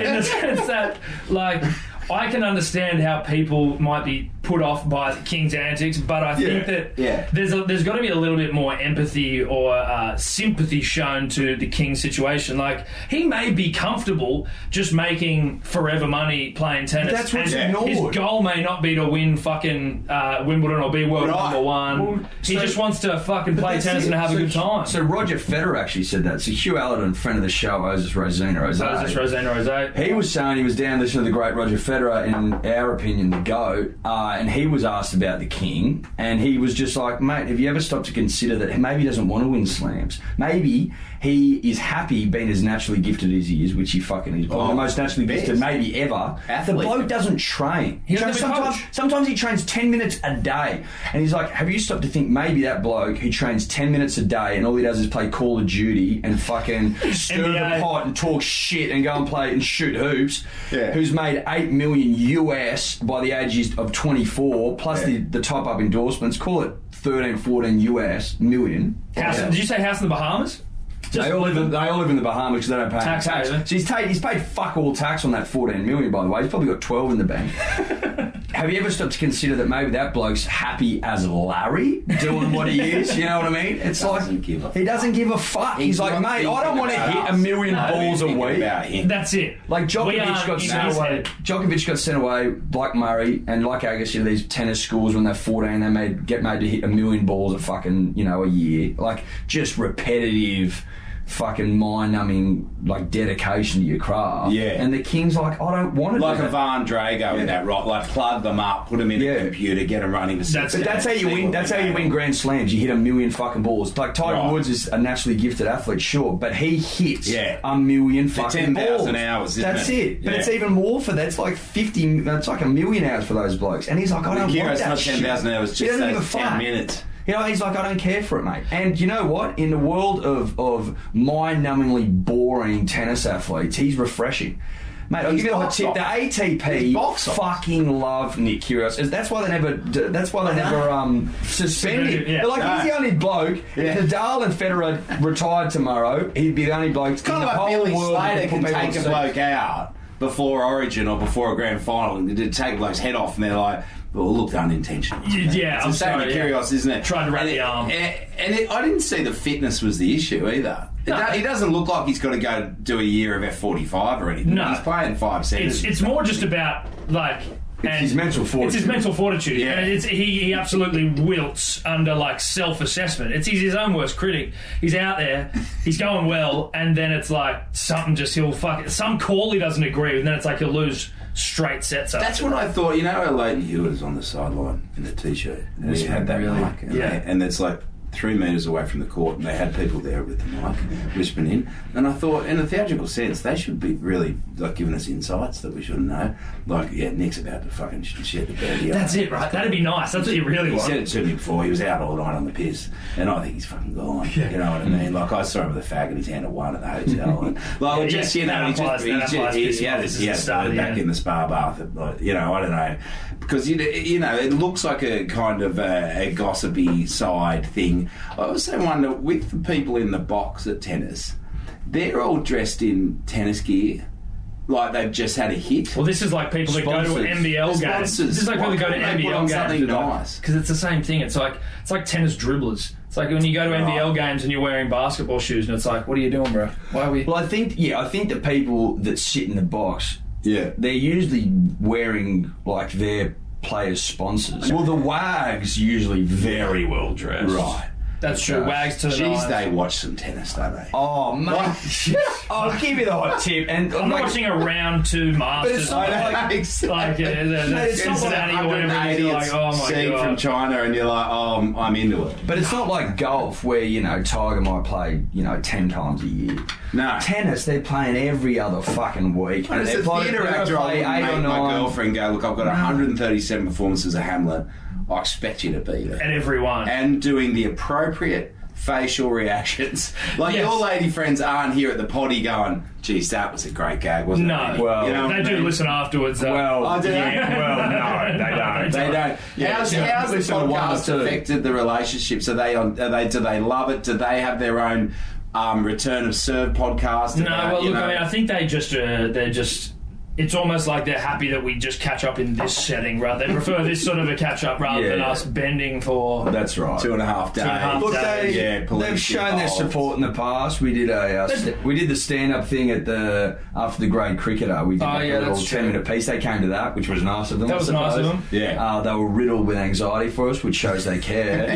[SPEAKER 2] in the sense that like I can understand how people might be put off by the king's antics, but I think
[SPEAKER 4] Yeah,
[SPEAKER 2] that
[SPEAKER 4] yeah.
[SPEAKER 2] there's a, there's got to be a little bit more empathy or uh, sympathy shown to the king's situation. Like he may be comfortable just making forever money playing tennis.
[SPEAKER 3] That's what's
[SPEAKER 2] and His
[SPEAKER 3] ignored.
[SPEAKER 2] goal may not be to win fucking uh, Wimbledon or be world
[SPEAKER 4] Right.
[SPEAKER 2] number one.
[SPEAKER 3] Well,
[SPEAKER 2] he
[SPEAKER 3] so-
[SPEAKER 2] just wants to fucking play
[SPEAKER 3] That's
[SPEAKER 2] tennis
[SPEAKER 3] it.
[SPEAKER 2] and have
[SPEAKER 3] So-
[SPEAKER 2] a good time.
[SPEAKER 3] So Roger Federer actually said that. So Hugh Allerton, friend of the show, Osis Rosina, Ozzy.
[SPEAKER 2] that was just Rosanna Rosé.
[SPEAKER 3] He was saying he was down listening to the great Roger Federer, in our opinion, the GOAT, uh, and he was asked about the King, and he was just like, mate, have you ever stopped to consider that maybe he doesn't want to win slams? Maybe he is happy being as naturally gifted as he is, which he fucking is, probably the most naturally
[SPEAKER 4] best.
[SPEAKER 3] gifted maybe ever. The
[SPEAKER 4] Athlete.
[SPEAKER 3] bloke doesn't train. He
[SPEAKER 2] doesn't have a
[SPEAKER 3] sometimes,
[SPEAKER 2] coach.
[SPEAKER 3] sometimes he trains 10 minutes a day, and he's like, have you stopped to think maybe that bloke who trains 10 minutes a day and all he does is play Call of Duty and fucking stir
[SPEAKER 2] NBA.
[SPEAKER 3] the pot and talk shit and go and play and shoot hoops,
[SPEAKER 4] Yeah.
[SPEAKER 3] who's made eight million US by the age of 24, plus
[SPEAKER 4] Yeah.
[SPEAKER 3] the, the top up endorsements, call it 13, 14 US million.
[SPEAKER 2] House,
[SPEAKER 3] Yeah.
[SPEAKER 2] Did you say House in the Bahamas?
[SPEAKER 3] They all, live in, they all live in the Bahamas because they don't pay
[SPEAKER 2] Tax
[SPEAKER 3] any tax.
[SPEAKER 2] haven.
[SPEAKER 3] So he's, ta- he's paid fuck all tax on that 14 million, by the way. He's probably got 12 in the bank. Have you ever stopped to consider that maybe that bloke's happy as Larry doing what he is? You know what I mean? It's
[SPEAKER 4] doesn't
[SPEAKER 3] like
[SPEAKER 4] give a
[SPEAKER 3] he doesn't give a fuck. He's,
[SPEAKER 4] He's
[SPEAKER 3] like,
[SPEAKER 4] not
[SPEAKER 3] mate, I don't
[SPEAKER 4] thinking
[SPEAKER 3] want to
[SPEAKER 4] about
[SPEAKER 3] hit a
[SPEAKER 4] us.
[SPEAKER 3] million
[SPEAKER 4] No,
[SPEAKER 3] balls a
[SPEAKER 4] thinking
[SPEAKER 3] week.
[SPEAKER 4] about him.
[SPEAKER 2] That's it.
[SPEAKER 3] Like
[SPEAKER 2] We
[SPEAKER 3] Djokovic
[SPEAKER 2] aren't
[SPEAKER 3] got
[SPEAKER 2] in
[SPEAKER 3] sent
[SPEAKER 2] his
[SPEAKER 3] away.
[SPEAKER 2] head.
[SPEAKER 3] Djokovic got sent away like Murray and like Agassi to these tennis schools when they're 14, they made get made to hit a million balls a fucking you know a year. Like just repetitive, fucking mind numbing like dedication to your craft.
[SPEAKER 4] Yeah.
[SPEAKER 3] And the King's like, I don't want to
[SPEAKER 4] Like
[SPEAKER 3] do
[SPEAKER 4] a
[SPEAKER 3] that.
[SPEAKER 4] Van Drago in that rock, like plug them up, put them in
[SPEAKER 3] Yeah.
[SPEAKER 4] a computer, get them running. For
[SPEAKER 2] That's-
[SPEAKER 3] But that's how you
[SPEAKER 4] See
[SPEAKER 3] win.
[SPEAKER 4] what
[SPEAKER 3] That's
[SPEAKER 4] they
[SPEAKER 3] how you
[SPEAKER 4] do.
[SPEAKER 3] win grand slams. You hit a million fucking balls. Like Tiger
[SPEAKER 4] Right.
[SPEAKER 3] Woods is a naturally gifted athlete, sure, but he hits
[SPEAKER 4] Yeah.
[SPEAKER 3] a million fucking
[SPEAKER 4] 10,000
[SPEAKER 3] balls.
[SPEAKER 4] hours, isn't
[SPEAKER 3] that's
[SPEAKER 4] it?
[SPEAKER 3] it. But
[SPEAKER 4] Yeah.
[SPEAKER 3] it's even more for that. It's like fifty. That's like a million hours for those blokes. And he's like, I don't
[SPEAKER 4] Kira,
[SPEAKER 3] want
[SPEAKER 4] it's
[SPEAKER 3] that
[SPEAKER 4] not
[SPEAKER 3] shit.
[SPEAKER 4] 10,000 hours,
[SPEAKER 3] He
[SPEAKER 4] just
[SPEAKER 3] doesn't give a
[SPEAKER 4] those 10
[SPEAKER 3] fuck.
[SPEAKER 4] minutes.
[SPEAKER 3] You know, he's like, I don't care for it, mate. And you know what? In the world of, of mind-numbingly boring tennis athletes, he's refreshing. Mate, I'll give you a hot
[SPEAKER 4] box
[SPEAKER 3] tip. The ATP
[SPEAKER 4] box office.
[SPEAKER 3] fucking love Nick Kyrgios. That's why they never. That's why they
[SPEAKER 4] Uh-huh.
[SPEAKER 3] never um, suspend him.
[SPEAKER 2] Yeah.
[SPEAKER 3] They're like, he's the only bloke.
[SPEAKER 4] Yeah.
[SPEAKER 3] If Nadal and Federer retired tomorrow, he'd be the only bloke in
[SPEAKER 4] Kind
[SPEAKER 3] the
[SPEAKER 4] of like
[SPEAKER 3] whole
[SPEAKER 4] Billy
[SPEAKER 3] world that
[SPEAKER 4] Slater
[SPEAKER 3] could
[SPEAKER 4] can
[SPEAKER 3] put
[SPEAKER 4] take a
[SPEAKER 3] people on stage.
[SPEAKER 4] bloke out before Origin or before a grand final and to take a bloke's head off, and they're like, "Well, look, unintentional."
[SPEAKER 2] Y- yeah,
[SPEAKER 4] it's
[SPEAKER 2] I'm
[SPEAKER 4] the same
[SPEAKER 2] sorry,
[SPEAKER 4] with
[SPEAKER 2] yeah.
[SPEAKER 4] Kyrgios, isn't it?
[SPEAKER 2] Trying to wrap
[SPEAKER 4] and
[SPEAKER 2] the
[SPEAKER 4] it-
[SPEAKER 2] arm.
[SPEAKER 4] And, and it, I didn't see the fitness was the issue either. It do- he doesn't look like he's got to go do a year of F forty five or anything.
[SPEAKER 2] No.
[SPEAKER 4] he's playing five
[SPEAKER 2] It's
[SPEAKER 4] seconds.
[SPEAKER 2] it's more just about like and
[SPEAKER 3] his mental
[SPEAKER 2] It's his
[SPEAKER 3] fortitude.
[SPEAKER 2] mental fortitude,
[SPEAKER 4] Yeah.
[SPEAKER 2] and it's, he he absolutely wilts under like self assessment. It's he's his own worst critic. He's out there, he's going well, and then it's like something just he'll fuck some call he doesn't agree, with, and then it's like he'll lose straight sets up.
[SPEAKER 4] That's what I thought. You know how Leighton Hewitt was on the sideline in the t-shirt, and he had that
[SPEAKER 2] really-
[SPEAKER 4] mark, and,
[SPEAKER 2] yeah.
[SPEAKER 4] and it's like three metres away from the court, and they had people there with the mic whispering in. And I thought, in a theatrical sense, they should be really like giving us insights that we shouldn't know. Like, yeah, Nick's about to fucking sh- shit the bed. here.
[SPEAKER 2] That's it, right? That'd be nice. That's what you really
[SPEAKER 4] He said
[SPEAKER 2] want.
[SPEAKER 4] it to me before. He was out all night on the piss, and I think he's fucking gone. You know what I mean? Like I saw him with a fag in his hand at one at the hotel, and like
[SPEAKER 2] Yeah,
[SPEAKER 4] just
[SPEAKER 2] yeah,
[SPEAKER 4] you know,
[SPEAKER 2] that
[SPEAKER 4] he
[SPEAKER 2] applies-
[SPEAKER 4] just he
[SPEAKER 2] that
[SPEAKER 4] just-
[SPEAKER 2] applies
[SPEAKER 4] he-
[SPEAKER 2] pissing
[SPEAKER 4] he had
[SPEAKER 2] off.
[SPEAKER 4] his
[SPEAKER 2] This is
[SPEAKER 4] yeah
[SPEAKER 2] the start of the
[SPEAKER 4] back
[SPEAKER 2] end.
[SPEAKER 4] in the spa bath. at, like, You know, I don't know because you know- you know it looks like a kind of a, a gossipy side thing. I also wonder with the people in the box at tennis, they're all dressed in tennis gear, like they've just had a hit.
[SPEAKER 2] Well, this is like people that go to
[SPEAKER 4] Sponsors.
[SPEAKER 2] NBL
[SPEAKER 4] Sponsors.
[SPEAKER 2] games. This is like people that go to
[SPEAKER 4] Why can't they put on
[SPEAKER 2] NBL games.
[SPEAKER 4] something nice?
[SPEAKER 2] Because it's the same thing. It's like it's like tennis dribblers. It's like when you go to NBL games and you're wearing basketball shoes, and it's like, what are you doing, bro? Why are we?
[SPEAKER 3] Well, I think yeah, I think the people that sit in the box,
[SPEAKER 4] Yeah.
[SPEAKER 3] they're usually wearing like their players' sponsors. Well, the wags usually very well dressed,
[SPEAKER 4] Right.
[SPEAKER 2] That's true. Wags to the
[SPEAKER 4] Jeez,
[SPEAKER 2] nines.
[SPEAKER 4] they watch some tennis, don't they?
[SPEAKER 3] Oh man, I'll give you the hot tip, and
[SPEAKER 2] I'm not watching a round two Masters.
[SPEAKER 3] it's not
[SPEAKER 2] like, like, yeah, the- the
[SPEAKER 3] it's not like
[SPEAKER 2] Cincinnati or whatever. You're like, oh my
[SPEAKER 4] scene
[SPEAKER 2] god.
[SPEAKER 4] from China, and you're like, oh, I'm- I'm into it.
[SPEAKER 3] But it's not like golf where, you know, Tiger might play, you know, 10 times a year.
[SPEAKER 4] No.
[SPEAKER 3] Tennis, they're playing every other fucking week.
[SPEAKER 4] As
[SPEAKER 3] they
[SPEAKER 4] a
[SPEAKER 3] play-
[SPEAKER 4] theatre
[SPEAKER 3] they're gonna
[SPEAKER 4] actor, I
[SPEAKER 3] play
[SPEAKER 4] would
[SPEAKER 3] eight or
[SPEAKER 4] make my
[SPEAKER 3] nine.
[SPEAKER 4] girlfriend go, look, I've got 137 performances of Hamlet. I expect you to be there.
[SPEAKER 2] and everyone.
[SPEAKER 4] and doing the appropriate facial reactions. Like
[SPEAKER 2] Yes.
[SPEAKER 4] your lady friends aren't here at the potty going, geez, that was a great gag, wasn't
[SPEAKER 2] No.
[SPEAKER 4] it?
[SPEAKER 3] Well-
[SPEAKER 4] you know what
[SPEAKER 2] they
[SPEAKER 4] I
[SPEAKER 2] do
[SPEAKER 4] mean?
[SPEAKER 2] listen afterwards. Though.
[SPEAKER 3] Well,
[SPEAKER 4] Oh, do they?
[SPEAKER 3] well, no, they don't.
[SPEAKER 4] They don't.
[SPEAKER 3] Yeah,
[SPEAKER 4] how's
[SPEAKER 3] yeah.
[SPEAKER 4] how's this
[SPEAKER 3] Listen to one or
[SPEAKER 4] podcast
[SPEAKER 3] two.
[SPEAKER 4] affected the relationship? So they on? Are they do they love it? Do they have their own um, return of serve podcast?
[SPEAKER 2] No,
[SPEAKER 4] about,
[SPEAKER 2] well,
[SPEAKER 4] you
[SPEAKER 2] look,
[SPEAKER 4] know-
[SPEAKER 2] I mean, I think they just, uh, they're just, it's almost like they're happy that we just catch up in this setting, rather. They prefer this sort of a catch up rather
[SPEAKER 3] Yeah,
[SPEAKER 2] than
[SPEAKER 3] yeah.
[SPEAKER 2] us bending for.
[SPEAKER 3] That's right.
[SPEAKER 4] two and a half days.
[SPEAKER 2] and a half
[SPEAKER 3] Look, they,
[SPEAKER 2] days.
[SPEAKER 4] yeah, police
[SPEAKER 3] they've shown their
[SPEAKER 4] involved.
[SPEAKER 3] support in the past. We did a uh, st- we did the stand up thing at the after the great cricketer. We did
[SPEAKER 2] Oh,
[SPEAKER 3] like
[SPEAKER 2] yeah,
[SPEAKER 3] a little
[SPEAKER 2] that's
[SPEAKER 3] ten
[SPEAKER 2] true.
[SPEAKER 3] minute piece. They came to that, which was nice of them.
[SPEAKER 2] That
[SPEAKER 3] I
[SPEAKER 2] was nice of them.
[SPEAKER 3] suppose.
[SPEAKER 4] Yeah.
[SPEAKER 3] uh, they were riddled with anxiety for us, which shows they care.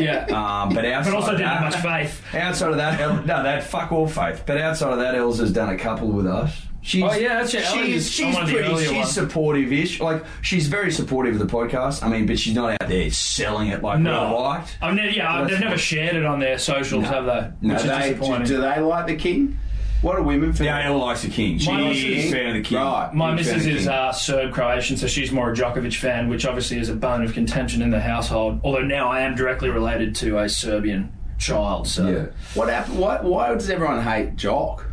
[SPEAKER 2] Yeah.
[SPEAKER 3] um, but outside
[SPEAKER 2] But also
[SPEAKER 3] of
[SPEAKER 2] didn't have
[SPEAKER 3] that,
[SPEAKER 2] much faith.
[SPEAKER 3] Outside of that, El- no, that fuck all faith. But outside of that, Els has done a couple with us. She's,
[SPEAKER 2] Oh, yeah, that's it. Ellen
[SPEAKER 3] She's,
[SPEAKER 2] is
[SPEAKER 3] she's
[SPEAKER 2] one of the
[SPEAKER 3] pretty.
[SPEAKER 2] earlier
[SPEAKER 3] She's
[SPEAKER 2] ones.
[SPEAKER 3] supportive-ish. Like she's very supportive of the podcast. I mean, but she's not out there selling it like
[SPEAKER 2] No.
[SPEAKER 3] we liked.
[SPEAKER 2] I've never, yeah, I've,
[SPEAKER 3] That's
[SPEAKER 2] they've never shared it on their socials, have they?
[SPEAKER 3] No,
[SPEAKER 2] Which
[SPEAKER 4] Do
[SPEAKER 2] is
[SPEAKER 4] they, do,
[SPEAKER 2] disappointing.
[SPEAKER 4] do they like the king? What do women feel?
[SPEAKER 3] Yeah, Elle likes the king. She's
[SPEAKER 2] My
[SPEAKER 3] a
[SPEAKER 2] missus-
[SPEAKER 3] big fan of the king.
[SPEAKER 4] Right.
[SPEAKER 2] My
[SPEAKER 4] Big fan
[SPEAKER 2] missus
[SPEAKER 4] of the
[SPEAKER 2] is
[SPEAKER 4] king.
[SPEAKER 2] uh, Serb Croatian, so she's more a Djokovic fan, which obviously is a bone of contention in the household. Although now I am directly related to a Serbian child, so
[SPEAKER 3] Yeah.
[SPEAKER 4] What happened? Why, why does everyone hate Jock?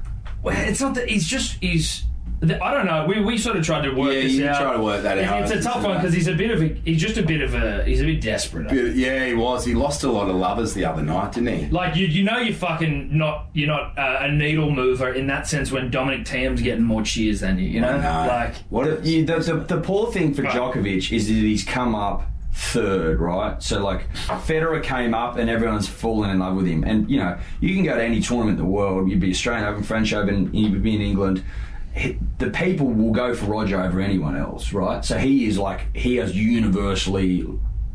[SPEAKER 2] Well, it's not that he's just he's. the- I don't know. We, we sort of tried to work
[SPEAKER 4] Yeah,
[SPEAKER 2] this
[SPEAKER 4] you
[SPEAKER 2] out.
[SPEAKER 4] try to work that
[SPEAKER 2] It-
[SPEAKER 4] out.
[SPEAKER 2] It's a tough one because he's a bit of a he's just a bit of a he's a bit desperate.
[SPEAKER 4] Yeah, he was. He lost a lot of lovers the other night, didn't he?
[SPEAKER 2] Like you, you know, you're fucking not you're not uh, a needle mover in that sense when Dominic Tam's getting more cheers than you. You know,
[SPEAKER 4] No.
[SPEAKER 2] like
[SPEAKER 4] what?
[SPEAKER 3] The,
[SPEAKER 4] A,
[SPEAKER 3] you- the, the, the poor thing for Djokovic is that he's come up third, right? So like Federer came up and everyone's fallen in love with him. And you know, you can go to any tournament in the world. You'd be Australian Open, French Open. You would be in England. He- The people will go for Roger over anyone else, right? So he is like he is universally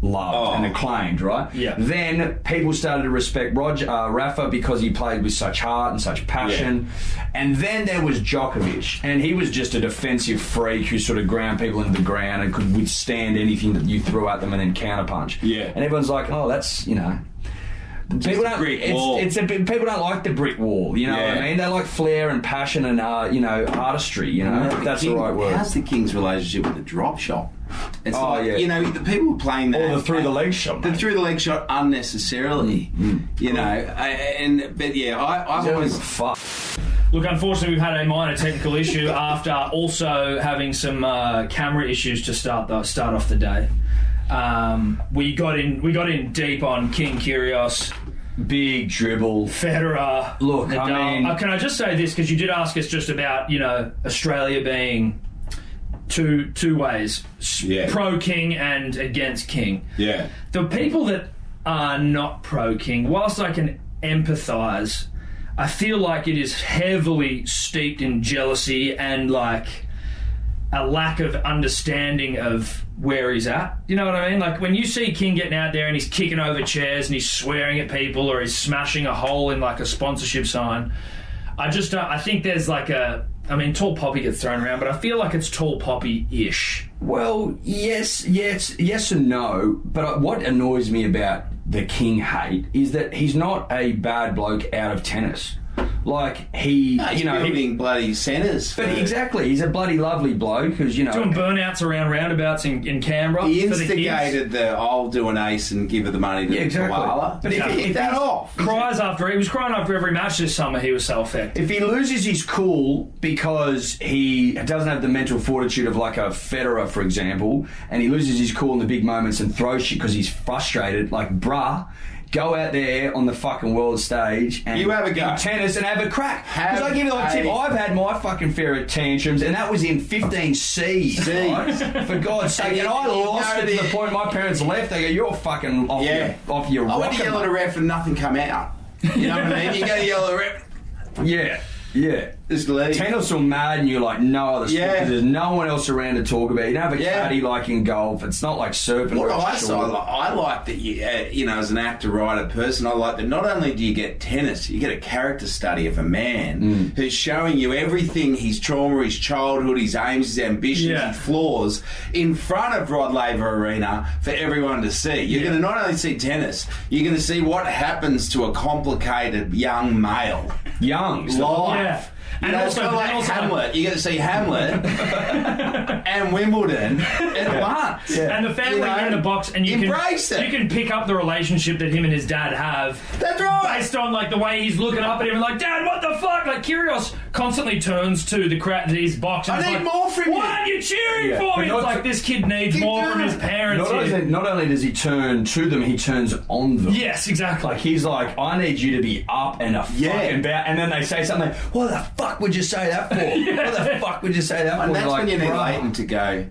[SPEAKER 3] loved
[SPEAKER 4] Oh.
[SPEAKER 3] and acclaimed, right?
[SPEAKER 2] Yeah.
[SPEAKER 3] Then people started to respect Roger uh, Rafa because he played with such heart and such passion. And then there was Djokovic, and he was just a defensive freak who sort of ground people into the ground and could withstand anything that you threw at them and then counterpunch.
[SPEAKER 4] Yeah.
[SPEAKER 3] And everyone's like, oh, that's, you know. people don't.
[SPEAKER 4] brick
[SPEAKER 3] it's,
[SPEAKER 4] wall.
[SPEAKER 3] it's a bit, people don't like the brick wall. You know what
[SPEAKER 4] Yeah.
[SPEAKER 3] I mean? They like flair and passion and uh, you know artistry. You know if that's the, right word.
[SPEAKER 4] How's the king's relationship with the drop shot? It's
[SPEAKER 3] Oh,
[SPEAKER 4] like,
[SPEAKER 3] yeah.
[SPEAKER 4] You know, the people were playing that.
[SPEAKER 3] or the through the leg shot. Mm.
[SPEAKER 4] The
[SPEAKER 3] mate.
[SPEAKER 4] through the leg shot unnecessarily, you know, I- and but yeah, I, I've
[SPEAKER 3] I don't give
[SPEAKER 4] always
[SPEAKER 3] a fuck.
[SPEAKER 2] Look, unfortunately, we've had a minor technical issue after also having some uh, camera issues to start the start off the day. Um, we got in we got in deep on King Kyrgios,
[SPEAKER 3] Big dribble.
[SPEAKER 2] Federer.
[SPEAKER 3] Look, I
[SPEAKER 2] Nadal.
[SPEAKER 3] mean-
[SPEAKER 2] Uh, can I just say this because you did ask us just about you know Australia being two two ways, s-
[SPEAKER 4] Yeah.
[SPEAKER 2] pro King and against King
[SPEAKER 4] yeah,
[SPEAKER 2] the people that are not pro King, whilst I can empathise, I feel like it is heavily steeped in jealousy and like a lack of understanding of where he's at. You know what I mean? Like when you see King getting out there and he's kicking over chairs and he's swearing at people or he's smashing a hole in like a sponsorship sign. I just don't, I think there's like a I mean tall poppy gets thrown around, but I feel like it's tall poppy ish.
[SPEAKER 3] Well, yes, yes, yes, and no. But I- what annoys me about the king hate is that he's not a bad bloke out of tennis. Like he,
[SPEAKER 4] He's
[SPEAKER 3] Uh, you know, he-
[SPEAKER 4] building bloody centres.
[SPEAKER 3] but
[SPEAKER 4] for-
[SPEAKER 3] exactly, he's a bloody lovely bloke who's you know
[SPEAKER 2] Doing burnouts around roundabouts in, in Canberra.
[SPEAKER 4] He
[SPEAKER 2] for the kids.
[SPEAKER 4] instigated the, I'll do an ace and give her the money to
[SPEAKER 3] Yeah, exactly.
[SPEAKER 4] the koala.
[SPEAKER 3] But if
[SPEAKER 4] Kick
[SPEAKER 3] he- if
[SPEAKER 4] that
[SPEAKER 3] he's-
[SPEAKER 4] off.
[SPEAKER 2] Cries after he was crying after every match this summer. He was self-effed.
[SPEAKER 3] If he loses his cool because he doesn't have the mental fortitude of like a Federer, for example, and he loses his cool in the big moments and throws shit because he's frustrated, like bruh, go out there on the fucking world stage and
[SPEAKER 4] You have a go.
[SPEAKER 3] in tennis and have a crack. Because
[SPEAKER 4] Have
[SPEAKER 3] I give you a
[SPEAKER 4] a-
[SPEAKER 3] tip, I've had my fucking fair of tantrums, and that was in 15 C. right? For God's sake, and I
[SPEAKER 4] you
[SPEAKER 3] lost
[SPEAKER 4] know
[SPEAKER 3] it to the
[SPEAKER 4] that-
[SPEAKER 3] point my parents left. They go, "You're fucking off
[SPEAKER 4] Yeah.
[SPEAKER 3] your off your
[SPEAKER 4] I went
[SPEAKER 3] rocker,
[SPEAKER 4] to yell at a
[SPEAKER 3] mate."
[SPEAKER 4] ref and nothing come out. You know what I mean? You go to yell at a ref,
[SPEAKER 3] Yeah, yeah.
[SPEAKER 4] just leave.
[SPEAKER 3] Tennis or mad, and you're like no other sport
[SPEAKER 4] Yeah.
[SPEAKER 3] 'cause there's no one else around to talk about. You don't have a
[SPEAKER 4] Yeah.
[SPEAKER 3] caddy like in golf. It's not like surfing.
[SPEAKER 4] What
[SPEAKER 3] where it's
[SPEAKER 4] I saw,
[SPEAKER 3] short.
[SPEAKER 4] I like that you, uh, you know, as an actor, writer, person, I like that not only do you get tennis, you get a character study of a man who's showing you everything his trauma, his childhood, his aims, his ambitions,
[SPEAKER 2] Yeah.
[SPEAKER 4] his flaws in front of Rod Laver Arena for everyone to see. You're going to not only see tennis, you're going to see what happens to a complicated young male
[SPEAKER 3] Young. So-
[SPEAKER 4] life.
[SPEAKER 2] Yeah.
[SPEAKER 4] You
[SPEAKER 2] And
[SPEAKER 4] know,
[SPEAKER 2] also-
[SPEAKER 4] it's kind of
[SPEAKER 2] and
[SPEAKER 4] like
[SPEAKER 2] also-
[SPEAKER 4] Hamlet. You get to see Hamlet and Wimbledon at once.
[SPEAKER 2] And the family
[SPEAKER 4] You know,
[SPEAKER 2] are in a box, and you
[SPEAKER 4] embrace
[SPEAKER 2] can
[SPEAKER 4] it.
[SPEAKER 2] you can pick up the relationship that him and his dad have.
[SPEAKER 4] That's right.
[SPEAKER 2] Based on like the way he's looking up at him, and like, Dad, what the fuck? Like, Kyrgios constantly turns to the crowd, his box. And
[SPEAKER 4] I
[SPEAKER 2] is
[SPEAKER 4] need
[SPEAKER 2] like,
[SPEAKER 4] more from you."
[SPEAKER 2] Why aren't you cheering
[SPEAKER 3] Yeah.
[SPEAKER 2] for
[SPEAKER 3] But
[SPEAKER 2] me?
[SPEAKER 3] not-
[SPEAKER 2] It's like this kid needs
[SPEAKER 4] Keep
[SPEAKER 2] more from
[SPEAKER 4] doing
[SPEAKER 2] his
[SPEAKER 4] it.
[SPEAKER 2] parents.
[SPEAKER 3] not,
[SPEAKER 2] here.
[SPEAKER 3] only, not only does he turn to them, he turns on them.
[SPEAKER 2] yes, exactly.
[SPEAKER 3] Like he's like, I need you to be up and a
[SPEAKER 4] Yeah.
[SPEAKER 3] fucking about. And then they say something. like, What the fuck would you say that for? What the fuck would you say that for?
[SPEAKER 4] And that's
[SPEAKER 3] Like,
[SPEAKER 4] when you need
[SPEAKER 3] "Bruh."
[SPEAKER 4] Leighton to go.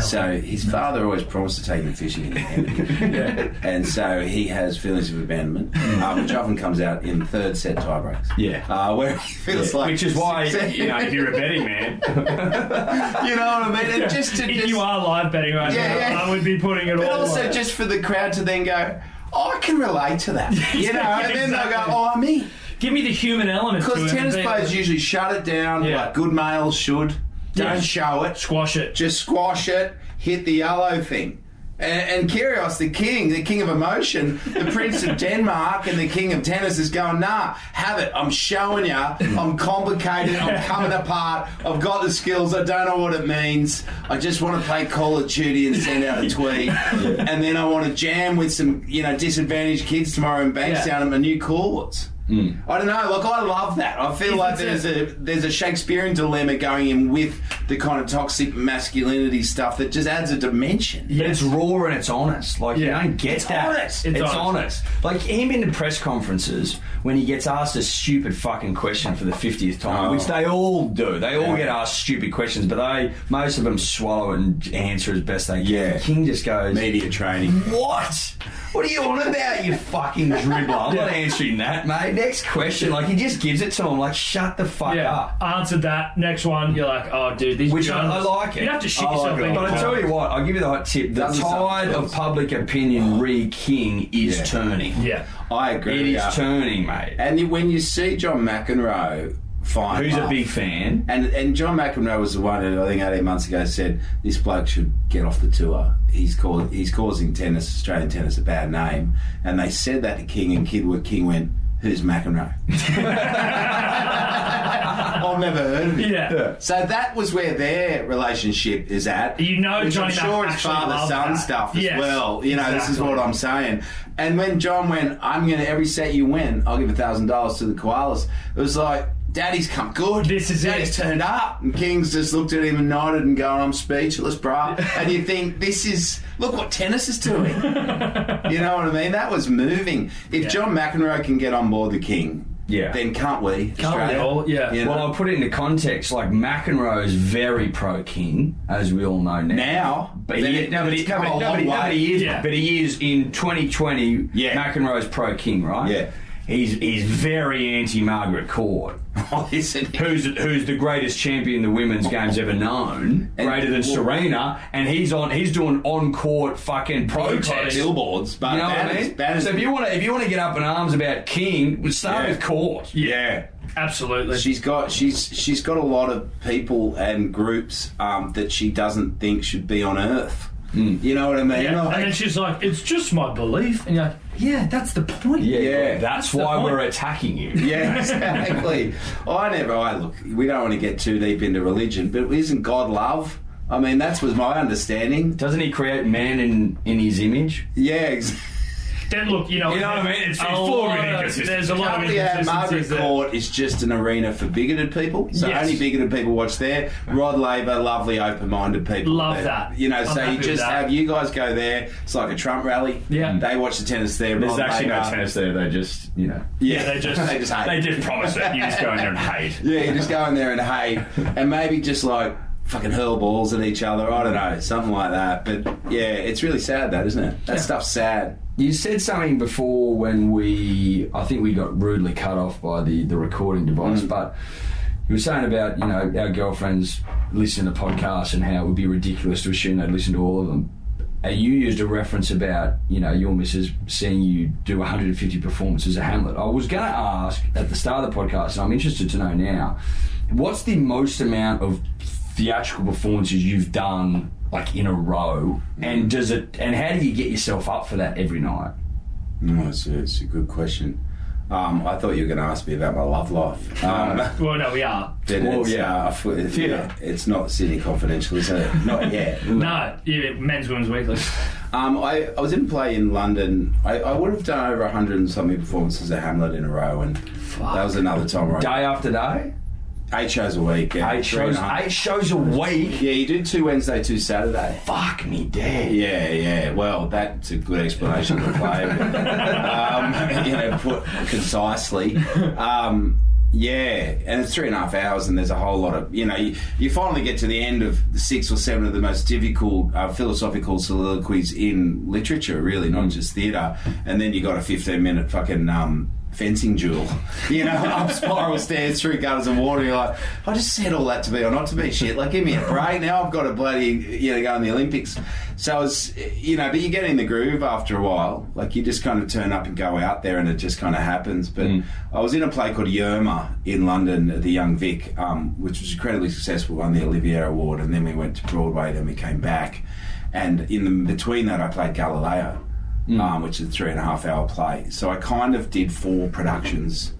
[SPEAKER 4] so his father always promised to take him fishing in the end. And so he has feelings of abandonment, uh, which often comes out in third set tiebreaks.
[SPEAKER 3] Yeah.
[SPEAKER 4] Uh, where he feels like.
[SPEAKER 3] Which is why
[SPEAKER 4] you
[SPEAKER 3] you
[SPEAKER 4] know,
[SPEAKER 3] know if you're a betting man.
[SPEAKER 4] you know what I mean? And just to.
[SPEAKER 2] if
[SPEAKER 4] just,
[SPEAKER 2] you are live betting right
[SPEAKER 4] Yeah,
[SPEAKER 2] now,
[SPEAKER 4] yeah.
[SPEAKER 2] I would be putting it
[SPEAKER 4] But
[SPEAKER 2] all.
[SPEAKER 4] also
[SPEAKER 2] away.
[SPEAKER 4] just for the crowd to then go, "Oh, I can relate to that. You know, and then they'll go,
[SPEAKER 2] Exactly.
[SPEAKER 4] oh, me.
[SPEAKER 2] give me the human element. to
[SPEAKER 4] Because
[SPEAKER 2] it and
[SPEAKER 4] tennis
[SPEAKER 2] be-
[SPEAKER 4] players usually shut it down
[SPEAKER 2] Yeah.
[SPEAKER 4] like good males should. Don't
[SPEAKER 2] Yeah.
[SPEAKER 4] show it.
[SPEAKER 2] squash it.
[SPEAKER 4] Just squash it, hit the yellow thing. And, and Kyrgios, the king, the king of emotion, the prince of Denmark and the king of tennis is going, nah, have it. I'm showing you. I'm complicated. I'm coming apart. I've got the skills. I don't know what it means. I just want to play Call of Duty and send out a tweet. And then I want to jam with some, you know, disadvantaged kids tomorrow in Bankstown
[SPEAKER 2] Yeah.
[SPEAKER 4] at my new courts. I don't know. Look, I love that. I feel like
[SPEAKER 2] Isn't it?
[SPEAKER 4] there's a there's a Shakespearean dilemma going in with the kind of toxic masculinity stuff that just adds a dimension.
[SPEAKER 3] But it's raw and it's honest. Like
[SPEAKER 2] Yeah.
[SPEAKER 3] you don't get
[SPEAKER 4] It's
[SPEAKER 3] that.
[SPEAKER 4] honest.
[SPEAKER 3] It's,
[SPEAKER 2] It's
[SPEAKER 3] honest.
[SPEAKER 2] honest.
[SPEAKER 3] Like him in the press conferences when he gets asked a stupid fucking question for the fiftieth time,
[SPEAKER 4] Oh.
[SPEAKER 3] which they all do. They all get asked stupid questions, but they most of them swallow it and answer as best they can.
[SPEAKER 4] Yeah.
[SPEAKER 3] King just goes,
[SPEAKER 4] Media training.
[SPEAKER 3] "What? What are you on about, you fucking dribbler? I'm not answering that, mate. Next question." Like he just gives it to him. Like shut the fuck
[SPEAKER 2] Yeah,
[SPEAKER 3] up.
[SPEAKER 2] answered that. Next one, you're like, oh, dude, these
[SPEAKER 3] Which I- I
[SPEAKER 2] journalists-
[SPEAKER 3] like it. Oh,
[SPEAKER 2] You'd have to shit
[SPEAKER 4] I like
[SPEAKER 2] yourself.
[SPEAKER 4] it.
[SPEAKER 2] being
[SPEAKER 3] But I
[SPEAKER 2] a
[SPEAKER 3] tell you what, I'll give you the hot tip. The
[SPEAKER 4] Doesn't sound
[SPEAKER 3] tide of
[SPEAKER 4] feels-
[SPEAKER 3] public opinion re King is
[SPEAKER 4] Yeah.
[SPEAKER 3] turning.
[SPEAKER 2] Yeah.
[SPEAKER 4] I agree.
[SPEAKER 3] It is
[SPEAKER 4] yeah.
[SPEAKER 3] turning, mate.
[SPEAKER 4] and when you see John McEnroe, fine.
[SPEAKER 3] Who's a
[SPEAKER 4] laugh.
[SPEAKER 3] big fan?
[SPEAKER 4] And and John McEnroe was the one who I think eighteen months ago said this bloke should get off the tour. He's called he's causing tennis Australian tennis a bad name. And they said that to King and Kid King went, Who's McEnroe? I've never heard of him.
[SPEAKER 2] Yeah. Yeah.
[SPEAKER 4] So that was where their relationship is at.
[SPEAKER 2] You know
[SPEAKER 4] Which I'm
[SPEAKER 2] Johnny Mac
[SPEAKER 4] sure it's
[SPEAKER 2] actually
[SPEAKER 4] father
[SPEAKER 2] loved
[SPEAKER 4] son
[SPEAKER 2] that.
[SPEAKER 4] stuff as
[SPEAKER 2] Yes.
[SPEAKER 4] well. You know, this is
[SPEAKER 2] Exactly.
[SPEAKER 4] what I'm saying. And when John went, I'm gonna every set you win, I'll give a thousand dollars to the koalas, it was like Daddy's come good.
[SPEAKER 2] This is
[SPEAKER 4] Daddy's
[SPEAKER 2] it.
[SPEAKER 4] turned up. And Kings just looked at him and nodded and going, I'm speechless, bruh. And you think, this is, look what tennis is doing. you know what I mean? That was moving. If John McEnroe can get on board the King,
[SPEAKER 3] Yeah.
[SPEAKER 4] then can't we?
[SPEAKER 2] we
[SPEAKER 4] Australia?
[SPEAKER 2] all? Oh, Yeah.
[SPEAKER 4] You know?
[SPEAKER 3] Well, I'll put it into context. Like McEnroe is very pro King, as we all know now.
[SPEAKER 4] now,
[SPEAKER 3] But
[SPEAKER 4] then
[SPEAKER 3] he,
[SPEAKER 4] it-
[SPEAKER 3] no, but he,
[SPEAKER 4] it's
[SPEAKER 3] no,
[SPEAKER 4] come
[SPEAKER 3] but,
[SPEAKER 4] a
[SPEAKER 3] no,
[SPEAKER 4] long
[SPEAKER 3] but he, no,
[SPEAKER 4] way.
[SPEAKER 3] but he is.
[SPEAKER 2] Yeah.
[SPEAKER 3] But he is in 2020.
[SPEAKER 4] Yeah.
[SPEAKER 3] McEnroe's pro King, right?
[SPEAKER 4] Yeah.
[SPEAKER 3] He's he's very anti Margaret Court,
[SPEAKER 4] Oh, isn't it?
[SPEAKER 3] who's who's the greatest champion the women's game's ever known,
[SPEAKER 4] And-
[SPEAKER 3] greater than Serena, and he's on he's doing on court fucking protests.
[SPEAKER 4] Billboards, but
[SPEAKER 3] You know
[SPEAKER 4] that
[SPEAKER 3] what I
[SPEAKER 4] is-
[SPEAKER 3] mean?
[SPEAKER 4] that is-
[SPEAKER 3] so if you want to if you want to get up in arms about King, well, start
[SPEAKER 4] Yeah.
[SPEAKER 3] with Court.
[SPEAKER 4] yeah.
[SPEAKER 2] Absolutely.
[SPEAKER 4] She's got she's she's got a lot of people and groups um, that she doesn't think should be on Earth.
[SPEAKER 3] Hmm.
[SPEAKER 4] You know what I mean?
[SPEAKER 2] Yeah.
[SPEAKER 4] Like,
[SPEAKER 2] and then she's like, it's just my belief. And you're like, yeah, that's the point.
[SPEAKER 3] Yeah,
[SPEAKER 4] Yeah,
[SPEAKER 3] that's
[SPEAKER 2] the
[SPEAKER 3] why
[SPEAKER 2] point.
[SPEAKER 3] we're attacking you.
[SPEAKER 4] Yeah, exactly. I never. I look. We don't want to get too deep into religion, but isn't God love? I mean, that was my understanding.
[SPEAKER 3] Doesn't he create man in, in his image?
[SPEAKER 4] Yeah, exactly.
[SPEAKER 2] Then look, you know,
[SPEAKER 3] You know what I mean? It's-
[SPEAKER 2] a
[SPEAKER 3] it's full of
[SPEAKER 2] lot
[SPEAKER 3] inconsistencies.
[SPEAKER 2] There's a lot of
[SPEAKER 4] Currently, our Margaret
[SPEAKER 2] inconsistencies there.
[SPEAKER 4] Court is just an arena for bigoted people. So
[SPEAKER 2] Yes.
[SPEAKER 4] only bigoted people watch there. Rod Laver, lovely, open-minded people.
[SPEAKER 2] Love
[SPEAKER 4] They-
[SPEAKER 2] that.
[SPEAKER 4] You know,
[SPEAKER 2] I'm
[SPEAKER 4] so
[SPEAKER 2] happy
[SPEAKER 4] you
[SPEAKER 2] with
[SPEAKER 4] just
[SPEAKER 2] that.
[SPEAKER 4] have you guys go there. It's like a Trump rally.
[SPEAKER 2] Yeah.
[SPEAKER 4] they watch the tennis there.
[SPEAKER 7] There's
[SPEAKER 4] Rod
[SPEAKER 7] actually no
[SPEAKER 4] Laver.
[SPEAKER 7] tennis there. They just, you know,
[SPEAKER 4] Yeah,
[SPEAKER 2] Yeah, they just-
[SPEAKER 4] they just hate.
[SPEAKER 7] they just promise that you just go in there and hate.
[SPEAKER 4] Yeah, you just go in there and hate, and maybe just like fucking hurl balls at each other. I don't know, something like that. But yeah, it's really sad, that isn't it? That stuff's sad.
[SPEAKER 3] You said something before when we, I think we got rudely cut off by the, the recording device, but you were saying about, you know, our girlfriends listen to podcasts and how it would be ridiculous to assume they'd listen to all of them. And you used a reference about, you know, your missus seeing you do 150 performances at Hamlet. I was going to ask at the start of the podcast, and I'm interested to know now, what's the most amount of theatrical performances you've done like in a row and does it and how do you get yourself up for that every night
[SPEAKER 4] No, it's a, it's a good question. Um, I thought you were going to ask me about my love life. Um,
[SPEAKER 2] Well, no, we are.
[SPEAKER 4] then
[SPEAKER 3] Well,
[SPEAKER 4] it's,
[SPEAKER 3] yeah.
[SPEAKER 4] uh, I fo-
[SPEAKER 3] Theatre.
[SPEAKER 4] it's not Sydney Confidential, is it? Not yet.
[SPEAKER 2] No, yeah, men's, women's weekly.
[SPEAKER 4] Um, I, I was in play in London. I, I would have done over 100 and something performances at Hamlet in a row, and that was another time where
[SPEAKER 3] day
[SPEAKER 4] I,
[SPEAKER 3] after day
[SPEAKER 4] eight shows a week. yeah,
[SPEAKER 3] eight
[SPEAKER 4] three and
[SPEAKER 3] shows
[SPEAKER 4] a half.
[SPEAKER 3] eight shows a week
[SPEAKER 4] Yeah, you do two Wednesday, two Saturday.
[SPEAKER 3] fuck me dead
[SPEAKER 4] Yeah, yeah. Well, that's a good explanation to play. with. um, you know, put concisely. Um, yeah, and it's three and a half hours, and there's a whole lot of you know. You, you finally get to the end of six or seven of the most difficult uh, philosophical soliloquies in literature, really, not just theatre. And then you got a fifteen-minute fucking. Um, Fencing duel, you know, up spiral stairs through gutters of water. You're like, I just said all that to be or not to be shit. Like, give me a break. Now I've got to bloody, you know, go in the Olympics. So it's, you know, but you get in the groove after a while. Like, you just kind of turn up and go out there and it just kind of happens. But I was in a play called Yerma in London at the Young Vic, um, which was incredibly successful, won the Olivier Award. And then we went to Broadway, then we came back. And in the, between that, I played Galileo, um, which is a three and a half hour play. So I kind of did four productions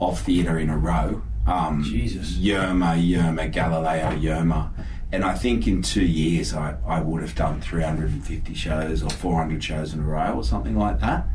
[SPEAKER 4] of theatre in a row. Um, Jesus. Yerma, Yerma, Galileo, Yerma. And I think in two years I, I would have done 350 shows or 400 shows in a row or something like that.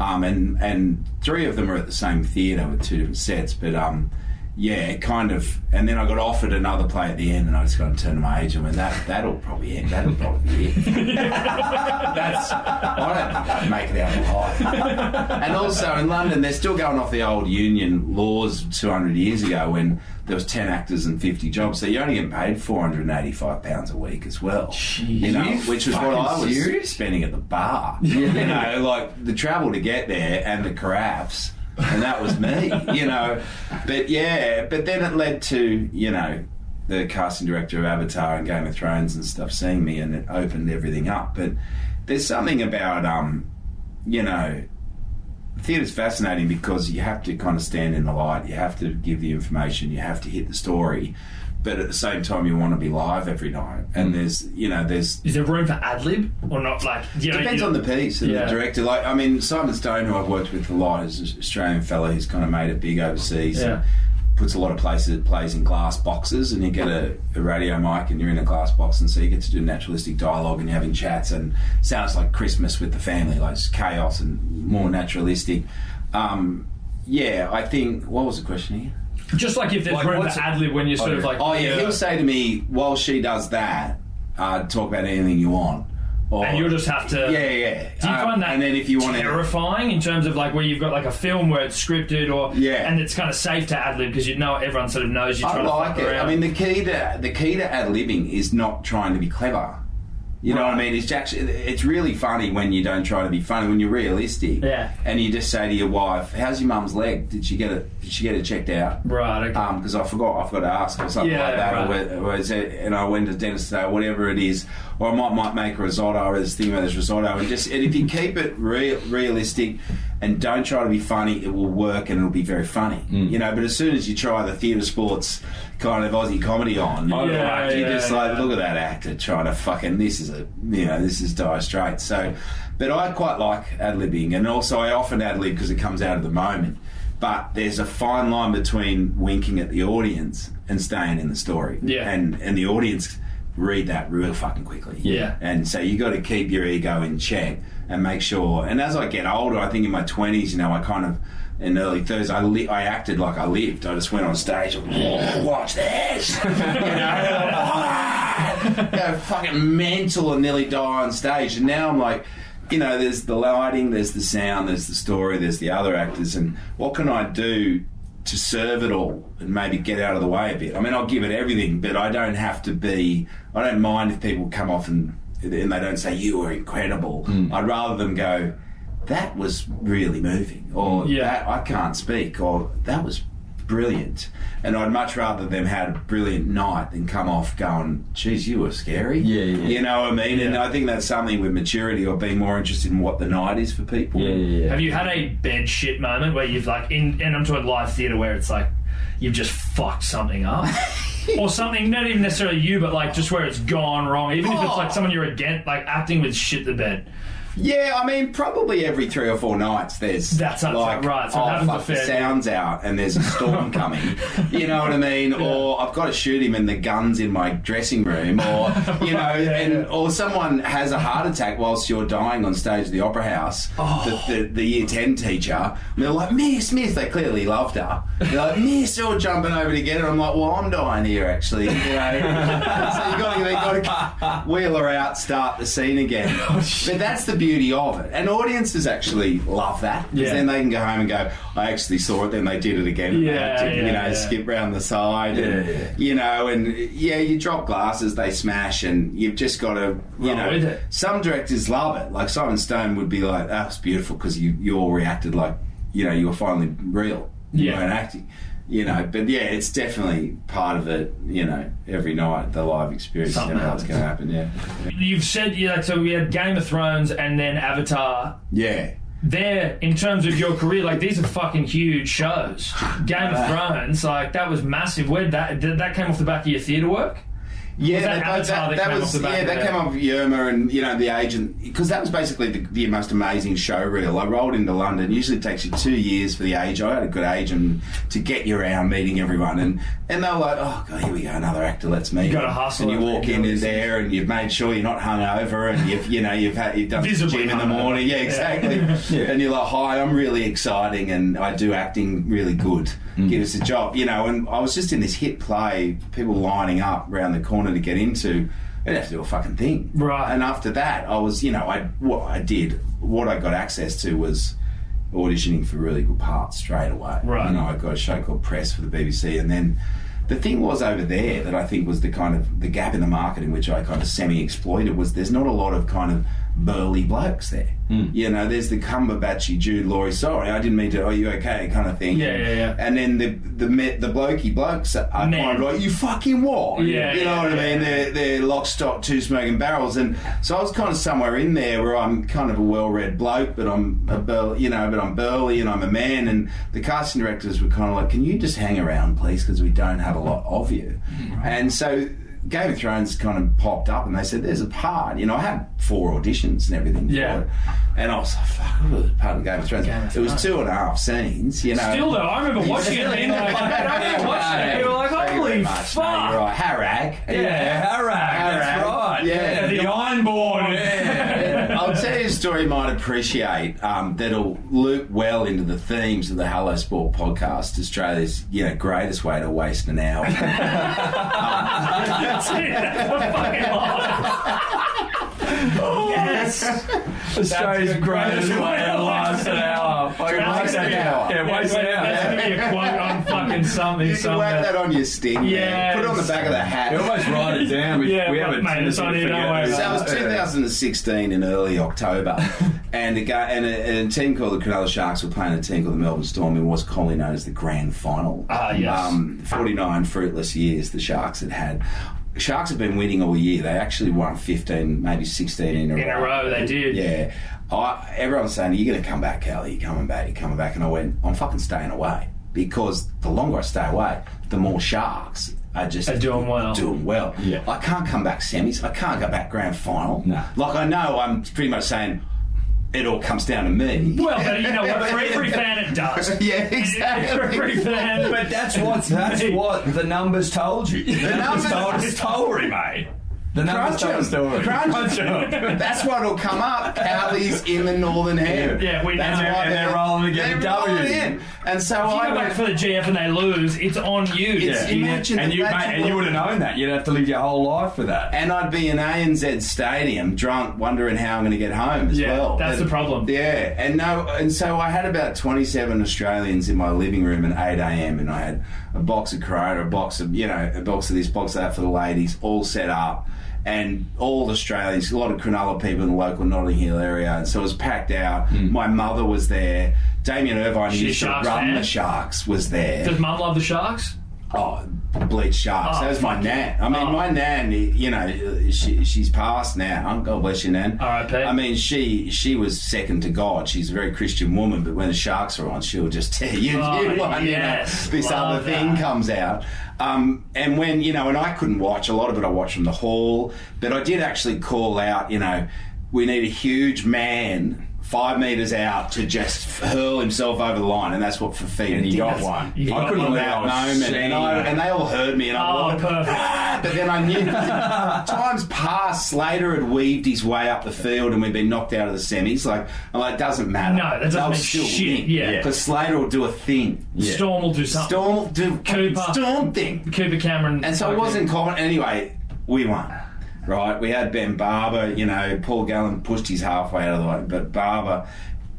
[SPEAKER 4] Um, and, and three of them are at the same theatre with two different sets. But um, yeah, it kind of. And then I got offered another play at the end and I just got to turn to my agent and went, that, that'll probably end. That'll probably be it. That's, I don't make it out alive. And also in London, they're still going off the old union laws 200 years ago when there was 10 actors and 50 jobs. So you're only getting paid 485 pounds a week as well. you know,
[SPEAKER 3] you
[SPEAKER 4] which is what
[SPEAKER 3] fucking
[SPEAKER 4] I was
[SPEAKER 3] serious?
[SPEAKER 4] spending at the bar. You know, like the travel to get there and the craps. And that was me, you know. But yeah, but then it led to, you know, the casting director of Avatar and Game of Thrones and stuff seeing me and it opened everything up. But there's something about um, you know, theatre's fascinating because you have to kind of stand in the light, you have to give the information, you have to hit the story, but at the same time, you want to be live every night. And there's, you know, there's
[SPEAKER 2] Is there room for ad lib or not? Like, you know,
[SPEAKER 4] depends
[SPEAKER 2] you-
[SPEAKER 4] on the piece and
[SPEAKER 2] Yeah.
[SPEAKER 4] the director. Like, I mean, Simon Stone, who I've worked with a lot, is an Australian fella who's kind of made it big overseas.
[SPEAKER 2] Yeah.
[SPEAKER 4] and Puts a lot of places plays in glass boxes, and you get a, a radio mic, and you're in a glass box, and so you get to do naturalistic dialogue, and you're having chats, and sounds like Christmas with the family, like it's chaos and more naturalistic. Um, yeah, I think. What was the question here?
[SPEAKER 2] Just like if there's
[SPEAKER 3] Like,
[SPEAKER 2] room
[SPEAKER 3] what's
[SPEAKER 2] for
[SPEAKER 3] it-
[SPEAKER 2] ad lib when you're sort of like,
[SPEAKER 4] Oh yeah, he'll say to me while she does that, uh, talk about anything you want, or
[SPEAKER 2] and you'll just have to.
[SPEAKER 4] yeah, yeah.
[SPEAKER 2] Do you
[SPEAKER 4] Um,
[SPEAKER 2] find that
[SPEAKER 4] and then if you want to
[SPEAKER 2] terrifying in terms of like where you've got like a film where it's scripted or
[SPEAKER 4] Yeah.
[SPEAKER 2] and it's kind of safe to ad lib because you know everyone sort of knows you're
[SPEAKER 4] I
[SPEAKER 2] trying
[SPEAKER 4] like
[SPEAKER 2] to fuck
[SPEAKER 4] it.
[SPEAKER 2] around.
[SPEAKER 4] I mean, the key to the key to ad libbing is not trying to be clever. You know what I
[SPEAKER 2] Right.
[SPEAKER 4] mean? It's actually it's really funny when you don't try to be funny when you're realistic.
[SPEAKER 2] Yeah.
[SPEAKER 4] And you just say to your wife, "How's your mum's leg? Did she get it? Did she get it checked out?"
[SPEAKER 2] right. Okay.
[SPEAKER 4] Because um, I forgot, I forgot to ask or something
[SPEAKER 2] Yeah,
[SPEAKER 4] like that.
[SPEAKER 2] right.
[SPEAKER 4] Or, where- or is it, and I went to the dentist today, whatever it is. Or I might might make a risotto or this thing about this risotto, and just and if you keep it real, realistic, and don't try to be funny. It will work and it'll be very funny. You know, but as soon as you try the theatre sports kind of Aussie comedy on,
[SPEAKER 2] Yeah,
[SPEAKER 4] you're
[SPEAKER 2] yeah,
[SPEAKER 4] just like, look at that actor trying to fucking this is a you know this is dire straits. So, but I quite like ad libbing, and also I often ad lib because it comes out of the moment. But there's a fine line between winking at the audience and staying in the story.
[SPEAKER 2] Yeah.
[SPEAKER 4] and and the audience read that real fucking quickly.
[SPEAKER 2] Yeah.
[SPEAKER 4] And so you got to keep your ego in check and make sure. And as I get older, I think in my twenties, you know, I kind of in early thirties, I li- I acted like I lived. I just went on stage, watch this, you know, go fucking mental and nearly die on stage. And now I'm like. You know, there's the lighting, there's the sound, there's the story, there's the other actors, and what can I do to serve it all and maybe get out of the way a bit. I mean, I'll give it everything, but I don't have to be. I don't mind if people come off and and they don't say you were incredible. I'd rather them go, that was really moving, or
[SPEAKER 2] Yeah.
[SPEAKER 4] that I can't speak, or that was brilliant. And I'd much rather them had a brilliant night than come off going, geez, you were scary.
[SPEAKER 3] Yeah, yeah, yeah.
[SPEAKER 4] You know what I mean? And I think that's something with maturity or being more interested in what the night is for people.
[SPEAKER 3] Yeah, yeah, yeah.
[SPEAKER 2] Have you had a bed shit moment where you've like in and I'm talking live theatre where it's like you've just fucked something up? or something not even necessarily you, but like just where it's gone wrong. Even if it's
[SPEAKER 4] Oh.
[SPEAKER 2] like someone you're against like acting with shit the bed.
[SPEAKER 4] Yeah, I mean, probably every three or four nights there's
[SPEAKER 2] That's it,
[SPEAKER 4] like
[SPEAKER 2] right, so it
[SPEAKER 4] oh
[SPEAKER 2] happens a
[SPEAKER 4] fuck, the
[SPEAKER 2] fair bit."
[SPEAKER 4] sound's out and there's a storm coming. You know what I mean? Or I've got to shoot him and the gun's in my dressing room, or you know, and or someone has a heart attack whilst you're dying on stage at the Opera House. The, the, the year ten teacher, and they're like, Miss, Miss, they clearly loved her. They're like, Miss, you're jumping over to get her. I'm like, well, I'm dying here actually. You know? so you got to, they got to wheel her out, start the scene again. but that's the beauty of it, and audiences actually love that because
[SPEAKER 2] Yeah.
[SPEAKER 4] then they can go home and go, I actually saw it. Then they did it again. and they
[SPEAKER 2] Yeah,
[SPEAKER 4] did, you
[SPEAKER 2] yeah,
[SPEAKER 4] know,
[SPEAKER 2] yeah.
[SPEAKER 4] skip round the side, and,
[SPEAKER 3] Yeah, yeah.
[SPEAKER 4] you know, and yeah, you drop glasses, they smash, and you've just got to, you
[SPEAKER 2] Roll
[SPEAKER 4] know,
[SPEAKER 2] with it.
[SPEAKER 4] some directors love it. Like Simon Stone would be like, "That was beautiful" because you you all reacted like you know you were finally real. You
[SPEAKER 2] Yeah.
[SPEAKER 4] weren't acting. You know, but yeah, it's definitely part of it. You know, every night the live experience,
[SPEAKER 2] Something
[SPEAKER 4] you know, what's going to happen. Yeah,
[SPEAKER 2] You've said yeah, like so we had Game of Thrones and then Avatar.
[SPEAKER 4] yeah.
[SPEAKER 2] There, in terms of your career, like these are fucking huge shows. Game of Thrones, like that was massive. Where that did that came off the back of your theatre work?
[SPEAKER 4] Yeah,
[SPEAKER 2] Was that
[SPEAKER 4] both-
[SPEAKER 2] Avatar that came
[SPEAKER 4] was,
[SPEAKER 2] off the back
[SPEAKER 4] yeah,
[SPEAKER 2] of
[SPEAKER 4] that
[SPEAKER 2] that?
[SPEAKER 4] came off Yerma and you know the agent because that was basically the, the most amazing show reel. I rolled into London. Usually it takes you two years for the agent. I had a good agent to get you around, meeting everyone, and and they were like, oh god, here we go, another actor. Let's meet. You
[SPEAKER 2] gotta hustle
[SPEAKER 4] And you
[SPEAKER 2] it,
[SPEAKER 4] walk
[SPEAKER 2] you
[SPEAKER 4] in
[SPEAKER 2] know,
[SPEAKER 4] and there, and you've made sure you're not hungover, and you've you know you've had you've done some
[SPEAKER 2] Visibly
[SPEAKER 4] gym in the
[SPEAKER 2] hungover.
[SPEAKER 4] morning. Yeah,
[SPEAKER 2] Yeah.
[SPEAKER 4] exactly. And you're like, hi, I'm really exciting, and I do acting really good.
[SPEAKER 2] Mm.
[SPEAKER 4] Give us a job, you know. And I was just in this hit play, people lining up around the corner to get into. I didn't have to do a fucking thing,
[SPEAKER 2] Right.
[SPEAKER 4] And after that, I was, you know, I what I did, what I got access to was auditioning for really good parts straight away.
[SPEAKER 2] Right.
[SPEAKER 4] You know, I got a show called Press for the BBC, and then the thing was over there that I think was the kind of the gap in the market in which I kind of semi-exploited was there's not a lot of kind of burly blokes there.
[SPEAKER 2] Hmm.
[SPEAKER 4] You know, there's the Cumberbatchy Jude Laurie. Sorry, I didn't mean to. Are you okay? Kind of thing.
[SPEAKER 2] Yeah, yeah, yeah.
[SPEAKER 4] And then the the me- the blokey blokes are kind
[SPEAKER 2] Men.
[SPEAKER 4] of like you fucking what?
[SPEAKER 2] Yeah,
[SPEAKER 4] you know
[SPEAKER 2] yeah,
[SPEAKER 4] what I
[SPEAKER 2] yeah.
[SPEAKER 4] mean. They're they're lock, stock, two smoking barrels, and so I was kind of somewhere in there where I'm kind of a well-read bloke, but I'm a bur- you know, but I'm burly and I'm a man. And the casting directors were kind of like, "Can you just hang around, please? Because we don't have a lot of you."
[SPEAKER 2] Mm-hmm.
[SPEAKER 4] And so Game of Thrones kind of popped up, and they said, "There's a part." You know, I had four auditions and everything. for
[SPEAKER 2] Yeah.
[SPEAKER 4] it. and I was like, "Fuck, what was the part of Game of Thrones?"
[SPEAKER 2] Game of
[SPEAKER 4] it was
[SPEAKER 2] Thrones.
[SPEAKER 4] two and a half scenes. You know,
[SPEAKER 2] Still though, I remember watching it. Being like, I remember watching it. You were like,
[SPEAKER 4] Thank you very
[SPEAKER 2] holy
[SPEAKER 4] much. No,
[SPEAKER 2] fuck!
[SPEAKER 4] you're right. Harag.
[SPEAKER 2] Yeah,
[SPEAKER 3] Harag, that's right.
[SPEAKER 4] Yeah.
[SPEAKER 2] the iron board.
[SPEAKER 4] I'll tell you a story you might appreciate um, that'll loop well into the themes of the Hello Sport podcast, Australia's you know greatest way to waste an hour.
[SPEAKER 2] That's it. That's the fucking line. yes.
[SPEAKER 3] Australia's greatest
[SPEAKER 2] greatest
[SPEAKER 3] way to last an hour. Fucking
[SPEAKER 2] That's
[SPEAKER 3] waste an
[SPEAKER 2] it.
[SPEAKER 3] hour. Yeah, waste an
[SPEAKER 2] That's
[SPEAKER 3] hour.
[SPEAKER 2] gonna be a quote on fucking something
[SPEAKER 4] You can whack
[SPEAKER 2] somewhere.
[SPEAKER 4] that on your sting.
[SPEAKER 2] Yeah.
[SPEAKER 4] man. Put it on the back of the hat.
[SPEAKER 3] You almost write it down. We,
[SPEAKER 2] Yeah,
[SPEAKER 3] we have
[SPEAKER 2] but
[SPEAKER 3] a
[SPEAKER 2] mate, it's
[SPEAKER 3] tendency to
[SPEAKER 2] on here, don't
[SPEAKER 3] forget
[SPEAKER 2] worry
[SPEAKER 3] this.
[SPEAKER 4] So it was 2016 in early October, and a, guy, and, a, and a team called the Cronulla Sharks were playing a team called the Melbourne Storm in what's commonly known as the Grand Final.
[SPEAKER 2] Ah, yes.
[SPEAKER 4] Um, 49 fruitless years the Sharks had had. Sharks have been winning all year. They actually won 15, maybe 16 in a row.
[SPEAKER 2] in a row. They did.
[SPEAKER 4] Yeah. I, everyone's saying, You're going to come back, Kelly. You're coming back. You're coming back. And I went, I'm fucking staying away because the longer I stay away, the more sharks are just
[SPEAKER 2] Are doing well.
[SPEAKER 4] Doing well.
[SPEAKER 7] Yeah.
[SPEAKER 4] I can't come back semis. I can't go back grand final.
[SPEAKER 7] No.
[SPEAKER 4] Like, I know I'm pretty much saying it all comes down to me.
[SPEAKER 2] Well, but you know what? For every fan, it does.
[SPEAKER 4] yeah,
[SPEAKER 2] For every fan,
[SPEAKER 3] But that's what that's what the numbers told you. The numbers told us story, mate. The numbers
[SPEAKER 4] Crunch
[SPEAKER 3] told us story.
[SPEAKER 4] them. Crunch them. That's what'll come up. Cowley's in the northern ham.
[SPEAKER 2] Yeah, we
[SPEAKER 4] That's
[SPEAKER 2] know.
[SPEAKER 4] why
[SPEAKER 2] And
[SPEAKER 3] they're rolling to get
[SPEAKER 4] they're
[SPEAKER 3] a W.
[SPEAKER 4] rolling in. And so
[SPEAKER 2] If you
[SPEAKER 4] I
[SPEAKER 2] go back
[SPEAKER 4] went.
[SPEAKER 2] for the GF and they lose, it's on you.
[SPEAKER 4] It's
[SPEAKER 2] Yeah.
[SPEAKER 4] imagine
[SPEAKER 3] And
[SPEAKER 4] that
[SPEAKER 3] you mate,
[SPEAKER 4] that's
[SPEAKER 3] and
[SPEAKER 4] what-
[SPEAKER 3] you would have known that. You'd have to live your whole life for that.
[SPEAKER 4] And I'd be in ANZ Stadium, drunk, wondering how I'm going to get home as
[SPEAKER 2] Yeah,
[SPEAKER 4] well.
[SPEAKER 2] that's
[SPEAKER 4] And-
[SPEAKER 2] the problem.
[SPEAKER 4] Yeah, and no, and so I had about 27 Australians in my living room at 8 a.m. and I had a box of Corona, a box of you know, a box of this, box of that for the ladies, all set up, and all Australians, a lot of Cronulla people in the local Notting Hill area, and so it was packed out. My mother was there. Damien Irvine
[SPEAKER 2] a
[SPEAKER 4] used to
[SPEAKER 2] Hmm. Sharks
[SPEAKER 4] run
[SPEAKER 2] fan?
[SPEAKER 4] the Sharks was there.
[SPEAKER 2] Does Mum love the Sharks?
[SPEAKER 4] Oh, bleach sharks.
[SPEAKER 2] Oh,
[SPEAKER 4] that was my
[SPEAKER 2] fuck
[SPEAKER 4] nan. I mean,
[SPEAKER 2] Oh.
[SPEAKER 4] my nan. You know, she, she's passed now. God bless your nan.
[SPEAKER 2] R.I.P..
[SPEAKER 4] I mean, she she was second to God. She's a very Christian woman, but when the sharks are on, she'll just tell you,
[SPEAKER 2] Oh,
[SPEAKER 4] you, one, you know,
[SPEAKER 2] yes.
[SPEAKER 4] this
[SPEAKER 2] Love
[SPEAKER 4] other thing
[SPEAKER 2] that.
[SPEAKER 4] comes out. Um, and when you know, and I couldn't watch a lot of it. I watched from the hall, but I did actually call out. You know, we need a huge man. Five meters out to just hurl himself over the line, and that's what Fafita
[SPEAKER 3] And he
[SPEAKER 4] did.
[SPEAKER 3] got
[SPEAKER 4] That's-
[SPEAKER 3] one.
[SPEAKER 2] you
[SPEAKER 4] I
[SPEAKER 2] got
[SPEAKER 4] couldn't
[SPEAKER 2] one.
[SPEAKER 4] let
[SPEAKER 3] I
[SPEAKER 4] out
[SPEAKER 3] was
[SPEAKER 4] moment, and, I,
[SPEAKER 3] seeing
[SPEAKER 4] and they all heard me, and I
[SPEAKER 2] Oh,
[SPEAKER 4] wanted-
[SPEAKER 2] perfect.
[SPEAKER 4] But then I knew times past. Slater had weaved his way up the field, and we'd been knocked out of the semis. Like, I'm like, doesn't matter.
[SPEAKER 2] No, that doesn't
[SPEAKER 4] They'll
[SPEAKER 2] mean
[SPEAKER 4] still
[SPEAKER 2] shit,
[SPEAKER 4] win.
[SPEAKER 2] yeah.
[SPEAKER 4] because Slater will do a thing.
[SPEAKER 2] Storm will do something.
[SPEAKER 4] Storm will do
[SPEAKER 2] Cooper.
[SPEAKER 4] Storm thing.
[SPEAKER 2] Cooper Cameron.
[SPEAKER 4] And so it
[SPEAKER 2] Okay.
[SPEAKER 4] wasn't common. Anyway, we won. Right, we had Ben Barber. You know, Paul Gallen pushed his halfway out of the way, but Barber.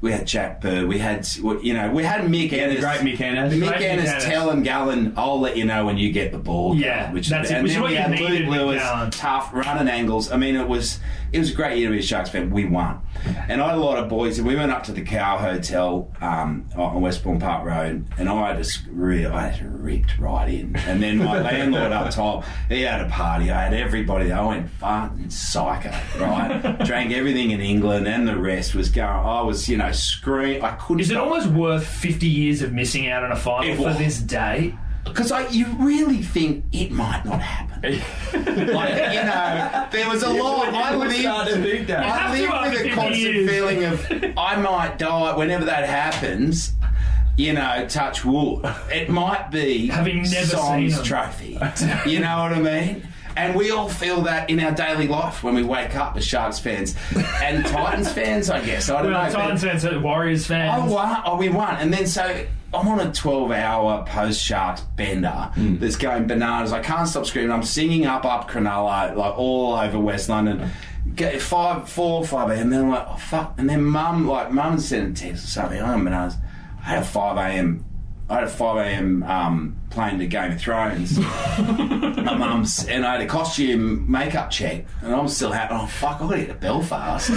[SPEAKER 4] We had Jack Bird. We had, you know, we had Mick Ennis.
[SPEAKER 3] great Mick Ennis.
[SPEAKER 4] Mick
[SPEAKER 2] Great Mick
[SPEAKER 4] Ennis,
[SPEAKER 2] Ennis.
[SPEAKER 4] telling Gallen, "I'll let you know when you get the ball."
[SPEAKER 2] Yeah,
[SPEAKER 4] Gallen,"
[SPEAKER 2] that's it,
[SPEAKER 4] and
[SPEAKER 2] which is
[SPEAKER 4] then
[SPEAKER 2] what
[SPEAKER 4] we
[SPEAKER 2] you
[SPEAKER 4] had
[SPEAKER 2] needed
[SPEAKER 4] Luke
[SPEAKER 2] with
[SPEAKER 4] Lewis,
[SPEAKER 2] Gallen.
[SPEAKER 4] tough running angles. I mean, it was it was a great year to be a Sharks fan. We won, and I had a lot of boys. And we went up to the Cow Hotel um, on Westbourne Park Road, and I just really, I just ripped right in. And then my landlord up top, he had a party. I had everybody. there. I went fucking psycho, right? Drank everything in England, and the rest was going. I was, you know, scream. I couldn't.
[SPEAKER 2] Is it
[SPEAKER 4] stop.
[SPEAKER 2] almost worth 50 years of missing out on a final
[SPEAKER 4] It
[SPEAKER 2] for
[SPEAKER 4] was.
[SPEAKER 2] this day?
[SPEAKER 4] Because I, you really think it might not happen. like, you know, there was a lot. I
[SPEAKER 3] would start to
[SPEAKER 4] lived,
[SPEAKER 3] think that.
[SPEAKER 2] have
[SPEAKER 4] I
[SPEAKER 2] to
[SPEAKER 4] lived
[SPEAKER 2] after
[SPEAKER 4] with a
[SPEAKER 2] 50
[SPEAKER 4] constant
[SPEAKER 2] years.
[SPEAKER 4] feeling of I might die whenever that happens. You know, touch wood. It might be
[SPEAKER 2] Having never
[SPEAKER 4] Song's
[SPEAKER 2] seen 'em.
[SPEAKER 4] trophy. You know what I mean? And we all feel that in our daily life when we wake up as Sharks fans and Titans fans, I guess. I don't
[SPEAKER 2] Well,
[SPEAKER 4] know. but-
[SPEAKER 2] Titans fans, uh, Warriors
[SPEAKER 4] I
[SPEAKER 2] fans.
[SPEAKER 4] won. Oh, we won. And then so I'm on a 12 hour post Sharks bender that's going bananas. I can't stop screaming. I'm singing up, up Cronulla, like all over West London. Get five, four, five a.m. Then I'm like, oh, fuck. And then mum, like, mum sent a text or something. I'm bananas. I had a 5 a.m. I had a 5 a.m. Um, playing the Game of Thrones. my mum's, and I had a costume makeup check, and I'm still happy. Oh, fuck, I've got to get to Belfast.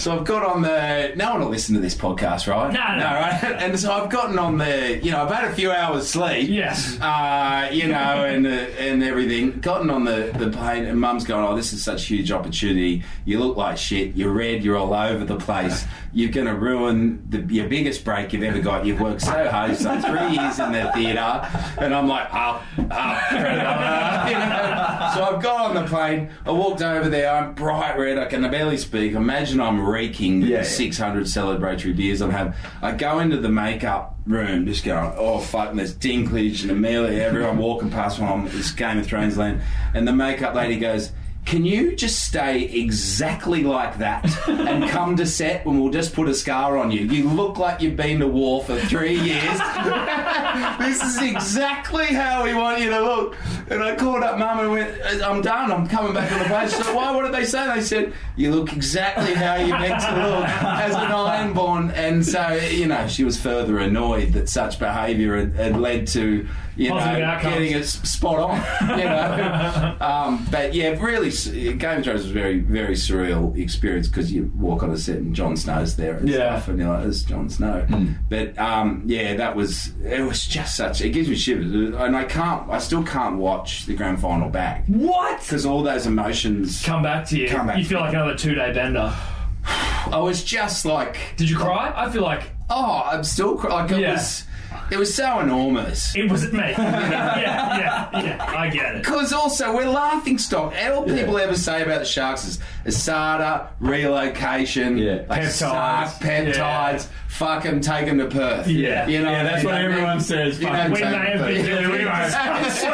[SPEAKER 4] So I've got on the. No one will listen to this podcast, right?
[SPEAKER 2] No, no.
[SPEAKER 4] right? And so I've gotten on the. You know, I've had a few hours sleep.
[SPEAKER 2] Yes.
[SPEAKER 4] Uh, you know, and uh, and everything. Gotten on the, the plane, and Mum's going, "Oh, this is such a huge opportunity. You look like shit. You're red. You're all over the place. You're going to ruin the, your biggest break you've ever got. You've worked so hard. You've done three years in the theatre." And I'm like, "Oh, "Up, up, up." You know? So I've got on the plane. I walked over there. I'm bright red. I can barely speak. Imagine I'm reeking
[SPEAKER 3] Yeah, yeah.
[SPEAKER 4] 600 celebratory beers I'm having. I go into the makeup room just going, oh, fuck, and there's Dinklage and Amelia, everyone walking past while I'm it's Game of Thrones land. And the makeup lady goes, can you just stay exactly like that and come to set when we'll just put a scar on you? You look like you've been to war for three years. this is exactly how we want you to look. And I called up mum and went, I'm done, I'm coming back on the page. So why, what did they say? They said, you look exactly how you're meant to look as an ironborn. And so, you know, she was further annoyed that such behaviour had, had led to, you
[SPEAKER 2] Positive
[SPEAKER 4] know,
[SPEAKER 2] outcomes.
[SPEAKER 4] getting it s- spot on. You know, um, but yeah, really, s- Game of Thrones was a very, very surreal experience because you walk on a set and Jon Snow's there and
[SPEAKER 2] Yeah.
[SPEAKER 4] stuff, and you're like, "It's Jon Snow." But um, yeah, that was it. Was just such. It gives me shivers, Uh, and I can't. I still can't watch the grand final back
[SPEAKER 2] What?
[SPEAKER 4] because all those emotions.
[SPEAKER 2] Come back to you.
[SPEAKER 4] Come back
[SPEAKER 2] You
[SPEAKER 4] to
[SPEAKER 2] feel
[SPEAKER 4] you.
[SPEAKER 2] like another two day bender.
[SPEAKER 4] I was just like,
[SPEAKER 2] Did you cry? I feel like
[SPEAKER 4] oh, I'm still cr- like it
[SPEAKER 2] Yeah.
[SPEAKER 4] was. It was so enormous.
[SPEAKER 2] it was me. yeah, yeah, yeah. I get it.
[SPEAKER 4] Because also we're laughing stock. All people ever say about the sharks is Asada, relocation,
[SPEAKER 3] Yeah.
[SPEAKER 4] they
[SPEAKER 2] Peptides.
[SPEAKER 4] suck, peptides. Fuck 'em, take 'em to Perth.
[SPEAKER 2] Yeah.
[SPEAKER 4] you know.
[SPEAKER 7] Yeah, that's
[SPEAKER 4] you
[SPEAKER 7] what
[SPEAKER 4] know,
[SPEAKER 7] everyone
[SPEAKER 4] man,
[SPEAKER 7] says.
[SPEAKER 4] you know,
[SPEAKER 7] Fuck.
[SPEAKER 2] We
[SPEAKER 4] take
[SPEAKER 2] may
[SPEAKER 4] 'em to
[SPEAKER 2] have been
[SPEAKER 4] Perth.
[SPEAKER 2] doing it anyway.
[SPEAKER 4] That's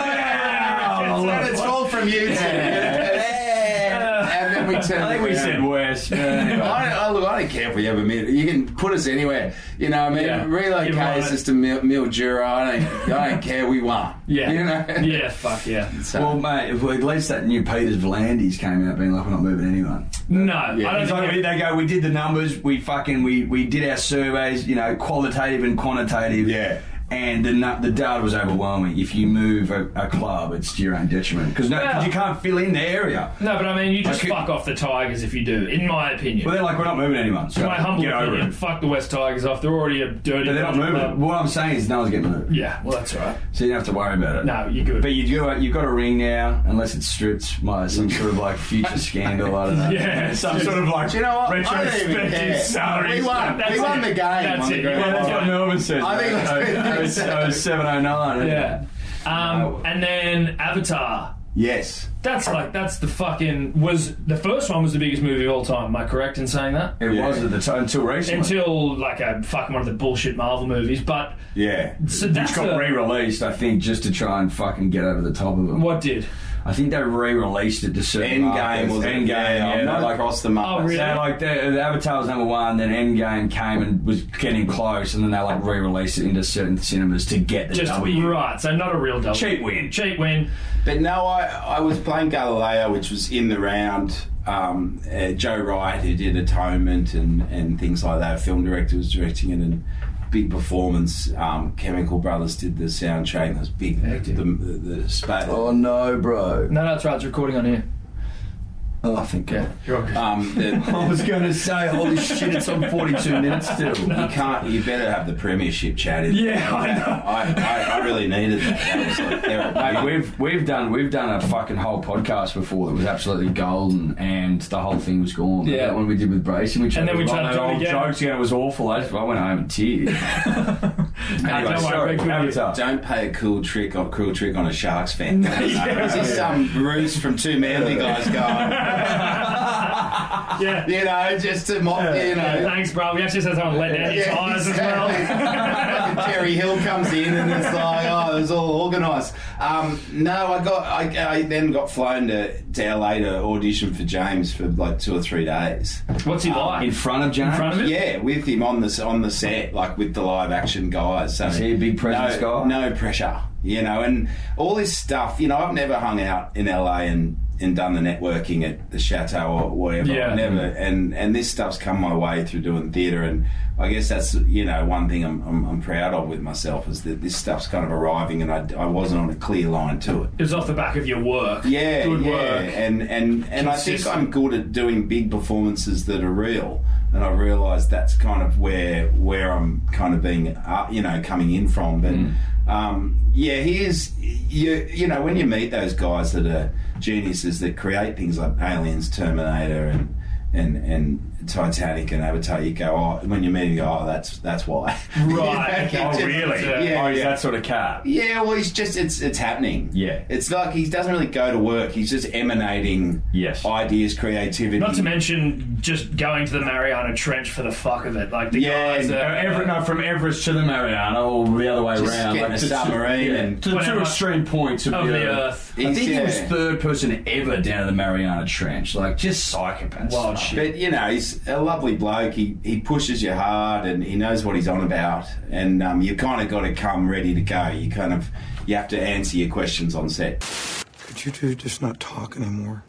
[SPEAKER 2] Oh,
[SPEAKER 4] right. It's all from you two. And then we turn.
[SPEAKER 7] I think we
[SPEAKER 4] around.
[SPEAKER 7] said worse.
[SPEAKER 4] I don't, I, look, I don't care if we have a minute. You can put us anywhere. You know, what I mean,
[SPEAKER 2] Yeah. You
[SPEAKER 4] relocate
[SPEAKER 2] want
[SPEAKER 4] us
[SPEAKER 2] it.
[SPEAKER 4] just to Mil- Mildura. I don't, I don't care. We won.
[SPEAKER 2] Yeah.
[SPEAKER 4] you know.
[SPEAKER 2] Yeah, fuck yeah.
[SPEAKER 4] So-
[SPEAKER 3] Well, mate, well, at least that new Peter's Vlandis came out being like, we're not moving anyone.
[SPEAKER 2] No, I don't
[SPEAKER 3] It's like
[SPEAKER 2] think
[SPEAKER 3] we- they go, we did the numbers, we fucking, we, we did our surveys, you know, qualitative and quantitative.
[SPEAKER 4] Yeah.
[SPEAKER 3] And the, nu- the data was overwhelming. If you move a, a club, it's to your own detriment. Because no, 'cause you can't fill in the area.
[SPEAKER 2] No, but I mean, you just
[SPEAKER 3] could-
[SPEAKER 2] fuck off the Tigers if you do, in my opinion.
[SPEAKER 3] Well, they're like, we're not moving anyone. So
[SPEAKER 2] my humble
[SPEAKER 3] get over
[SPEAKER 2] opinion,
[SPEAKER 3] it.
[SPEAKER 2] fuck the West Tigers off. They're already a dirty.
[SPEAKER 3] But they're not
[SPEAKER 2] bunch of
[SPEAKER 3] moving.
[SPEAKER 2] club.
[SPEAKER 3] What I'm saying is no one's getting moved.
[SPEAKER 2] Yeah, well, that's all right.
[SPEAKER 3] So you don't have to worry about it.
[SPEAKER 2] No, you're good.
[SPEAKER 3] But you do, you've got a ring now, unless it's stripped by some sort of like future scandal. I don't know.
[SPEAKER 2] yeah,
[SPEAKER 3] Some sort of like
[SPEAKER 4] Do you know what?
[SPEAKER 2] Retrospective salaries.
[SPEAKER 4] We won.
[SPEAKER 2] That's
[SPEAKER 4] we won
[SPEAKER 2] it.
[SPEAKER 4] the game.
[SPEAKER 2] That's
[SPEAKER 4] on the
[SPEAKER 2] it.
[SPEAKER 4] grand
[SPEAKER 2] Yeah, that's
[SPEAKER 4] final.
[SPEAKER 2] what
[SPEAKER 7] Melbourne says.
[SPEAKER 4] I think that's pretty
[SPEAKER 3] Oh, it's- oh, it's 709.
[SPEAKER 2] yeah. Um, and then Avatar.
[SPEAKER 4] Yes.
[SPEAKER 2] That's like that's the fucking was the first one was the biggest movie of all time. Am I correct in saying that?
[SPEAKER 3] It was at the time until recently.
[SPEAKER 2] Until like a fucking one of the bullshit Marvel movies, but
[SPEAKER 4] Yeah.
[SPEAKER 2] so that's
[SPEAKER 3] Which got
[SPEAKER 2] the-
[SPEAKER 3] re released, I think, just to try and fucking get over the top of them.
[SPEAKER 2] what did.
[SPEAKER 3] I think they re released it to certain
[SPEAKER 4] Endgame was
[SPEAKER 3] Endgame, yeah.
[SPEAKER 4] I'm
[SPEAKER 3] they
[SPEAKER 4] not
[SPEAKER 3] like,
[SPEAKER 4] across the mark.
[SPEAKER 2] Oh, really?
[SPEAKER 3] they like the, the Avatar was number one, then Endgame came and was getting close, and then they like re released it into certain cinemas to get the
[SPEAKER 2] Just
[SPEAKER 3] W.
[SPEAKER 2] right, so not a real double.
[SPEAKER 3] Cheap win.
[SPEAKER 2] Cheap win.
[SPEAKER 4] But no, I, I was playing Galileo, which was in the round. Um, uh, Joe Wright, who did Atonement and, and things like that, film director, was directing it, and big performance. Um, Chemical Brothers did the soundtrack, and it was big. The, the, the space.
[SPEAKER 3] Oh no, bro.
[SPEAKER 2] No, that's right. It's recording on here.
[SPEAKER 3] Oh, I think.
[SPEAKER 2] Yeah, you're okay.
[SPEAKER 4] Um,
[SPEAKER 3] I
[SPEAKER 4] the,
[SPEAKER 3] was going to say, holy shit, it's on 42 minutes still.
[SPEAKER 4] you can't. You better have the premiership chatted.
[SPEAKER 2] Yeah, I know.
[SPEAKER 4] I, I, I really needed that. That was like,
[SPEAKER 3] Mate,
[SPEAKER 4] terrible.
[SPEAKER 3] we've we've done we've done a fucking whole podcast before that was absolutely golden, and the whole thing was gone.
[SPEAKER 2] Yeah.
[SPEAKER 3] that one we did with Bracey, we
[SPEAKER 2] And then we tried to do it
[SPEAKER 3] old
[SPEAKER 2] again.
[SPEAKER 3] jokes again. It was awful. I, just, I went home in tears.
[SPEAKER 2] don't
[SPEAKER 3] anyway,
[SPEAKER 2] worry,
[SPEAKER 3] sorry,
[SPEAKER 2] Rick, we-
[SPEAKER 3] Avatar.
[SPEAKER 4] Don't pay a cool trick on cruel trick on a Sharks fan. Is this some ruse from two manly guys going?
[SPEAKER 2] yeah.
[SPEAKER 4] You know, just to mock. You know,
[SPEAKER 2] Thanks, bro. We actually said someone let down your tires as well.
[SPEAKER 4] exactly. Terry Hill comes in and it's like, oh, it was all organised. Um, no, I got. I, I then got flown to, to LA to audition for James for like two or three days.
[SPEAKER 2] What's he like?
[SPEAKER 3] In front of James,
[SPEAKER 2] In front of him?
[SPEAKER 4] Yeah, with him on the on the set, like with the live action guys. So
[SPEAKER 3] Is he a big presence
[SPEAKER 4] no,
[SPEAKER 3] guy?
[SPEAKER 4] No pressure, you know, and all this stuff. You know, I've never hung out in LA and, and done the networking at the Chateau or whatever.
[SPEAKER 2] Yeah.
[SPEAKER 4] I've Never, and and this stuff's come my way through doing theatre, and I guess that's you know one thing I'm, I'm, I'm proud of with myself is that this stuff's kind of arriving, and I, I wasn't on a clear line to it.
[SPEAKER 2] It was off the back of your work.
[SPEAKER 4] Yeah,
[SPEAKER 2] Good
[SPEAKER 4] yeah.
[SPEAKER 2] work.
[SPEAKER 4] and and and I think
[SPEAKER 2] Consistent.
[SPEAKER 4] I'm good at doing big performances that are real, and I realise that's kind of where where I'm kind of being, uh, you know, coming in from. But
[SPEAKER 2] Mm.
[SPEAKER 4] um, yeah, here's you you know when you meet those guys that are geniuses that create things like Aliens, Terminator, and and and Titanic and Avatar, you go oh when you meet him, you go oh that's that's why
[SPEAKER 2] Right.
[SPEAKER 4] You
[SPEAKER 2] Oh,
[SPEAKER 4] just-
[SPEAKER 2] really?
[SPEAKER 4] yeah,
[SPEAKER 3] Oh, he's
[SPEAKER 4] yeah.
[SPEAKER 3] that sort of cat.
[SPEAKER 4] Yeah, well, he's just it's it's happening.
[SPEAKER 3] Yeah.
[SPEAKER 4] it's like he doesn't really go to work. He's just emanating
[SPEAKER 3] Yes.
[SPEAKER 4] ideas, creativity.
[SPEAKER 2] Not to mention just going to the Mariana Trench for the fuck of it. Like the
[SPEAKER 4] Yeah,
[SPEAKER 2] guys.
[SPEAKER 4] and-
[SPEAKER 2] are-
[SPEAKER 3] Every, no, from Everest to the Mariana, or the other way
[SPEAKER 4] Just
[SPEAKER 3] around,
[SPEAKER 4] get
[SPEAKER 3] like
[SPEAKER 4] the
[SPEAKER 3] to-
[SPEAKER 4] submarine
[SPEAKER 3] yeah,
[SPEAKER 4] and-
[SPEAKER 3] to the two
[SPEAKER 2] Whatever.
[SPEAKER 3] extreme points of,
[SPEAKER 2] Of the earth.
[SPEAKER 3] I think he was
[SPEAKER 4] Yeah.
[SPEAKER 3] third person ever down the Mariana Trench. Like just psychopaths.
[SPEAKER 2] Wild shit.
[SPEAKER 4] But you know, he's a lovely bloke. He he pushes you hard, and he knows what he's on about. And um, you kind of got to come ready to go. You kind of you have to answer your questions on set.
[SPEAKER 8] Could you two just not talk anymore?